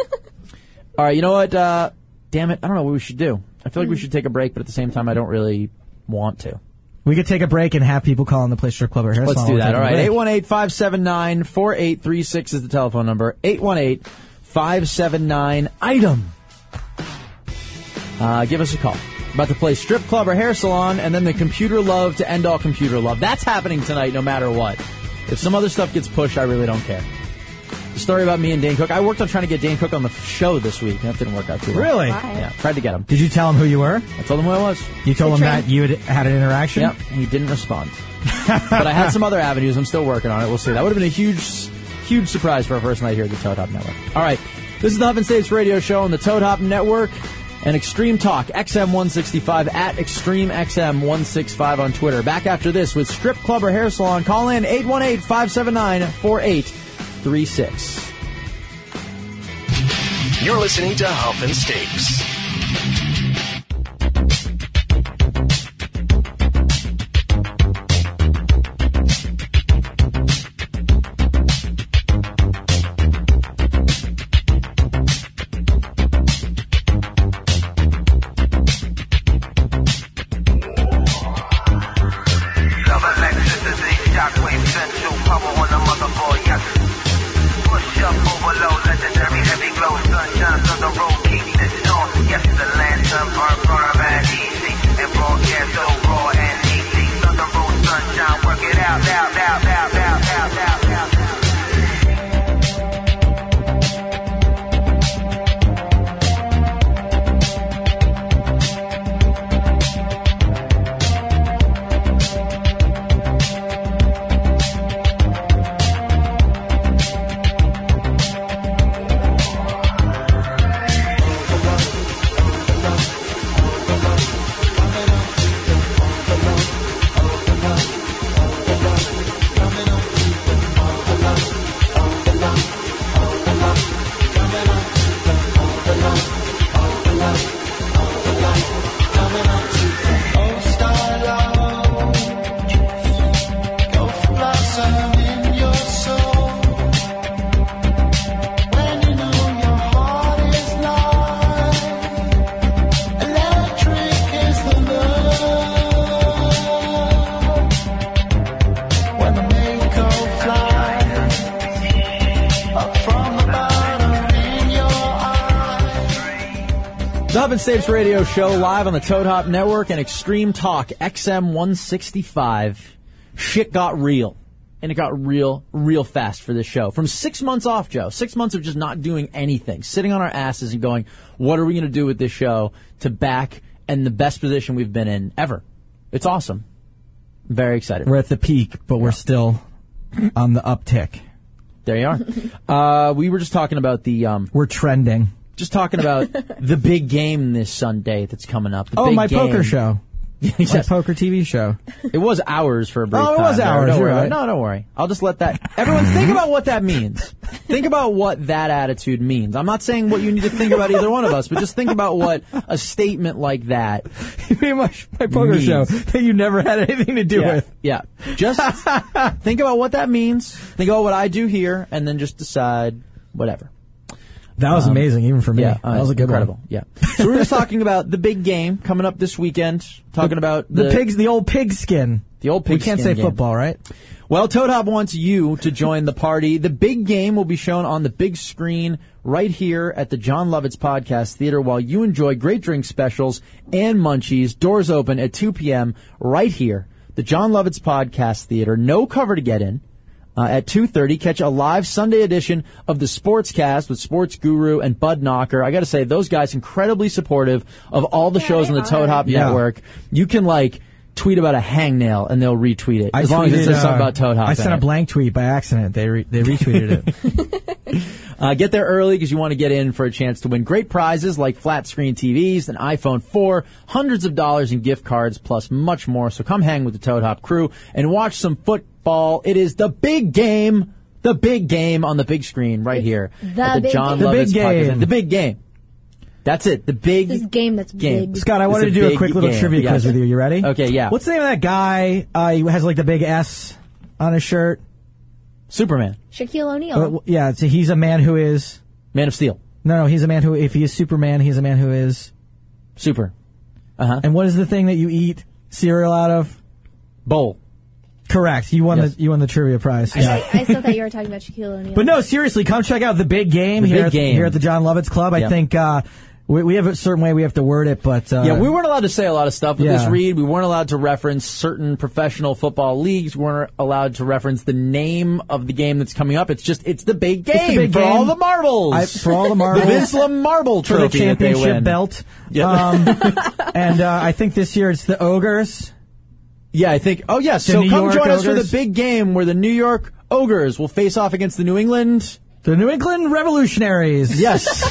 B: All right, you know what? Uh, damn it, I don't know what we should do. I feel like we should take a break, but at the same time, I don't really want to.
C: We could take a break and have people call in the play strip club or hair
B: Let's
C: salon
B: do
C: while
B: that.
C: we're
B: All right,
C: taking a break.
B: 818 579 4836 is the telephone number. 818 579 item. Uh, give us a call. About to play strip club or hair salon, and then the computer love to end all computer love. That's happening tonight, no matter what. If some other stuff gets pushed, I really don't care. The story about me and Dane Cook. I worked on trying to get Dane Cook on the show this week. and That didn't work out too well.
C: Really?
D: Why?
B: Yeah, tried to get him.
C: Did you tell him who you were?
B: I told him who I was.
C: You told
D: Good
C: him
D: try.
C: that you had had an interaction.
B: Yep, he didn't respond. but I had some other avenues. I'm still working on it. We'll see. That would have been a huge, huge surprise for our first night here at the Toad Hop Network. All right, this is the Huff and States Radio Show on the Toad Hop Network and Extreme Talk XM 165 at Extreme XM 165 on Twitter. Back after this with Strip Club or Hair Salon. Call in 818 579 4836.
H: You're listening to Huff and Stapes.
B: Huff and Stapes Radio Show live on the Toad Hop Network and Extreme Talk XM 165. Shit got real. And it got real, real fast for this show. From six months off, Joe, six months of just not doing anything, sitting on our asses and going, what are we going to do with this show to back and the best position we've been in ever? It's awesome. Very excited.
C: We're at the peak, but we're still on the uptick.
B: There you are. uh, we were just talking about the. Um,
C: we're trending.
B: Just talking about the big game this Sunday that's coming up. The
C: oh,
B: big
C: my
B: game.
C: poker show.
B: Yes.
C: My poker TV show.
B: It was hours for a brief
C: Oh, it
B: time
C: was
B: there.
C: hours,
B: Don't
C: you're
B: worry about it.
C: right.
B: No, don't worry. I'll just let that. Everyone, think about what that means. Think about what that attitude means. I'm not saying what you need to think about either one of us, but just think about what a statement like that.
C: Pretty much my poker
B: Means.
C: show that you never had anything to do
B: yeah,
C: with.
B: yeah. Just think about what that means. Think about what I do here, and then just decide whatever.
C: That was
B: Um,
C: amazing, even for me.
B: Yeah, uh,
C: that was a good
B: incredible.
C: one.
B: Yeah. So we were just talking about the big game coming up this weekend. Talking about
C: The, pigs, the old pig skin.
B: The old
C: We
B: pigskin
C: can't say
B: game.
C: football, right?
B: Well, Toad Hop wants you to join the party. The big game will be shown on the big screen right here at the John Lovitz Podcast Theater while you enjoy great drink specials and munchies. Doors open at 2 p.m. right here, the John Lovitz Podcast Theater. No cover to get in. Uh, at 2.30, catch a live Sunday edition of the Sportscast with Sports Guru and Bud Knocker. I gotta say, those guys incredibly supportive of all the shows on the Toad Hop
C: Yeah.
B: Network. You can like tweet about a hangnail and they'll retweet it as long as it
C: tweeted,
B: says
C: uh,
B: something about Toad Hop.
C: I
B: in
C: sent a
B: it.
C: blank tweet by accident. They re- they retweeted it.
B: Uh, get there early because you want to get in for a chance to win great prizes like flat screen TVs, an iPhone 4, hundreds of dollars in gift cards, plus much more. So come hang with the Toad Hop crew and watch some football. It is the big game, the big game on the big screen right here
D: the
B: at the
D: big
B: John
D: game.
C: The big
B: Lovitz Podcast.
C: game.
B: The big game. That's it. The big
D: This game that's
B: Game.
D: big.
C: Mm. Scott, I
B: It's
C: wanted
B: a
C: to do a
B: big
C: quick little
B: game,
C: trivia
B: yes.
C: quiz with you. You ready?
B: Okay, yeah.
C: What's the name of that guy? Uh, he has like the big S on his shirt.
B: Superman,
D: Shaquille
C: Uh,
D: O'Neal.
C: w- yeah, so he's a man who is.
B: Man of Steel,
C: No, no, he's a man who. If he is Superman, he's a man who is.
B: Super
C: And what is the thing that you eat cereal out of?
B: Bowl.
C: Correct. You won
B: Yes.
C: the you won the trivia prize. Yeah.
D: I still thought you were talking about Shaquille O'Neal.
C: But no, seriously, come check out the big game
B: The
C: here
B: big
C: at,
B: game.
C: here at the John Lovitz Club. I
B: Yep.
C: think uh, we, we have a certain way we have to word it, but uh,
B: Yeah, we weren't allowed to say a lot of stuff with
C: Yeah.
B: this read. We weren't allowed to reference certain professional football leagues. We weren't allowed to reference the name of the game that's coming up. It's just it's the big game
C: the big
B: for
C: game.
B: all the marbles.
C: I, for all the
B: the
C: marbles.
B: Visla Marble
C: for
B: Trophy
C: the
B: that they
C: championship
B: win.
C: belt.
B: Yeah.
C: Um, and uh, I think this year it's the ogres.
B: Yeah, I think. Oh yeah, so
C: New
B: come
C: York
B: join us for
C: Ogres?
B: the big game where the New York Ogres will face off against the New England.
C: The New England Revolutionaries.
B: Yes.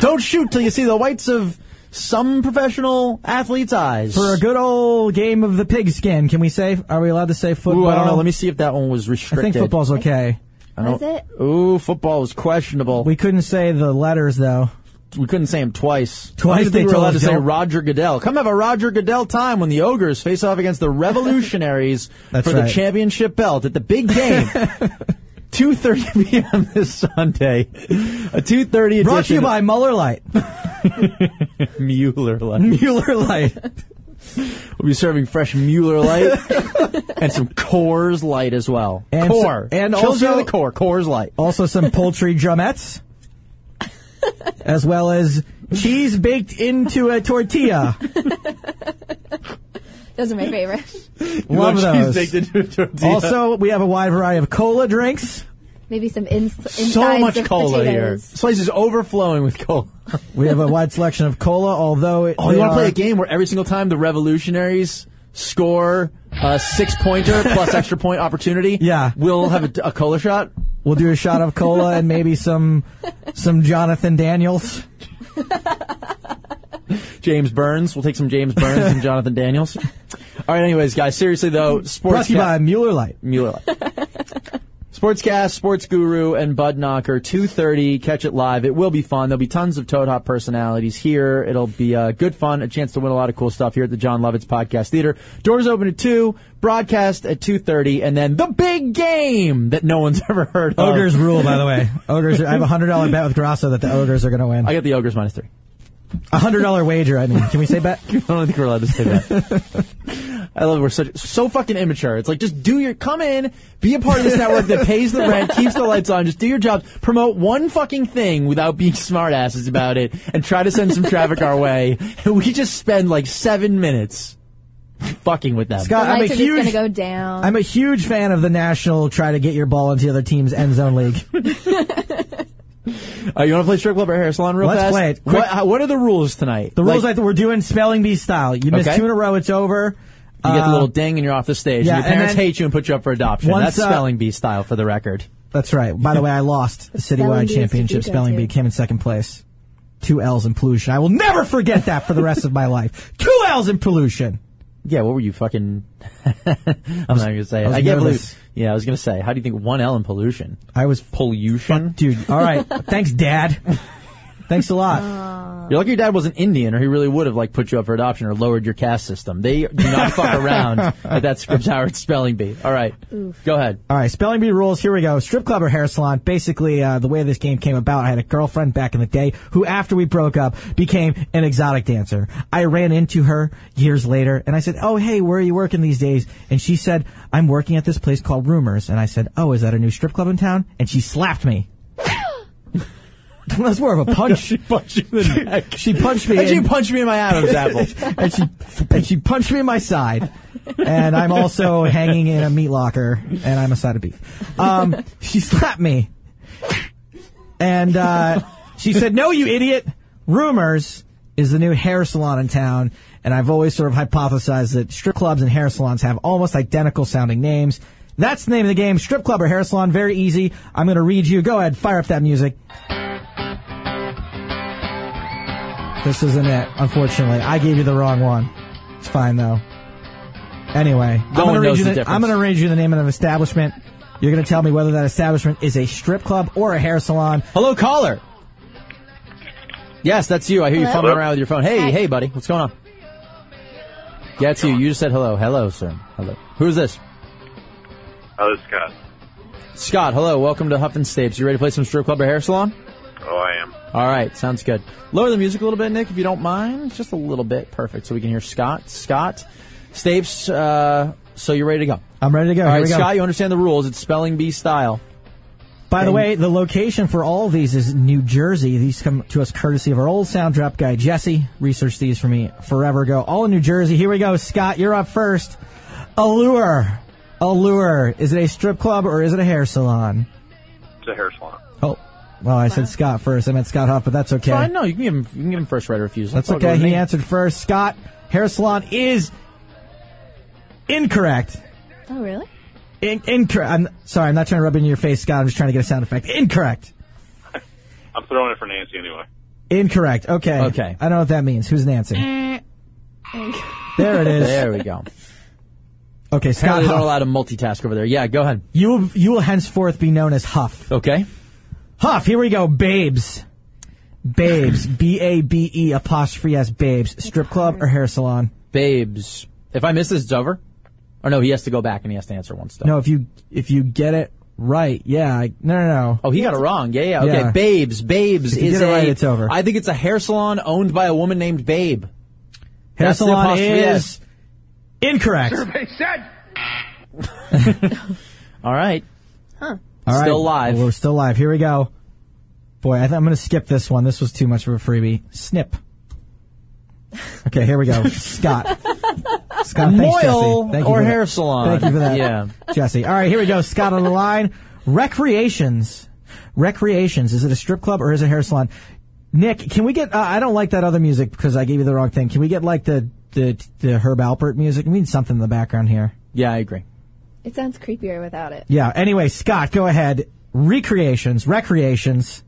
B: Don't shoot till you see the whites of some professional athlete's eyes.
C: For a good old game of the pigskin, can we say? Are we allowed to say football?
B: Ooh, I don't know. Let me see if that one was
C: I
B: restricted.
C: think football's okay.
B: I don't-
D: Was it?
B: Ooh, football was questionable.
C: We couldn't say the letters though.
B: we couldn't say him twice.
C: Twice
B: I don't
C: they
B: think we were
C: told
B: allowed to
C: us,
B: say
C: don't-
B: Roger Goodell. Come have a Roger Goodell time when the Ogres face off against the Revolutionaries for
C: That's
B: the
C: right.
B: championship belt at the big game. 2.30 p.m. this Sunday. A 2.30 edition.
C: Brought to you by Muller Light.
B: Mueller Light.
C: Mueller Light.
B: We'll be serving fresh Mueller Light and some Coors Light as well.
C: And
B: core.
C: so- and
B: Children
C: also-
B: of the core. Coors Light.
C: Also some poultry drumettes. As well as cheese baked into a tortilla.
D: Those are my favorite.
C: Love
B: Cheese
C: those.
B: baked into a tortilla.
C: Also, we have a wide variety of cola drinks.
D: Maybe some ins- insides
B: so much
D: of
B: cola here.
D: potatoes.
B: This place is overflowing with cola.
C: We have a wide selection of cola, although it,
B: Oh, you
C: they
B: want to play
C: are-
B: a game where every single time the Revolutionaries score a six pointer plus extra point opportunity,
C: Yeah.
B: we'll have a, a cola shot.
C: We'll do a shot of cola and maybe some some Jonathan Daniels.
B: James Burns, we'll take some James Burns and Jonathan Daniels. All right, anyways, guys, seriously though,
C: Brought
B: sports
C: to you by Mueller Light.
B: Mueller. Sportscast, Sports Guru, and Bud Knocker, 2.30, catch it live. It will be fun. There'll be tons of Toad Hop personalities here. It'll be uh, good fun, a chance to win a lot of cool stuff here at the John Lovitz Podcast Theater. Doors open at 2, broadcast at 2.30, and then the big game that no one's ever heard of.
C: Ogres rule, by the way. Ogres. I have a hundred dollar bet with Grasso that the ogres are going to
B: I
C: win.
B: got the Ogres minus 3.
C: A hundred dollar wager. I mean, can we say bet?
B: I don't think we're allowed to say that. I love we're such so fucking immature. It's like just do your come in, be a part of this network that pays the rent, keeps the lights on, just do your job, promote one fucking thing without being smartasses about it, and try to send some traffic our way. And we just spend like seven minutes fucking with them.
C: Scott,
D: the
C: I'm a
D: lights are
C: huge.
D: just gonna go down.
C: I'm a huge fan of the national try to get your ball into the other team's end zone league.
B: Uh, you want to play strip club or hair salon real
C: Let's
B: fast?
C: play it.
B: What,
C: Quick.
B: how- what are the rules tonight?
C: The rules
B: Like,
C: like, we're doing spelling bee style. You miss
B: Okay.
C: two in a row, it's over.
B: you get
C: Uh,
B: the little ding and you're off the stage.
C: yeah,
B: and your
C: and
B: parents
C: then-
B: hate you and put you up for adoption.
C: Once,
B: That's
C: uh,
B: spelling bee style for the record.
C: That's right. By the way, I lost the
D: Spelling
C: citywide
D: bee is to
C: championship
D: do that,
C: spelling bee.
D: too.
C: Came in second place. Two L's in pollution. I will never forget that for the rest of my life. Two L's in pollution.
B: Yeah, what were you fucking? I'm not gonna say. it.
C: was
B: I can't
C: nervous.
B: believe. Yeah, I was gonna say. How do you think one L in pollution?
C: I was
B: Pollution,
C: dude. All right. Thanks, Dad. Thanks a lot.
D: Oh.
B: You're lucky your dad wasn't Indian, or he really would have like put you up for adoption or lowered your caste system. They do not fuck around at that Scripps Howard spelling bee. All right, go ahead.
C: All right, spelling bee rules. Here we go. Strip club or hair salon. Basically, uh, the way this game came about, I had a girlfriend back in the day who, after we broke up, became an exotic dancer. I ran into her years later and I said, Oh, hey, where are you working these days? And she said, I'm working at this place called Rumors. And I said, Oh, is that a new strip club in town? And she slapped me. That's more of a punch. she punched you in the neck. she punched me.
B: And she
C: in-
B: punched me in my Adam's apple.
C: and she and she punched me in my side, and I'm also hanging in a meat locker, and I'm a side of beef. Um, she slapped me, and uh, she said, "No, you idiot! Rumors is the new hair salon in town." And I've always sort of hypothesized that strip clubs and hair salons have almost identical sounding names. That's the name of the game: strip club or hair salon. Very easy. I'm going to read you. Go ahead, fire up that music. This isn't it, unfortunately. I gave you the wrong one. It's fine though. Anyway, I'm
B: one
C: gonna, read
B: knows
C: you
B: the
C: the,
B: difference.
C: I'm gonna read you the name of an establishment. You're gonna tell me whether that establishment is a strip club or a hair salon.
B: Hello, caller. Yes, that's you. I hear you
D: Hello?
B: fumbling around with your phone. Hey,
D: Hi.
B: hey, buddy, what's going on? Yeah, it's you. You just said hello. Hello, sir. Hello. Who's this?
K: Hello, Scott.
B: Scott, hello. Welcome to Huff and Stapes. You ready to play some strip club or hair salon?
K: Oh, I am.
B: All right, sounds good. Lower the music a little bit, Nick, if you don't mind. Just a little bit. Perfect. So we can hear Scott. Scott, Stapes, uh, so you're ready to go.
C: I'm ready to go.
B: All
C: Here
B: right,
C: we go.
B: Scott, you understand the rules. It's spelling bee style.
C: By the way, the location for all of these is New Jersey. These come to us courtesy of our old sound drop guy Jesse. Researched these for me forever ago. All in New Jersey. Here we go. Scott, you're up first. Allure. Allure. Is it a strip club or is it a hair salon?
K: It's a hair salon.
C: Oh, well, I said Scott first. I meant Scott Huff, but that's okay.
B: Fine, no, you can give him, you can give him first right of refusal.
C: That's
B: all good
C: okay.
B: with
C: He
B: me.
C: answered first. Scott, hair salon is incorrect.
D: oh really?
C: In- incorrect. I'm sorry. I'm not trying to rub it in your face, Scott. I'm just trying to get a sound effect. Incorrect.
K: I'm throwing it for Nancy anyway.
C: Incorrect. Okay.
B: Okay.
C: I don't know what that means. Who's Nancy? there it is.
B: There we go.
C: Okay, Scott.
B: Apparently, they don't
C: Huff.
B: allow to multitask over there. Yeah, go ahead.
C: You will, you will henceforth be known as Huff.
B: Okay.
C: Huff. Here we go. Babes. Babes. B A B E apostrophe S. Babes. Strip club or hair salon?
B: Babes. If I miss this, it's over. Or no, he has to go back and he has to answer one stuff.
C: No, if you if you get it right, yeah. I, no, no, no.
B: Oh, he got it wrong. Yeah, yeah. Okay,
C: Yeah.
B: Babes. Babes
C: If you
B: is
C: get it
B: a-
C: right, it's over.
B: I think it's a hair salon owned by a woman named Babe.
C: Hair
B: That's the
C: salon
B: apostrophe
C: is
B: S.
C: incorrect.
B: All right.
C: All right.
B: Still live.
C: Well, we're still live. Here we go. Boy, I th- I'm going to skip this one. This was too much of a freebie. Snip. Okay, here we go. Scott. Scott, thanks,
B: Moil
C: Jesse. Thank you
B: or
C: for that.
B: hair salon.
C: Thank you for that.
B: Yeah.
C: Jesse. All right, here we go. Scott on the line. Recreations. Recreations. Is it a strip club or is it a hair salon? Nick, can we get? Uh, I don't like that other music because I gave you the wrong thing. Can we get like the the, the Herb Alpert music? We need something in the background here.
B: Yeah, I agree.
D: It sounds creepier without it.
C: Yeah. Anyway, Scott, go ahead. Recreations. Recreations.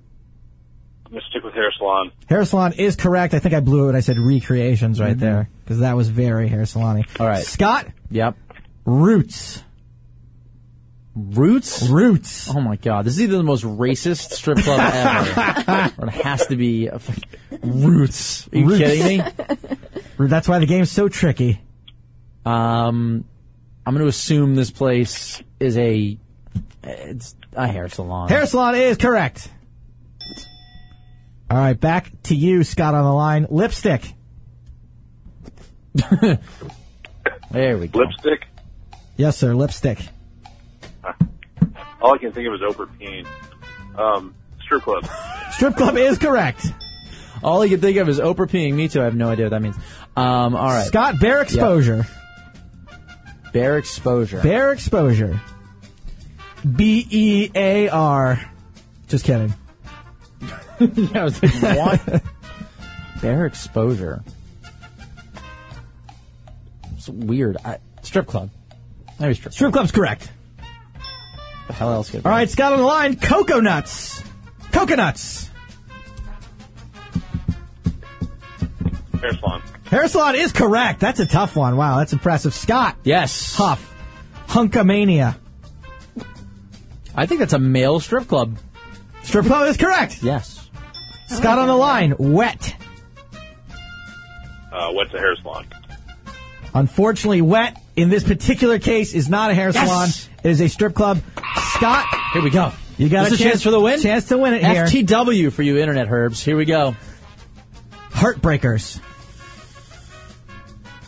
K: I'm going to stick with hair salon.
C: Hair salon is correct. I think I blew it when I said recreations right there because that was very hair salon.
B: Mm-hmm. All right.
C: Scott,
B: Yep.
C: roots,
B: Roots?
C: roots.
B: Oh my god, this is either the most racist strip club ever, or it has to be a fuck- Roots. Are you
C: Roots.
B: kidding me?
C: That's why the game's so tricky.
B: Um, I'm going to assume this place is a it's a hair salon.
C: Hair salon is correct. All right, back to you, Scott, on the line. Lipstick.
B: There we go.
K: Lipstick.
C: Yes, sir. Lipstick.
K: All I can think of is Oprah peeing. Um, strip club.
C: Strip club is correct.
B: All he could think of is Oprah peeing. Me too. I have no idea what that means. Um, all right.
C: Scott, bear exposure.
B: Bear exposure.
C: Bear exposure. B E A R. Just kidding.
B: yeah, I was like, what? Bear exposure. It's weird. I, strip club. Maybe strip.
C: Strip club's correct.
B: The hell else could? it be?
C: All right, Scott on the line. Cocoa nuts. Coconuts.
K: Hair salon.
C: Hair salon is correct. That's a tough one. Wow, that's impressive. Scott.
B: Yes.
C: Huff. Hunkamania.
B: I think that's a male strip club.
C: Strip club is correct.
B: Yes.
C: Scott on the line. Wet.
K: Uh, went to hair salon.
C: Unfortunately, wet in this particular case is not a hair
B: Yes.
C: salon. It is a strip club. Scott,
B: Here we go.
C: you got
B: This
C: a
B: is a chance for the win?
C: Chance to win it here.
B: FTW for you internet herbs. Here we go.
C: Heartbreakers.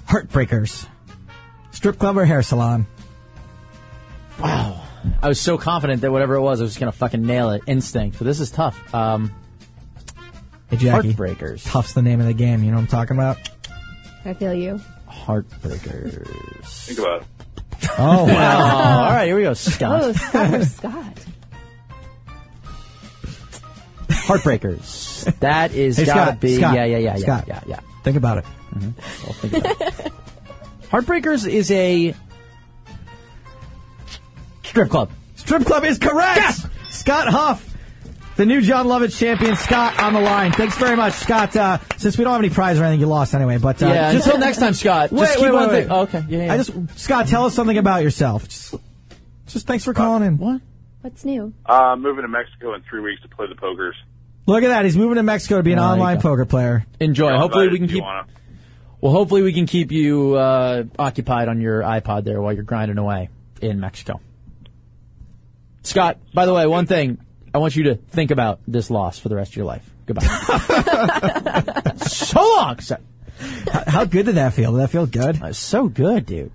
C: Heartbreakers. Strip club or hair salon?
B: I was so confident that whatever it was, I was just gonna fucking nail it. Instinct. But this is tough. Um,
C: Hey, Jackie.
B: Heartbreakers.
C: Tough's the name of the game. You know what I'm talking about?
D: I feel you.
B: Heartbreakers.
K: Think about it.
C: Oh, wow.
B: Oh, all right, here we go, Scott.
D: Oh, Scott or Scott.
B: Heartbreakers. That is
C: Hey,
B: gotta
C: Scott,
B: be
C: Scott,
B: yeah, yeah, yeah, yeah,
C: Scott.
B: yeah, yeah.
C: Think about it.
B: I'll think about it. Heartbreakers is a strip club.
C: Strip club is correct. Scott Huff, the new John Lovitz champion. Scott on the line. Thanks very much, Scott. Uh, since we don't have any prize or anything, you lost anyway. But uh,
B: yeah.
C: just
B: Until next time, Scott.
C: Wait,
B: just keep
C: wait,
B: on
C: wait,
B: thinking.
C: wait.
B: Oh, okay. Yeah, yeah.
C: I just Scott, tell us something about yourself. Just, just thanks for calling in.
B: what?
D: What's new?
K: Uh, I'm moving to Mexico in three weeks to play the pokers.
C: Look at that. He's moving to Mexico to be an
B: Oh, there you
C: online
B: go.
C: poker player.
B: Enjoy. Hopefully we can keep.
K: Tijuana.
B: Well, hopefully we can keep you uh, occupied on your iPod there while you're grinding away in Mexico. Scott, by the way, one thing I want you to think about this loss for the rest of your life. Goodbye. so long. So,
C: How good did that feel? Did that feel good?
B: Uh, so good, dude.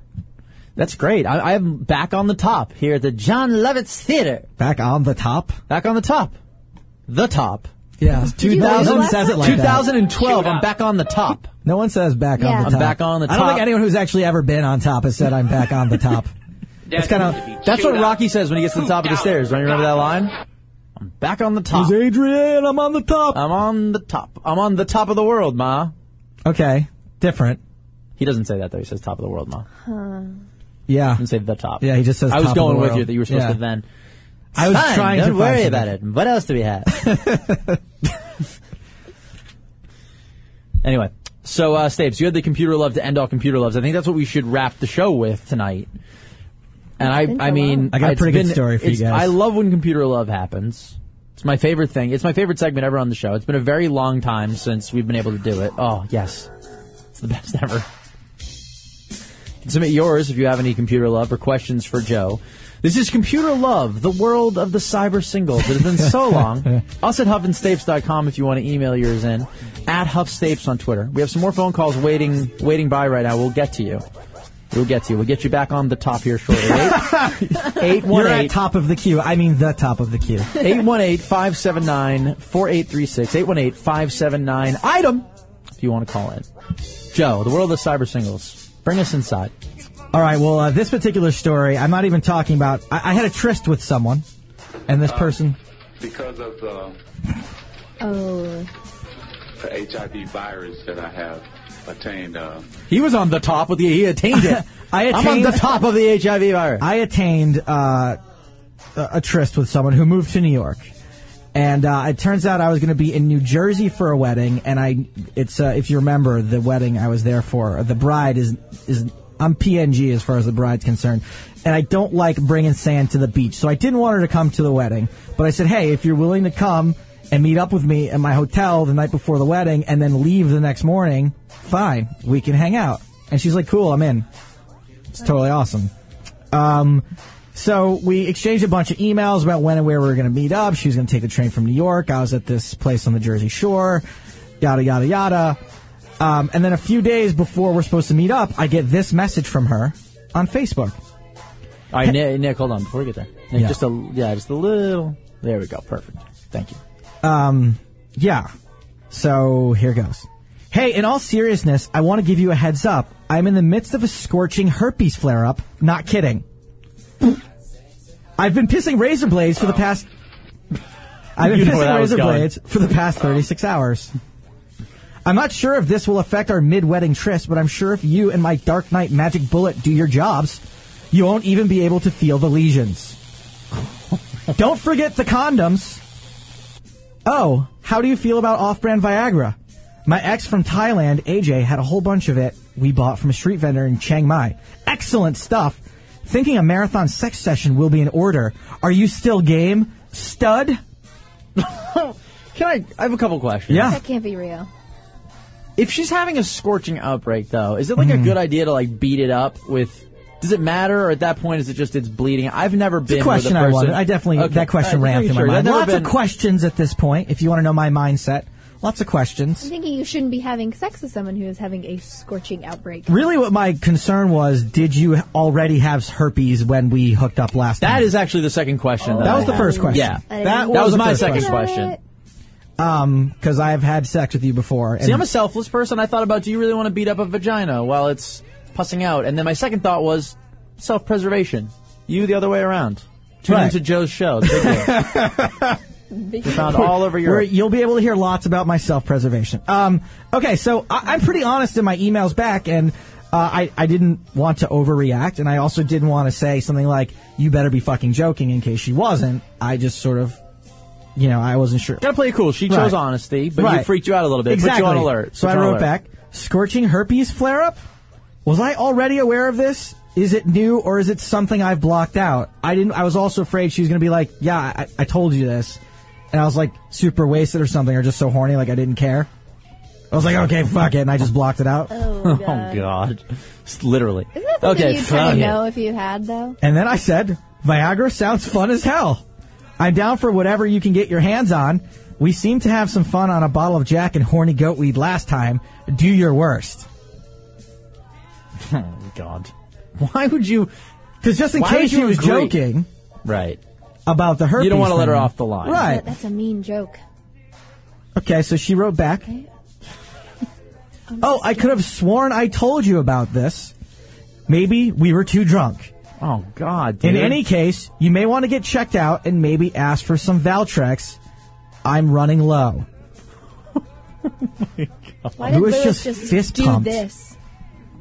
B: That's great. I, I'm back on the top here at the John Lovitz Theater.
C: Back on the top.
B: Back on the top. The top.
C: Yeah.
D: you
C: no
D: lose
C: one
D: last
C: says it
D: time?
C: like that.
B: 2012. I'm back on the top.
C: No one says back
D: Yeah.
C: on the
D: I'm
C: top.
B: back on the
C: I don't
B: top.
C: think anyone who's actually ever been on top has said I'm back on the top. That's kind of
B: That's what Rocky says when he gets to the top of the stairs. Don't you remember that line? I'm back on the top.
C: Adrian. I'm on the top.
B: I'm on the top. I'm on the top of the world, Ma.
C: Okay, different.
B: He doesn't say that though. He says top of the world, Ma. He
C: Yeah,
B: doesn't say the top.
C: Yeah, he just says
B: I was
C: top of
B: going
C: the
B: with
C: world.
B: you that you were supposed
C: Yeah.
B: to then.
C: I was
B: Fine,
C: trying
B: don't
C: to
B: worry
C: find
B: about it. What else do we have? anyway, so uh, Stapes, you had the computer love to end all computer loves. I think that's what we should wrap the show with tonight. And
D: been so
B: I, I mean,
D: long.
C: I got a
B: it's
C: pretty good
B: been-
C: story for you
B: it's-
C: guys.
B: I love when computer love happens. It's my favorite thing. It's my favorite segment ever on the show. It's been a very long time since we've been able to do it. Oh yes, it's the best ever. Submit yours if you have any computer love or questions for Joe. This is Computer Love, the world of the cyber singles. It has been so long. Us at huffandstapes.com if you want to email yours in. At huffstapes on Twitter. We have some more phone calls waiting waiting by right now. We'll get to you. We'll get to you. We'll get you back on the top here shortly.
C: You're at
B: 818
C: top of the queue. I mean, the top of the queue.
B: 579 4836 818 579 item if you want to call in. Joe, the world of cyber singles. Bring us inside.
C: All right. Well, uh, this particular story, I'm not even talking about. I, I had a tryst with someone, and
B: Uh,
C: this person.
L: Because of the,
D: Oh,
L: the HIV virus that I have attained, uh,
B: He was on the top with the he attained it.
C: I
B: I'm on
C: attained.
B: the top of the HIV virus.
C: I attained uh, a, a tryst with someone who moved to New York, and uh, it turns out I was going to be in New Jersey for a wedding. And I, it's uh, if you remember the wedding I was there for, the bride is is I'm PNG as far as the bride's concerned, and I don't like bringing sand to the beach, so I didn't want her to come to the wedding. But I said, hey, if you're willing to come and meet up with me at my hotel the night before the wedding, and then leave the next morning, fine, we can hang out. And she's like, cool, I'm in. It's totally awesome. So we exchanged a bunch of emails about when and where we were going to meet up. She was going to take the train from New York. I was at this place on the Jersey Shore. Yada yada yada. Um, and then a few days before we're supposed to meet up, I get this message from her on Facebook.
B: All right, Nick, Nick, hold on before we get there. Nick,
C: Yeah.
B: Just a yeah, just a little. There we go. Perfect. Thank you.
C: Um, yeah. So here goes. Hey, in all seriousness, I want to give you a heads up. I'm in the midst of a scorching herpes flare up. Not kidding. I've been pissing razor blades for the past. I've been
B: You know where
C: pissing
B: that was
C: razor
B: going.
C: blades for the past 36 hours. I'm not sure if this will affect our mid-wedding tryst, but I'm sure if you and my Dark Knight magic bullet do your jobs, you won't even be able to feel the lesions. Don't forget the condoms. Oh, how do you feel about off-brand Viagra? My ex from Thailand, AJ, had a whole bunch of it we bought from a street vendor in Chiang Mai. Excellent stuff. Thinking a marathon sex session will be in order. Are you still game, stud?
B: Can I? I have a couple questions.
C: Ah.
D: That can't be real.
B: If she's having a scorching outbreak, though, is it like a
C: Mm.
B: good idea to like beat it up with? Does it matter, or at that point is it just it's bleeding? I've never been
C: It's a question
B: with a
C: I
B: person.
C: wanted. I definitely
B: Okay. Uh,
C: that question
B: All right,
C: ran
B: just making
C: through my mind.
B: sure. I've
C: Lots
B: never
C: of questions at this point. If you want to know my mindset, lots of questions.
D: I'm thinking you shouldn't be having sex with someone who is having a scorching outbreak.
C: Really, what my concern was: Did you already have herpes when we hooked up last?
B: That
C: time?
B: is actually the second question.
C: Oh, That was the first
D: Um,
C: question.
B: Yeah,
C: I didn't That know.
B: was
C: was the
B: my
C: first
B: second
C: question.
B: question.
C: um because I've had sex with you before.
B: See, I'm a selfless person. I thought about, do you really want to beat up a vagina while it's pussing out? And then my second thought was self-preservation. You the other way around. Tune
C: Right.
B: into Joe's show. It's a big deal.
D: Big
B: We found all over Europe.
C: Where You'll be able to hear lots about my self-preservation. Um, okay, so I, I'm pretty honest in my emails back, and uh, I I didn't want to overreact, and I also didn't want to say something like "You better be fucking joking" in case she wasn't. I just sort of, you know, I wasn't sure.
B: Gotta play it cool. She chose
C: Right.
B: honesty, but you
C: Right.
B: freaked you out a little bit.
C: Exactly.
B: Put you on alert.
C: So
B: Put
C: I
B: you on
C: wrote
B: alert.
C: back, scorching herpes flare up? Was I already aware of this? Is it new or is it something I've blocked out? I didn't I was also afraid she was gonna be like, Yeah, I, I told you this and I was like super wasted or something or just so horny like I didn't care. I was like, okay, fuck it, and I just blocked it out.
D: Oh, God.
B: God. Literally. Oh,
D: Isn't that something
C: Okay,
D: you'd kind
C: fuck it.
D: of know if you had, though?
C: And then I said, Viagra sounds fun as hell. I'm down for whatever you can get your hands on. We seem to have some fun on a bottle of Jack and horny goat weed last time. Do your worst.
B: Oh, God. Why would you?
C: Because just in
B: Why would
C: case she
B: you
C: was
B: agree?
C: joking
B: Right.
C: about the herpes,
B: You don't want to let her
C: thing.
B: off the line.
C: right?
D: That- That's a mean joke.
C: Okay, so she wrote back. Oh, I could have sworn I told you about this. Maybe we were too drunk.
B: Oh, God,
C: In
B: dude.
C: any case, you may want to get checked out and maybe ask for some Valtrex. I'm running low.
D: Why did
C: Lewis
D: Lewis
C: just
D: just,
C: fist
D: do
C: pumped.
D: this?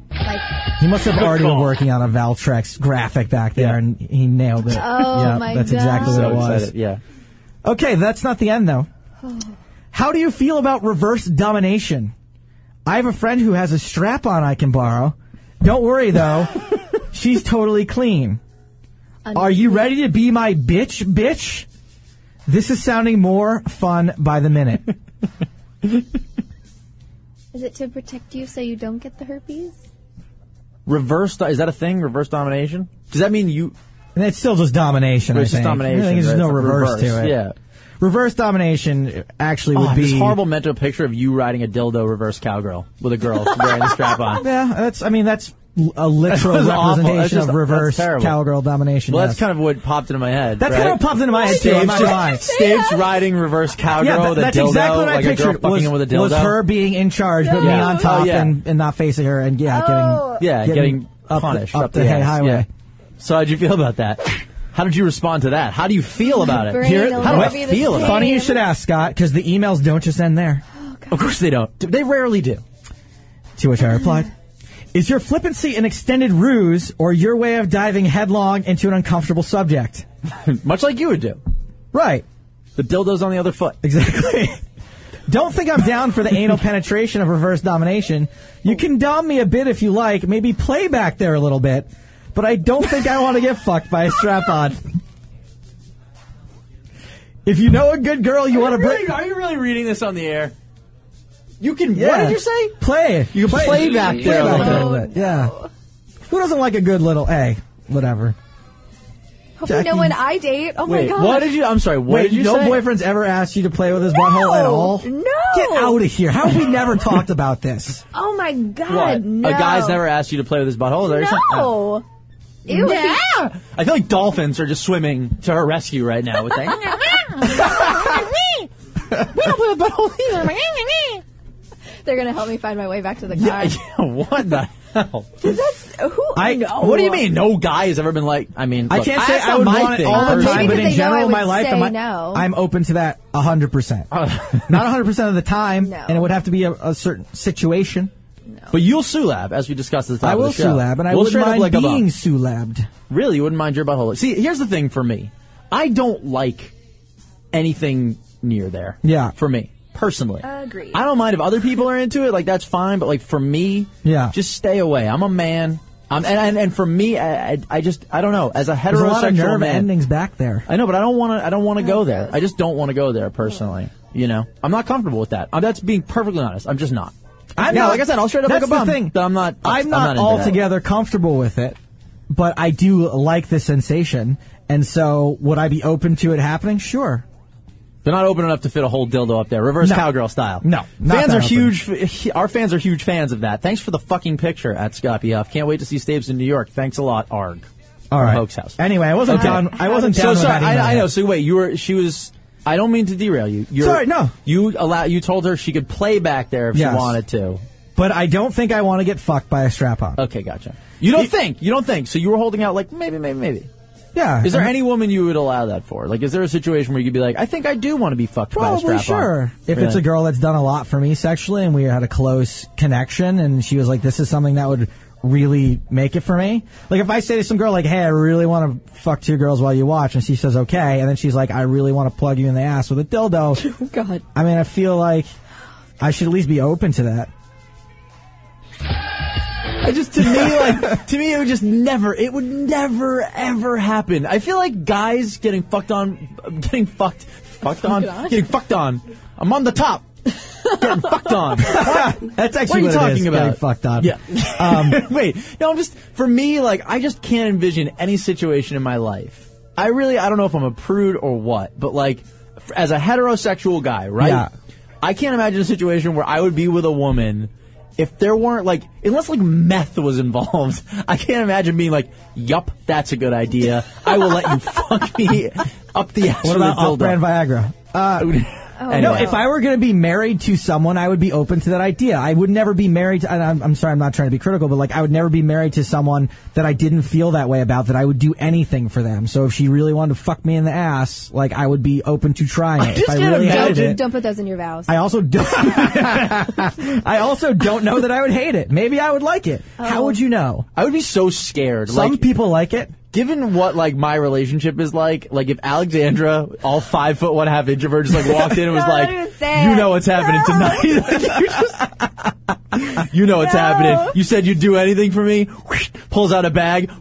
D: Like,
C: He must
B: Oh,
C: have already been working on a Valtrex graphic back there, and he nailed it.
D: Oh,
C: yeah,
D: my
C: that's exactly
D: God.
C: what it
D: So
C: was.
B: excited, yeah.
C: Okay, that's not the end though.
D: oh,
C: How do you feel about reverse domination? I have a friend who has a strap on I can borrow. Don't worry though, she's totally clean. Are you ready to be my bitch, bitch? This is sounding more fun by the minute.
D: is it to protect you so you don't get the herpes?
B: Reverse, do- is that a thing? Reverse domination? Does that mean you?
C: And it's still just domination.
B: It's
C: I
B: just
C: think.
B: domination,
C: I think there's
B: right?
C: no
B: It's a
C: reverse,
B: reverse,
C: to it.
B: yeah.
C: Reverse domination actually
B: Oh,
C: would
B: I have
C: be
B: this horrible mental picture of you riding a dildo reverse cowgirl with a girl wearing the strap on.
C: Yeah, that's. I mean, that's l- a literal
B: That's awful. That's
C: representation
B: just-
C: of reverse
B: that's terrible.
C: cowgirl domination.
B: Well,
C: yes.
B: that's kind of what popped into my head.
C: That's
B: right?
C: kinda what popped into my head, too,
B: Staves,
C: I'm not
B: just-
C: gonna lie.
B: Staves riding reverse cowgirl
C: yeah,
B: with
C: that-
B: a
C: that's
B: dildo,
C: exactly what I
B: like a girl
C: pictured.
B: fucking
C: was,
B: him with a dildo.
C: was her being in charge, but me
B: Yeah.
C: on top
B: Oh, yeah.
C: and, and not facing her, and yeah, getting
B: yeah, getting,
C: up
B: punished
C: the, up, the,
B: ass,
C: highway.
B: yeah. So how'd you feel about that? How did you respond to that? How do you feel about it?
D: brain Here- will
B: how do I
D: never be the
B: feel? About
C: Funny you should ask, Scott, because the emails don't just end there.
B: it? Of course they don't. They rarely do.
C: To which I replied, Is your flippancy an extended ruse or your way of diving headlong into an uncomfortable subject?
B: Much like you would do.
C: Right.
B: The dildo's on the other foot.
C: Exactly. Don't think I'm down for the anal penetration of reverse domination. You can dom me a bit if you like, maybe play back there a little bit, but I don't think I want to get fucked by a strap on. If you know a good girl you want to bring.
B: Are you really reading this on the air? You can.
C: Yeah.
B: What did you say?
C: Play. You can play,
B: Play back
C: play
B: there a
C: back
B: little
C: there a little bit. Yeah. Who doesn't like a good little A? Whatever.
D: Hopefully, no
C: Jackie-
D: one I date. Oh my god!
B: what did you? I'm sorry. What
C: Wait,
B: did you
C: no
B: say?
C: boyfriend's ever asked you to play with his butthole at all?
D: No.
C: Get out of here. How have we never talked about this?
D: Oh my god!
B: What?
D: No.
B: A guy's never asked you to play with his butthole? Is that what you're saying? Oh.
D: No. It would be-
B: I feel like dolphins are just swimming to her rescue right now. Would they?
D: we don't play with butthole either. They're gonna help me find my way back to the car.
B: what the hell?
D: Who?
B: I.
D: no.
B: What do you mean? No guy has ever been like. I mean,
C: I
B: look,
C: can't say
B: that's
C: I
B: not
C: would
B: my
C: want it
B: thing
C: all the
B: personally.
C: time, but in
D: they know I
C: general in
D: would
C: my life,
D: say
C: am I-
D: no.
C: I'm open to that 100%.
B: Oh.
C: Not 100% of the time, and it would have to be a, a certain situation.
B: But you'll Sulab, as we discussed at the top
C: I
B: of
C: will
B: the show.
C: Sulab, and I
B: We'll
C: wouldn't
B: straight up
C: mind
B: lick 'em up.
C: being Sulabbed.
B: Really, you wouldn't mind your butthole. See, here's the thing for me. I don't like anything near there. Yeah. For me, personally.
D: Agreed.
B: I don't mind if other people are into it, like that's fine, but like for me, yeah. just stay away. I'm a man. I'm, and, and, and for me, I, I, I just, I don't know, as a
C: There's a lot of
B: heterosexual
C: nerve
B: man.
C: endings back there.
B: I know, but I don't want to. I don't want to go there. I just don't want to go there personally. You know, I'm not comfortable with that. I'm, that's being perfectly honest. I'm just not.
C: I'm
B: yeah,
C: not-
B: like I said, I'll straight up
C: that's
B: like a bum.
C: the thing.
B: but I'm not.
C: I'm not,
B: into that.
C: altogether comfortable with it, but I do like the sensation. And so, would I be open to it happening? Sure.
B: They're not open enough to fit a whole dildo up there, reverse
C: No.
B: cowgirl style.
C: No, not
B: fans are
C: that open.
B: huge. f- Our fans are huge fans of that. Thanks for the fucking picture at Scotty Huff. Can't wait to see Staves in New York. Thanks a lot, Arg.
C: All right.
B: Hoax House.
C: Anyway, I wasn't down- I wasn't
B: Um, so
C: down with
B: sorry.
C: that
B: I, I
C: email.
B: know. So wait, you were. She was. I don't mean to derail you. You're,
C: Sorry, no.
B: You allow. You told her she could play back there if
C: Yes.
B: she wanted to.
C: But I don't think I want to get fucked by a strap on.
B: Okay, gotcha. You don't think. You don't think. So you were holding out like maybe, maybe, maybe.
C: Yeah.
B: Is there
C: I'm-
B: any woman you would allow that for? Like, is there a situation where you could be like, I think I do want to be fucked by
C: Probably
B: a strap
C: sure. If it's a girl that's done a lot for me sexually and we had a close connection and she was like, this is something that would really make it for me. Like if I say to some girl like, hey, I really want to fuck two girls while you watch and she says okay and then she's like, I really want to plug you in the ass with a dildo.
D: Oh God.
C: I mean, I feel like I should at least be open to that.
B: I just to me like to me it would just never it would never ever happen. I feel like guys getting fucked on getting fucked fucked on
C: Fucked on?
B: getting fucked on. I'm on the top. getting fucked on.
C: That's
B: what are
C: actually
B: you
C: what it
B: talking
C: is,
B: about?
C: getting fucked on.
B: Yeah. Um, Wait. No, I'm just for me like I just can't envision any situation in my life. I really I don't know if I'm a prude or what, but like f- as a heterosexual guy, right?
C: Yeah.
B: I can't imagine a situation where I would be with a woman if there weren't like unless like meth was involved. I can't imagine being like, "Yup, that's a good idea. I will let you fuck me up the ass
C: What
B: with a
C: about
B: dildo."
C: off-brand Viagra? Uh, no,
B: Anyway.
C: if I were going to be married to someone, I would be open to that idea. I would never be married. To, and I'm, I'm sorry, I'm not trying to be critical, but like I would never be married to someone that I didn't feel that way about. That I would do anything for them. So if she really wanted to fuck me in the ass, like I would be open to trying it. if I really hated
D: don't,
C: it,
D: don't put those in your vows.
C: I also don't. I also don't know that I would hate it. Maybe I would like it. How would you know?
B: I would be so scared.
C: Some
B: Oh. like,
C: people like it.
B: Given what like my relationship is like, like if Alexandra, all five foot one half introvert, just like walked in and was
D: No,
B: like,
D: don't even say
B: "You
D: it.
B: know what's happening tonight. Like, you just- you know what's
D: No.
B: happening. You said you'd do anything for me." Pulls out a bag,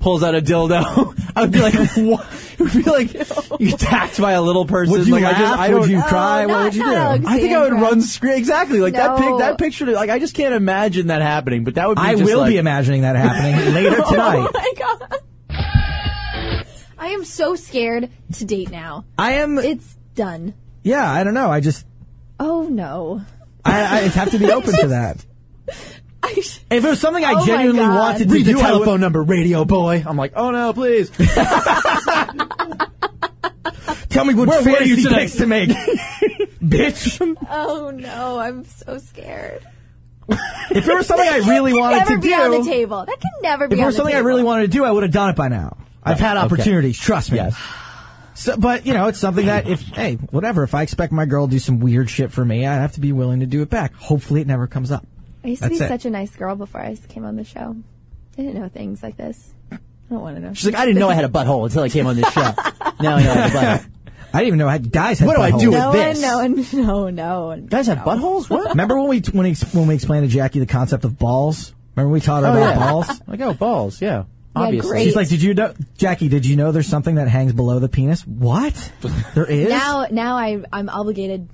B: pulls out a dildo. I would be like, "What?" It would be like you attacked by a little person.
C: Would you
B: like, I just,
C: laugh?
B: I don't,
C: Would you cry?
D: What would you do?
B: I think I would
D: Alexandra.
B: run scream. Exactly like that. Pic-
D: No.
B: that picture. Like I just can't imagine that happening. But that would. Be
C: I
B: just
C: will
B: like-
C: be imagining that happening later tonight.
D: Oh my god. I am so scared to date now.
C: I am.
D: It's done.
C: Yeah, I don't know. I just
D: Oh no.
C: I, I have to be open to that. If it was something I
D: Oh my
C: genuinely
D: God.
C: wanted to
B: Read the
C: do, I would-
B: telephone number, radio boy. I'm like, oh no, please.
C: tell me what
B: Where were you
C: fantasy
B: tonight?
C: picks to make, bitch.
D: Oh no, I'm so scared.
C: If it was something I really wanted
D: never
C: to
D: be
C: do,
D: on the table. That can never be
C: if it
D: on
C: was
D: the
C: something I
D: table.
C: really wanted to do, I would have done it by now. I've had
B: okay.
C: opportunities, trust me. So, but you know, it's something that if hey, whatever. If I expect my girl to do some weird shit for me, I have to be willing to do it back. Hopefully, it never comes up.
D: I used to
C: That's
D: be
C: it.
D: such a nice girl before I came on the show. I didn't know things like this. I don't want to know.
B: She's like, I didn't know I had a butthole until I came on this show. now I know I have a butthole.
C: I didn't even know I had guys. Had
B: What do I do
C: buttholes.
B: with
D: no
B: this?
D: one, no one, no one.
B: Guys have buttholes? What?
C: Remember when we when, we ex- when we explained to Jackie the concept of balls? Remember we taught her
B: Oh,
C: about
B: yeah.
C: balls?
B: Like, oh, balls, yeah.
D: Yeah,
B: Obviously.
D: great.
C: She's like, did you know, Jackie? Did you know there's something that hangs below the penis? What? There is
D: Now, now I, I'm obligated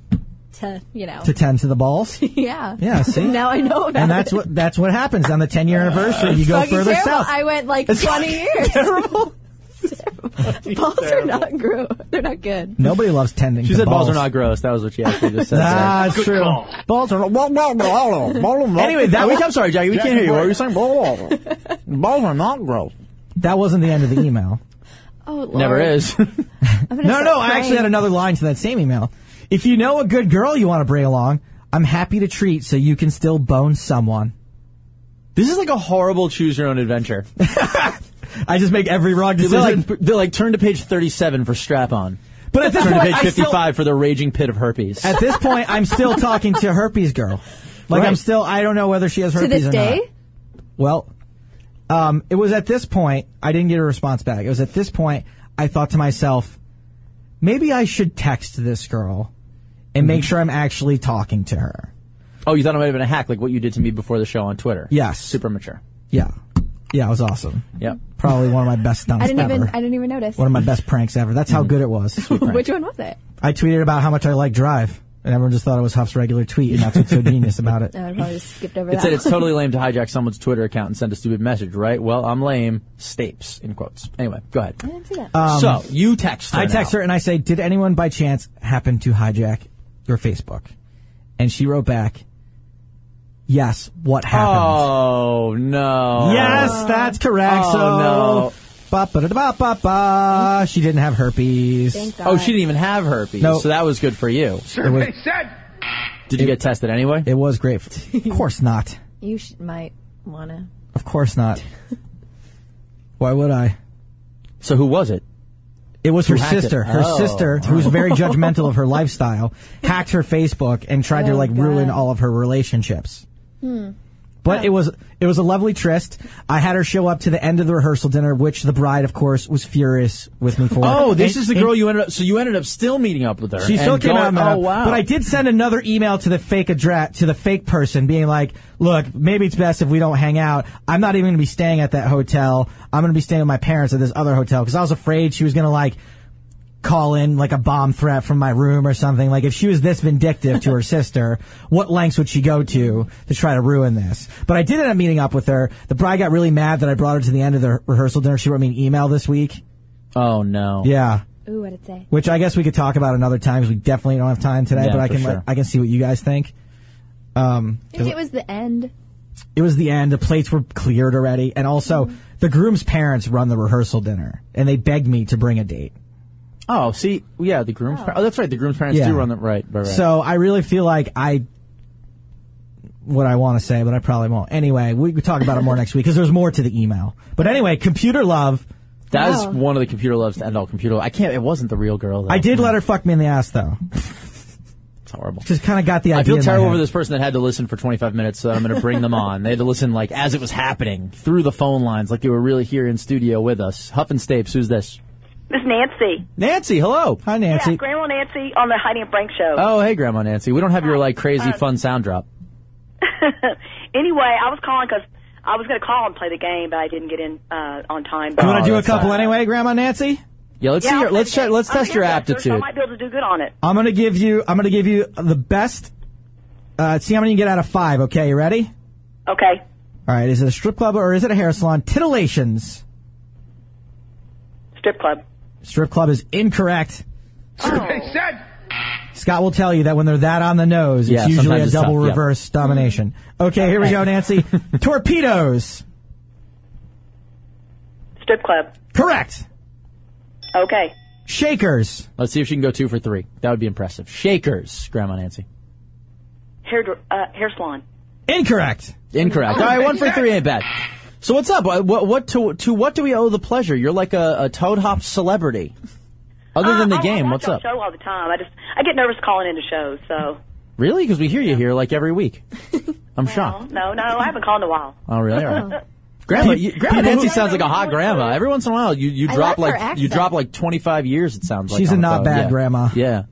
D: to, you know.
C: to tend to the balls.
D: yeah.
C: Yeah, see?
D: now I know about
C: and that's
D: it.
C: what that's what happens on the 10 year anniversary. You go
D: Fucking
C: further
D: terrible.
C: south.
D: I went like 20 years.
B: terrible.
D: Balls are not gross. They're not good.
C: Nobody loves tending.
B: She
C: to
B: said balls.
C: balls
B: are not gross. That was what she actually just said. Sorry.
C: Ah, it's true. Balls are.
B: Anyway, that was. I'm sorry, Jackie. We can't hear you. What were you saying?
C: Balls are not gross. That wasn't the end of the email.
D: Oh, Lord.
B: Never is.
D: I'm
C: no,
D: gonna start
C: no, I actually
D: crying.
C: had another line to that same email. If you know a good girl you want to bring along, I'm happy to treat so you can still bone someone.
B: This is like a horrible choose your own adventure.
C: I just make every wrong
B: They're
C: decision.
B: like, they're like turn to page 37 for strap on.
C: But at this
B: turn
C: point,
B: to page
C: I
B: 55 for the raging pit of herpes.
C: At this point, I'm still talking to herpes girl. Like
B: Right.
C: I'm still. I don't know whether she has
D: to
C: herpes
D: this
C: or
D: day.
C: not. Well, um, it was at this point I didn't get a response back. It was at this point I thought to myself, maybe I should text this girl and
D: Mm-hmm.
C: make sure I'm actually talking to her.
B: oh, you thought it might have been a hack, like what you did to me before the show on Twitter.
C: Yes.
B: Super mature.
C: Yeah, yeah, it was awesome.
B: Yep.
C: Probably one of my best stunts
D: I didn't
C: ever.
D: even. I didn't even notice.
C: one of my best pranks ever. That's how good it was. Sweet prank.
D: Which one was it?
C: I tweeted about how much I like Drive, and everyone just thought it was Huff's regular tweet, and that's what's so genius about it.
D: No, I probably just skipped over
B: It
D: that.
B: said it's
D: one.
B: totally lame to hijack someone's Twitter account and send a stupid message, right? Well, I'm lame. Stapes, in quotes. Anyway, go ahead.
D: I didn't see that.
C: Um,
B: so, you text her
C: I text
B: now.
C: her and I say, "Did anyone by chance happen to hijack your Facebook?" And she wrote back, "Yes. What happened?"
B: Oh, no.
C: Yes, that's correct.
B: Oh,
C: so
B: no.
C: Ba, ba, da, ba, ba, ba. She didn't have herpes.
D: Thank God.
B: Oh, she didn't even have herpes,
C: No.
B: so that was good for you.
C: It was,
B: Did you get tested anyway?
C: it was great. Of course not.
D: You sh- might wanna.
C: Of course not. Why would I?
B: So who was it?
C: It was her
B: hacked it?
C: sister. Her
B: Oh.
C: sister, who was very judgmental of her lifestyle, hacked her Facebook and tried to
D: Oh,
C: like
D: God. Hmm.
C: ruin all of her relationships. But it was it was a lovely tryst. I had her show up to the end of the rehearsal dinner, which the bride, of course, was furious with me for.
B: Oh, this
C: And-
B: is the
C: and
B: girl you ended up. So you ended up still meeting up with her.
C: She still
B: and
C: came
B: going-
C: out. and
B: Oh
C: up,
B: wow!
C: But I did send another email to the fake address to the fake person, being like, "Look, maybe it's best if we don't hang out. I'm not even going to be staying at that hotel. I'm going to be staying with my parents at this other hotel because I was afraid she was going to like." Call in like a bomb threat from my room or something. Like if she was this vindictive to her sister, what lengths would she go to to try to ruin this? But I did end up meeting up with her. The bride got really mad that I brought her to the end of the rehearsal dinner. She wrote me an email this week.
B: Oh no!
C: Yeah
D: Ooh, what did it say?
C: which I guess we could talk about another time 'cause we definitely don't have time today.
B: Yeah,
C: but I
B: for
C: can let-
B: sure.
C: I can see what you guys think. Um,
D: Maybe it was the end.
C: it was the end. The plates were cleared already, and also the groom's parents run the rehearsal dinner, and they begged me to bring a date.
B: Oh, see, yeah, the groom's. par- Oh, that's right. The groom's parents
C: Yeah.
B: do run the right. right, right.
C: So I really feel like I what I want to say, but I probably won't. Anyway, we could talk about it more next week because there's more to the email. But anyway, computer love.
B: that is
D: Wow.
B: one of the computer loves to end all computer. Love. I can't. It wasn't the real girl. Though.
C: I did let her fuck me in the ass though.
B: It's horrible.
C: Just kind of got the idea.
B: I feel
C: in my
B: terrible
C: head.
B: for this person that had to listen for 25 minutes. So I'm going to bring them on. They had to listen like as it was happening through the phone lines, like they were really here in studio with us. Huff and Stapes. Who's this?
M: This is Nancy.
B: Nancy. Hello.
C: Hi Nancy.
M: Yeah, Grandma Nancy on the Heidi and Frank show.
B: Oh, hey, Grandma Nancy. We don't have your like
M: Uh,
B: crazy fun sound drop.
M: anyway, I was calling because I was going to call and play the game, but I didn't get in uh, on time. But
C: you want
B: Oh,
C: to do a
B: that's
C: couple
B: fine.
C: anyway, Grandma Nancy?
B: Yeah. Let's
M: Yeah,
B: see.
M: I'll
B: Your,
M: play
B: let's
M: the game.
B: try, let's
M: I'm a
B: test your
M: hairdresser, so I
B: aptitude.
M: might be able to do good on it.
C: I'm gonna give you. I'm gonna give you the best. Uh, see how many you get out of five. Okay, you ready?
M: Okay.
C: All right. Is it a strip club or is it a hair salon? Titillations.
M: Strip club.
C: Strip club is incorrect.
M: Oh.
C: Scott will tell you that when they're that on the nose,
B: Yeah,
C: it's usually
B: sometimes
C: a
B: it's
C: double
B: tough, yeah.
C: reverse domination. Okay, here we go, Nancy. Torpedoes.
M: Strip club.
C: Correct.
M: Okay.
C: Shakers.
B: Let's see if she can go two for three. That would be impressive. Shakers, Grandma Nancy.
M: Hair dr- uh, hair salon.
C: Incorrect.
B: Incorrect. All right, one for three ain't bad. So what's up? What, what, what to to what do we owe the pleasure? You're like a, a Toad Hop celebrity. Other than
M: Uh,
B: the
M: oh,
B: game,
M: I
B: what's
M: watch
B: up?
M: your Show all the time. I just I get nervous calling into shows. So
B: Really? Because we hear you here like every week. I'm
M: Oh,
B: shocked.
M: no, no, I haven't called in a while.
B: Oh, really? All right. Grandma, you, Grandma
C: people
B: Nancy
C: who-
B: sounds like a hot grandma. Every once in a while, you, you
D: I
B: drop
D: love her
B: like you
D: accent.
B: drop like 25 years. It sounds like
C: She's a
B: on the
C: not
B: phone.
C: bad
B: Yeah.
C: grandma.
B: Yeah.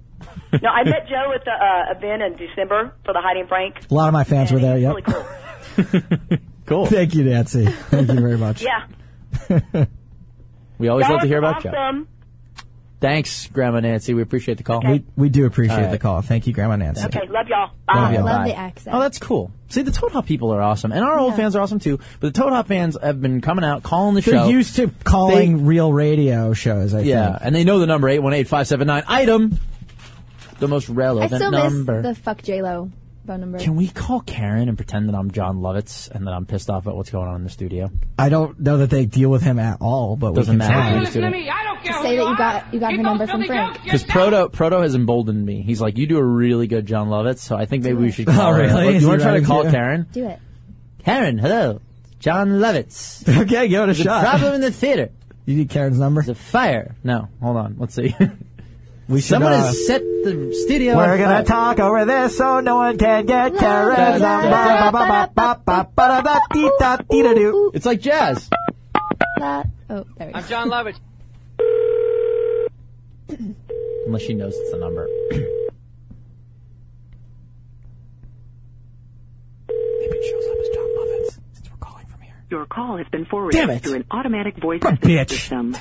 M: No, I met Joe at the uh, event in December for the Heidi and Frank.
C: A lot of my fans were there. Yep.
M: Really cool.
B: Cool.
C: Thank you, Nancy. Thank you very much.
M: Yeah.
B: We always love to hear about
M: awesome.
B: you. Thanks, Grandma Nancy. We appreciate the call.
C: We, we do appreciate
B: All right.
C: the call. Thank you, Grandma Nancy.
M: Okay, love y'all. Bye.
B: Love, y'all.
D: love
B: Bye.
D: the accent.
B: Oh, that's cool. See, the Toad Hop people are awesome, and our old fans are awesome too. But the Toad Hop fans have been coming out, calling the
C: They're
B: show.
C: used to calling real radio shows. I
B: yeah,
C: think.
B: and they know the number eight one eight five seven nine item, the most
D: I
B: relevant
D: still
B: number.
D: miss the fuck J Lo phone number.
B: Can we call Karen and pretend that I'm John Lovitz and that I'm pissed off at what's going on in the studio?
C: I don't know that they deal with him at all, but
B: Doesn't
C: we can
B: matter.
C: try.
B: We're just doing it.
D: Just say that you got you got her number from Frank.
B: Because Proto Proto has emboldened me. He's like, you do a really good John Lovitz, so I think maybe we should.
C: Oh,
B: Call her.
C: really?
B: Look,
C: Is
B: you
C: he
B: want to try to
C: writing
B: call
C: to you?
B: Karen?
D: Do it.
B: Karen, hello, John Lovitz.
C: Okay, give it a
B: There's a
C: shot.
B: problem in the theater.
C: You need Karen's number.
B: The fire. No, hold on. Let's see.
C: We should,
B: Someone
C: uh,
B: has set the studio.
C: We're
B: on fire.
C: gonna talk over this so no one can get Karen's
B: da,
C: number.
B: da,
C: Ba, ba, ba, ba, ba, da, da, dee, da, dee, da, doo.
B: It's like jazz.
D: That- Oh, there we go.
E: I'm John Lovitz.
B: Unless she knows it's the number. Maybe it shows up as John Lovitz since we're calling from here.
N: Your call has been forwarded
B: Damn it.
N: to an automatic voice
B: What a
N: assist
B: bitch.
N: system.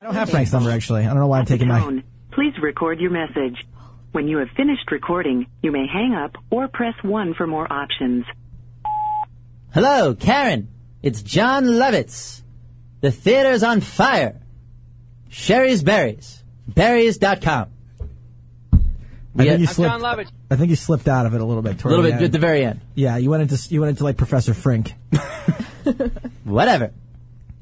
C: I don't have Frank's number actually. I don't know why I'm taking my.
N: Tone. Please record your message. When you have finished recording, you may hang up or press 1 for more options.
B: Hello, Karen. It's John Lovitz. The theater's on fire. Sherry's Berries. Berries.com.
C: I think, you
B: I'm John
C: slipped, I think you slipped out of it a little bit.
B: A little bit at the very end.
C: Yeah, you went into you went into like Professor Frink.
B: Whatever.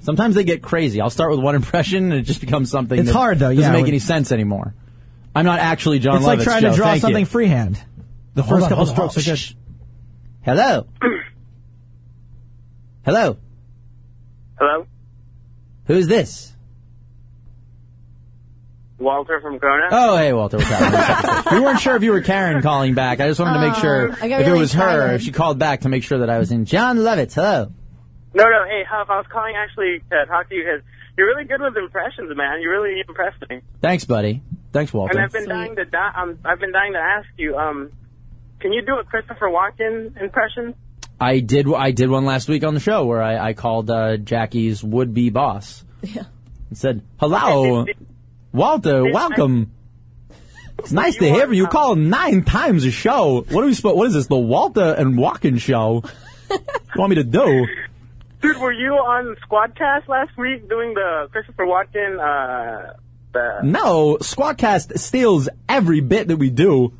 B: Sometimes they get crazy. I'll start with one impression and it just becomes something.
C: It's
B: that
C: hard, though,
B: Doesn't
C: yeah,
B: make
C: when-
B: any sense anymore. I'm not actually John
C: it's
B: Lovitz.
C: like trying to
B: Joe.
C: draw
B: Thank
C: something
B: you.
C: freehand. The
B: Hold
C: first
B: on,
C: couple
B: hold on, hold
C: strokes are
B: on.
C: good.
B: Shh. Hello. Hello.
F: Hello?
B: Who's this?
F: Walter from Corona?
B: Oh, hey, Walter. What's happening? we weren't sure if you were Karen calling back. I just wanted to make
F: Aw,
B: sure
F: Um, I got
B: if it
F: really
B: was her,
F: excited.
B: if she called back to make sure that I was in. John Lovitz. Hello.
F: No, no, hey, Huff, I was calling actually to talk to you because you're really good with impressions, man. You really impressed me.
B: Thanks, buddy. Thanks, Walter.
F: And I've been dying to di- um, I've been dying to ask you, um, can you do a Christopher Walken impression?
B: I did. I did one last week on the show where I, I called uh, Jackie's would-be boss.
D: Yeah.
B: And said, "Hello, Walter. Welcome. It's nice to hear you. Call nine times a show. What are we supposed? What is this? The Walter and Walken show? you want me to do?
F: Dude, were you on Squadcast last week doing the Christopher Walken, uh, the...
B: No. Squadcast steals every bit that we do."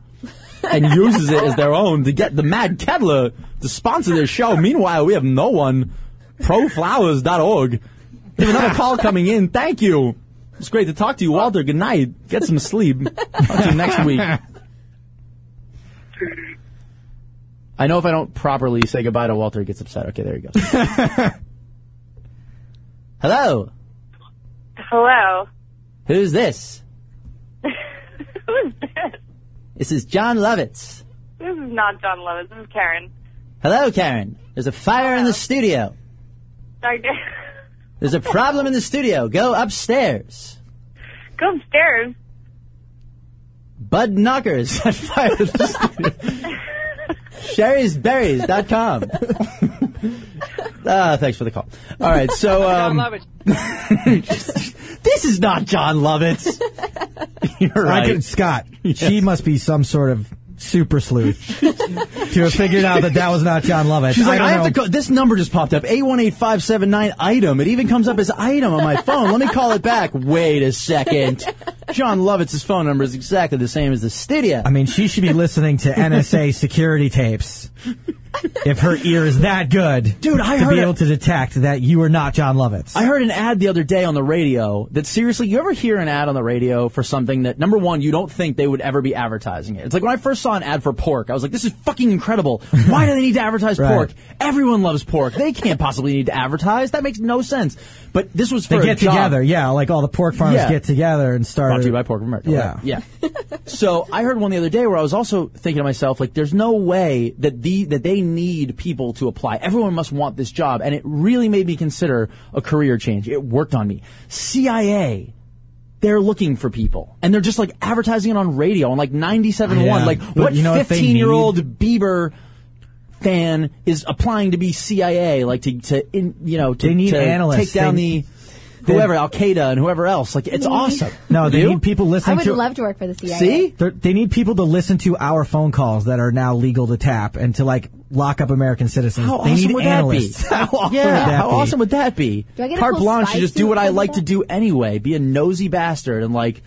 B: and uses it as their own to get the Mad Kettler to sponsor their show. Meanwhile, we have no one. Proflowers.org. We have another call coming in. Thank you. It's great to talk to you, Walter. Good night. Get some sleep. Talk to you next week. I know if I don't properly say goodbye to Walter, he gets upset. Okay, there he goes. Hello.
O: Hello.
B: Who's this?
O: Who is this?
B: This is John Lovitz.
O: This is not John Lovitz. This is Karen.
B: Hello, Karen. There's a fire in the studio.
O: I did-
B: There's a problem in the studio. Go upstairs.
O: Go upstairs.
B: Bud Knockers at fire in the studio. Sherry'sBerries.com. Ah, thanks for the call. All right, so um,
E: John Lovitz.
B: this is not John Lovitz. You're right.
C: I could, Scott, she must be some sort of super sleuth to have figured out that that was not John Lovett.
B: She's like,
C: I,
B: I,
C: don't
B: have
C: know.
B: to call. This number just popped up. Eight one eight five seven nine item. It even comes up as item on my phone. Let me call it back. Wait a second. John Lovitz's phone number is exactly the same as the studio.
C: I mean, she should be listening to NSA security tapes if her ear is that good,
B: Dude, I
C: to
B: heard
C: be
B: a-
C: able to detect that you are not John Lovett.
B: I heard an ad the other day on the radio that seriously, you ever hear an ad on the radio for something that number one, you don't think they would ever be advertising it. It's like when I first saw an ad for pork, I was like, this is fucking incredible. Why do they need to advertise
C: Right.
B: pork? Everyone loves pork. They can't possibly need to advertise. That makes no sense. But this was for
C: They
B: a
C: get
B: job.
C: together, yeah, like all the pork farmers
B: Yeah.
C: get together and start.
B: Brought to you by Pork of America.
C: Yeah.
B: right? Yeah. so I heard one the other day where I was also thinking to myself, like, there's no way that the that they need people to apply. Everyone must want this job, and it really made me consider a career change. It worked on me. CIA. They're looking for people, and they're just like advertising it on radio on like 97.1.
C: Yeah.
B: Like,
C: But
B: what
C: you know what they
B: 15 year old Bieber fan is applying to be CIA, like to, to in, you know, to,
C: They need
B: to take
C: analysts.
B: down
C: They-
B: the whoever Al Qaeda and whoever else. Like it's
D: Mhm.
B: awesome.
C: No, they
B: You?
C: need people
D: I
C: listening
D: would
C: to.
D: love to work for the CIA.
C: They're- they need people to listen to our phone calls that are now legal to tap and to like lock up American citizens.
B: How
C: they
B: awesome
C: need
B: would
C: analysts.
B: that be?
C: how awesome
B: yeah,
C: would that
B: how
C: be?
B: awesome would that be?
D: Do I get a
B: Carte
D: cool
B: blanche
D: spy
B: to just do
D: suit
B: what I
D: for
B: like to
D: that?
B: do anyway. Be a nosy bastard and like,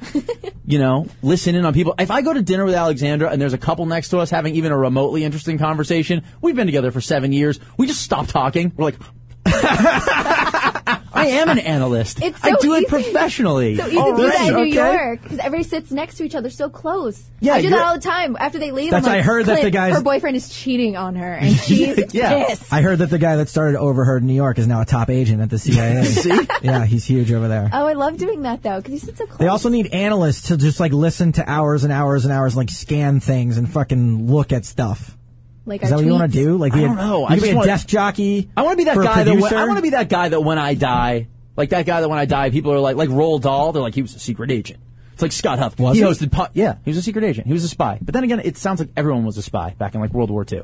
B: you know, listen in on people. If I go to dinner with Alexandra and there's a couple next to us having even a remotely interesting conversation, we've been together for seven years. We just stop talking. We're like. I am an analyst.
D: It's
B: I
D: so
B: do
D: easy-
B: it professionally.
D: So you can do
B: Already,
D: that in New
B: okay?
D: York because everybody sits next to each other so close.
B: Yeah,
D: I do
B: you're-
D: that all the time. After they leave,
C: That's-
D: I'm like,
C: I heard that the
D: "Clint,
C: guys-
D: her boyfriend is cheating on her, and she's
C: Yeah.
D: pissed.
C: I heard that the guy that started Overheard in New York is now a top agent at the CIA.
D: See?
C: Yeah, he's huge over there.
B: Uh,
D: Oh, I love doing that though because you sit so close.
C: They also need analysts to just like listen to hours and hours and hours, and, like scan things and fucking look at stuff.
D: Like
C: Is
D: our
C: that what you want
D: tweets.
C: to do? Like,
B: I
C: be a-
B: don't know.
C: You
B: I
C: could
B: just
C: be a
B: wanna-
C: desk jockey.
B: I want to be that
C: for a
B: guy that when, I
C: producer?
B: want to be that guy that when I die, like that guy that when I die, people are like like Roald Dahl. They're like he was a secret agent. It's like Scott Huff.
C: Was
B: he,
C: he?
B: hosted? Po- yeah, he was a secret agent. He was a spy. But then again, it sounds like everyone was a spy back in like World War II.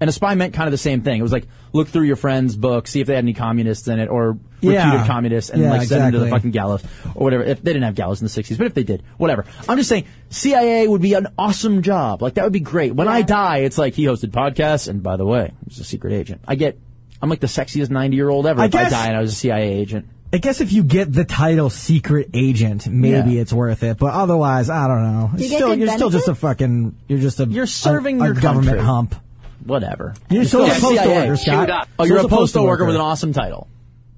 B: And a spy meant kind of the same thing. It was like look through your friend's book, see if they had any communists in it or
C: Yeah.
B: reputed communists, and
C: Yeah,
B: like send them to the
C: exactly.
B: fucking gallows or whatever. If they didn't have gallows in the '60s, but if they did, whatever. I'm just saying, CIA would be an awesome job. Like that would be great. When I die, it's like he hosted podcasts, and by the way, he was a secret agent. I get, I'm like the sexiest 90 year old ever.
C: I
B: if I
C: guess-
B: die and I was a CIA agent.
C: I guess if you get the title secret agent, maybe
B: Yeah.
C: it's worth it. But otherwise, I don't know.
B: Do you
C: It's
B: get
C: still,
B: good
C: you're still just a fucking. You're just a. You're
B: serving
C: a,
B: your
C: government
B: country.
C: hump.
B: Whatever.
C: You're still a postal
B: CIA.
C: worker, Scott. Shoot up.
B: Oh, you're
C: Still
B: a postal worker with an awesome title.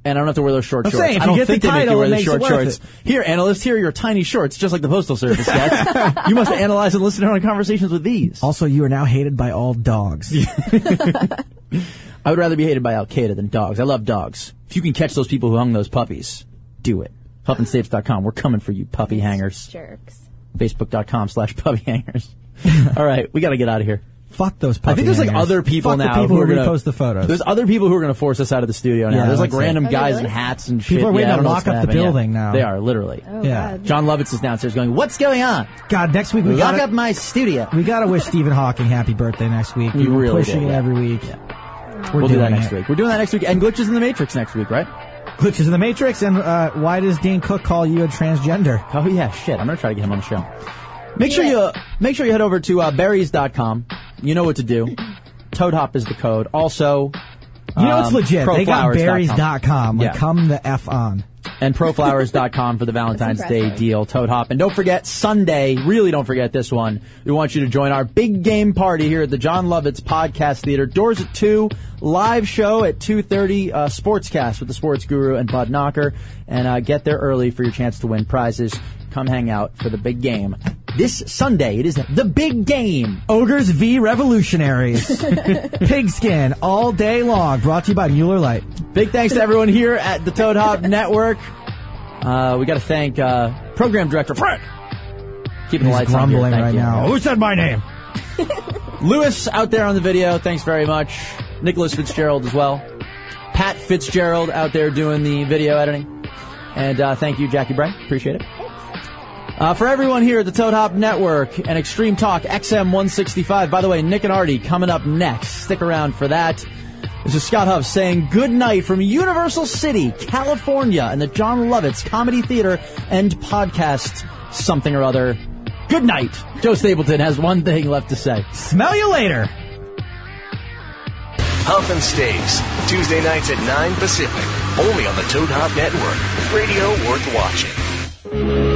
B: And I don't have to wear those short
C: I'm
B: shorts.
C: saying, if
B: I
C: you
B: don't
C: get the
B: think they make you
C: title,
B: wear
C: it
B: the
C: makes
B: short
C: it worth
B: shorts. Here, analysts, here are your tiny shorts, just like the Postal Service gets. you must analyze and listen in on conversations with these.
C: Also, you are now hated by all dogs.
B: I would rather be hated by Al Qaeda than dogs. I love dogs. If you can catch those people who hung those puppies, do it. HuffandStapes.com. We're coming for you, puppy hangers.
D: Jerks.
B: Facebook.com slash puppy hangers. All right, we got to get out of here.
C: Fuck those.
B: I
C: puppy
B: think there's like
C: hangers.
B: other people
C: Fuck the
B: now
C: people
B: who are
C: who
B: gonna
C: repost the photos.
B: There's other people who are gonna force us out of the studio now.
C: Yeah,
B: there's like
C: that's it.
B: random
C: Are they
B: guys
C: really?
B: in hats and shit.
C: People are waiting
B: yeah, I
C: to
B: don't know
C: lock
B: what's
C: up
B: gonna
C: the
B: happen yet.
C: building now.
B: They are literally.
C: Oh, Yeah. God.
B: John Lovitz is downstairs going, "What's going on?
C: God, next week we
B: Lock
C: gotta-
B: up my studio."
C: We gotta wish Stephen Hawking happy birthday next week.
B: We
C: We've been
B: really
C: pushing
B: do,
C: it
B: yeah.
C: every week. We're
B: we'll do that
C: doing
B: next
C: it.
B: week. We're doing that next week, and glitches in the Matrix next week, right?
C: Glitches in the Matrix, and uh, why does Dane Cook call you a transgender?
B: Oh yeah, shit. I'm gonna try to get him on the show. Make sure you make sure you head over to uh, berries.com. You know what to do. Toad Hop is the code. Also,
C: You know it's
B: um,
C: legit. They got
B: proflowers.com.
C: berries.com. Like,
B: Yeah.
C: come the f on.
B: and proflowers.com for the Valentine's
C: That's
B: Day
C: impressive.
B: deal, Toad Hop. And don't forget, Sunday, really don't forget this one. We want you to join our big game party here at the John Lovitz Podcast Theater. Doors at 2, live show at 2.30, uh, Sportscast with the Sports Guru and Bud Knocker. And uh, get there early for your chance to win prizes. Come hang out for the big game. This Sunday, it is the big game.
C: Ogres v. Revolutionaries. Pigskin all day long. Brought to you by Mueller Light.
B: Big thanks to everyone here at the Toad Hop Network. Uh, we got to thank uh, program director Frank. Keeping the
C: He's
B: lights on
C: grumbling
B: here. Thank
C: right
B: you.
C: now. Who said my name?
B: Lewis out there on the video, thanks very much. Nicholas Fitzgerald as well. Pat Fitzgerald out there doing the video editing. And uh, thank you, Jackie Bray. Appreciate it. Uh, for everyone here at the Toad Hop Network and Extreme Talk XM165. By the way, Nick and Artie coming up next. Stick around for that. This is Scott Huff saying good night from Universal City, California, and the John Lovitz Comedy Theater and podcast something or other. Good night. Joe Stapleton has one thing left to say.
C: Smell you later.
H: Huff and Stapes, Tuesday nights at 9 Pacific, only on the Toad Hop Network. Radio worth watching.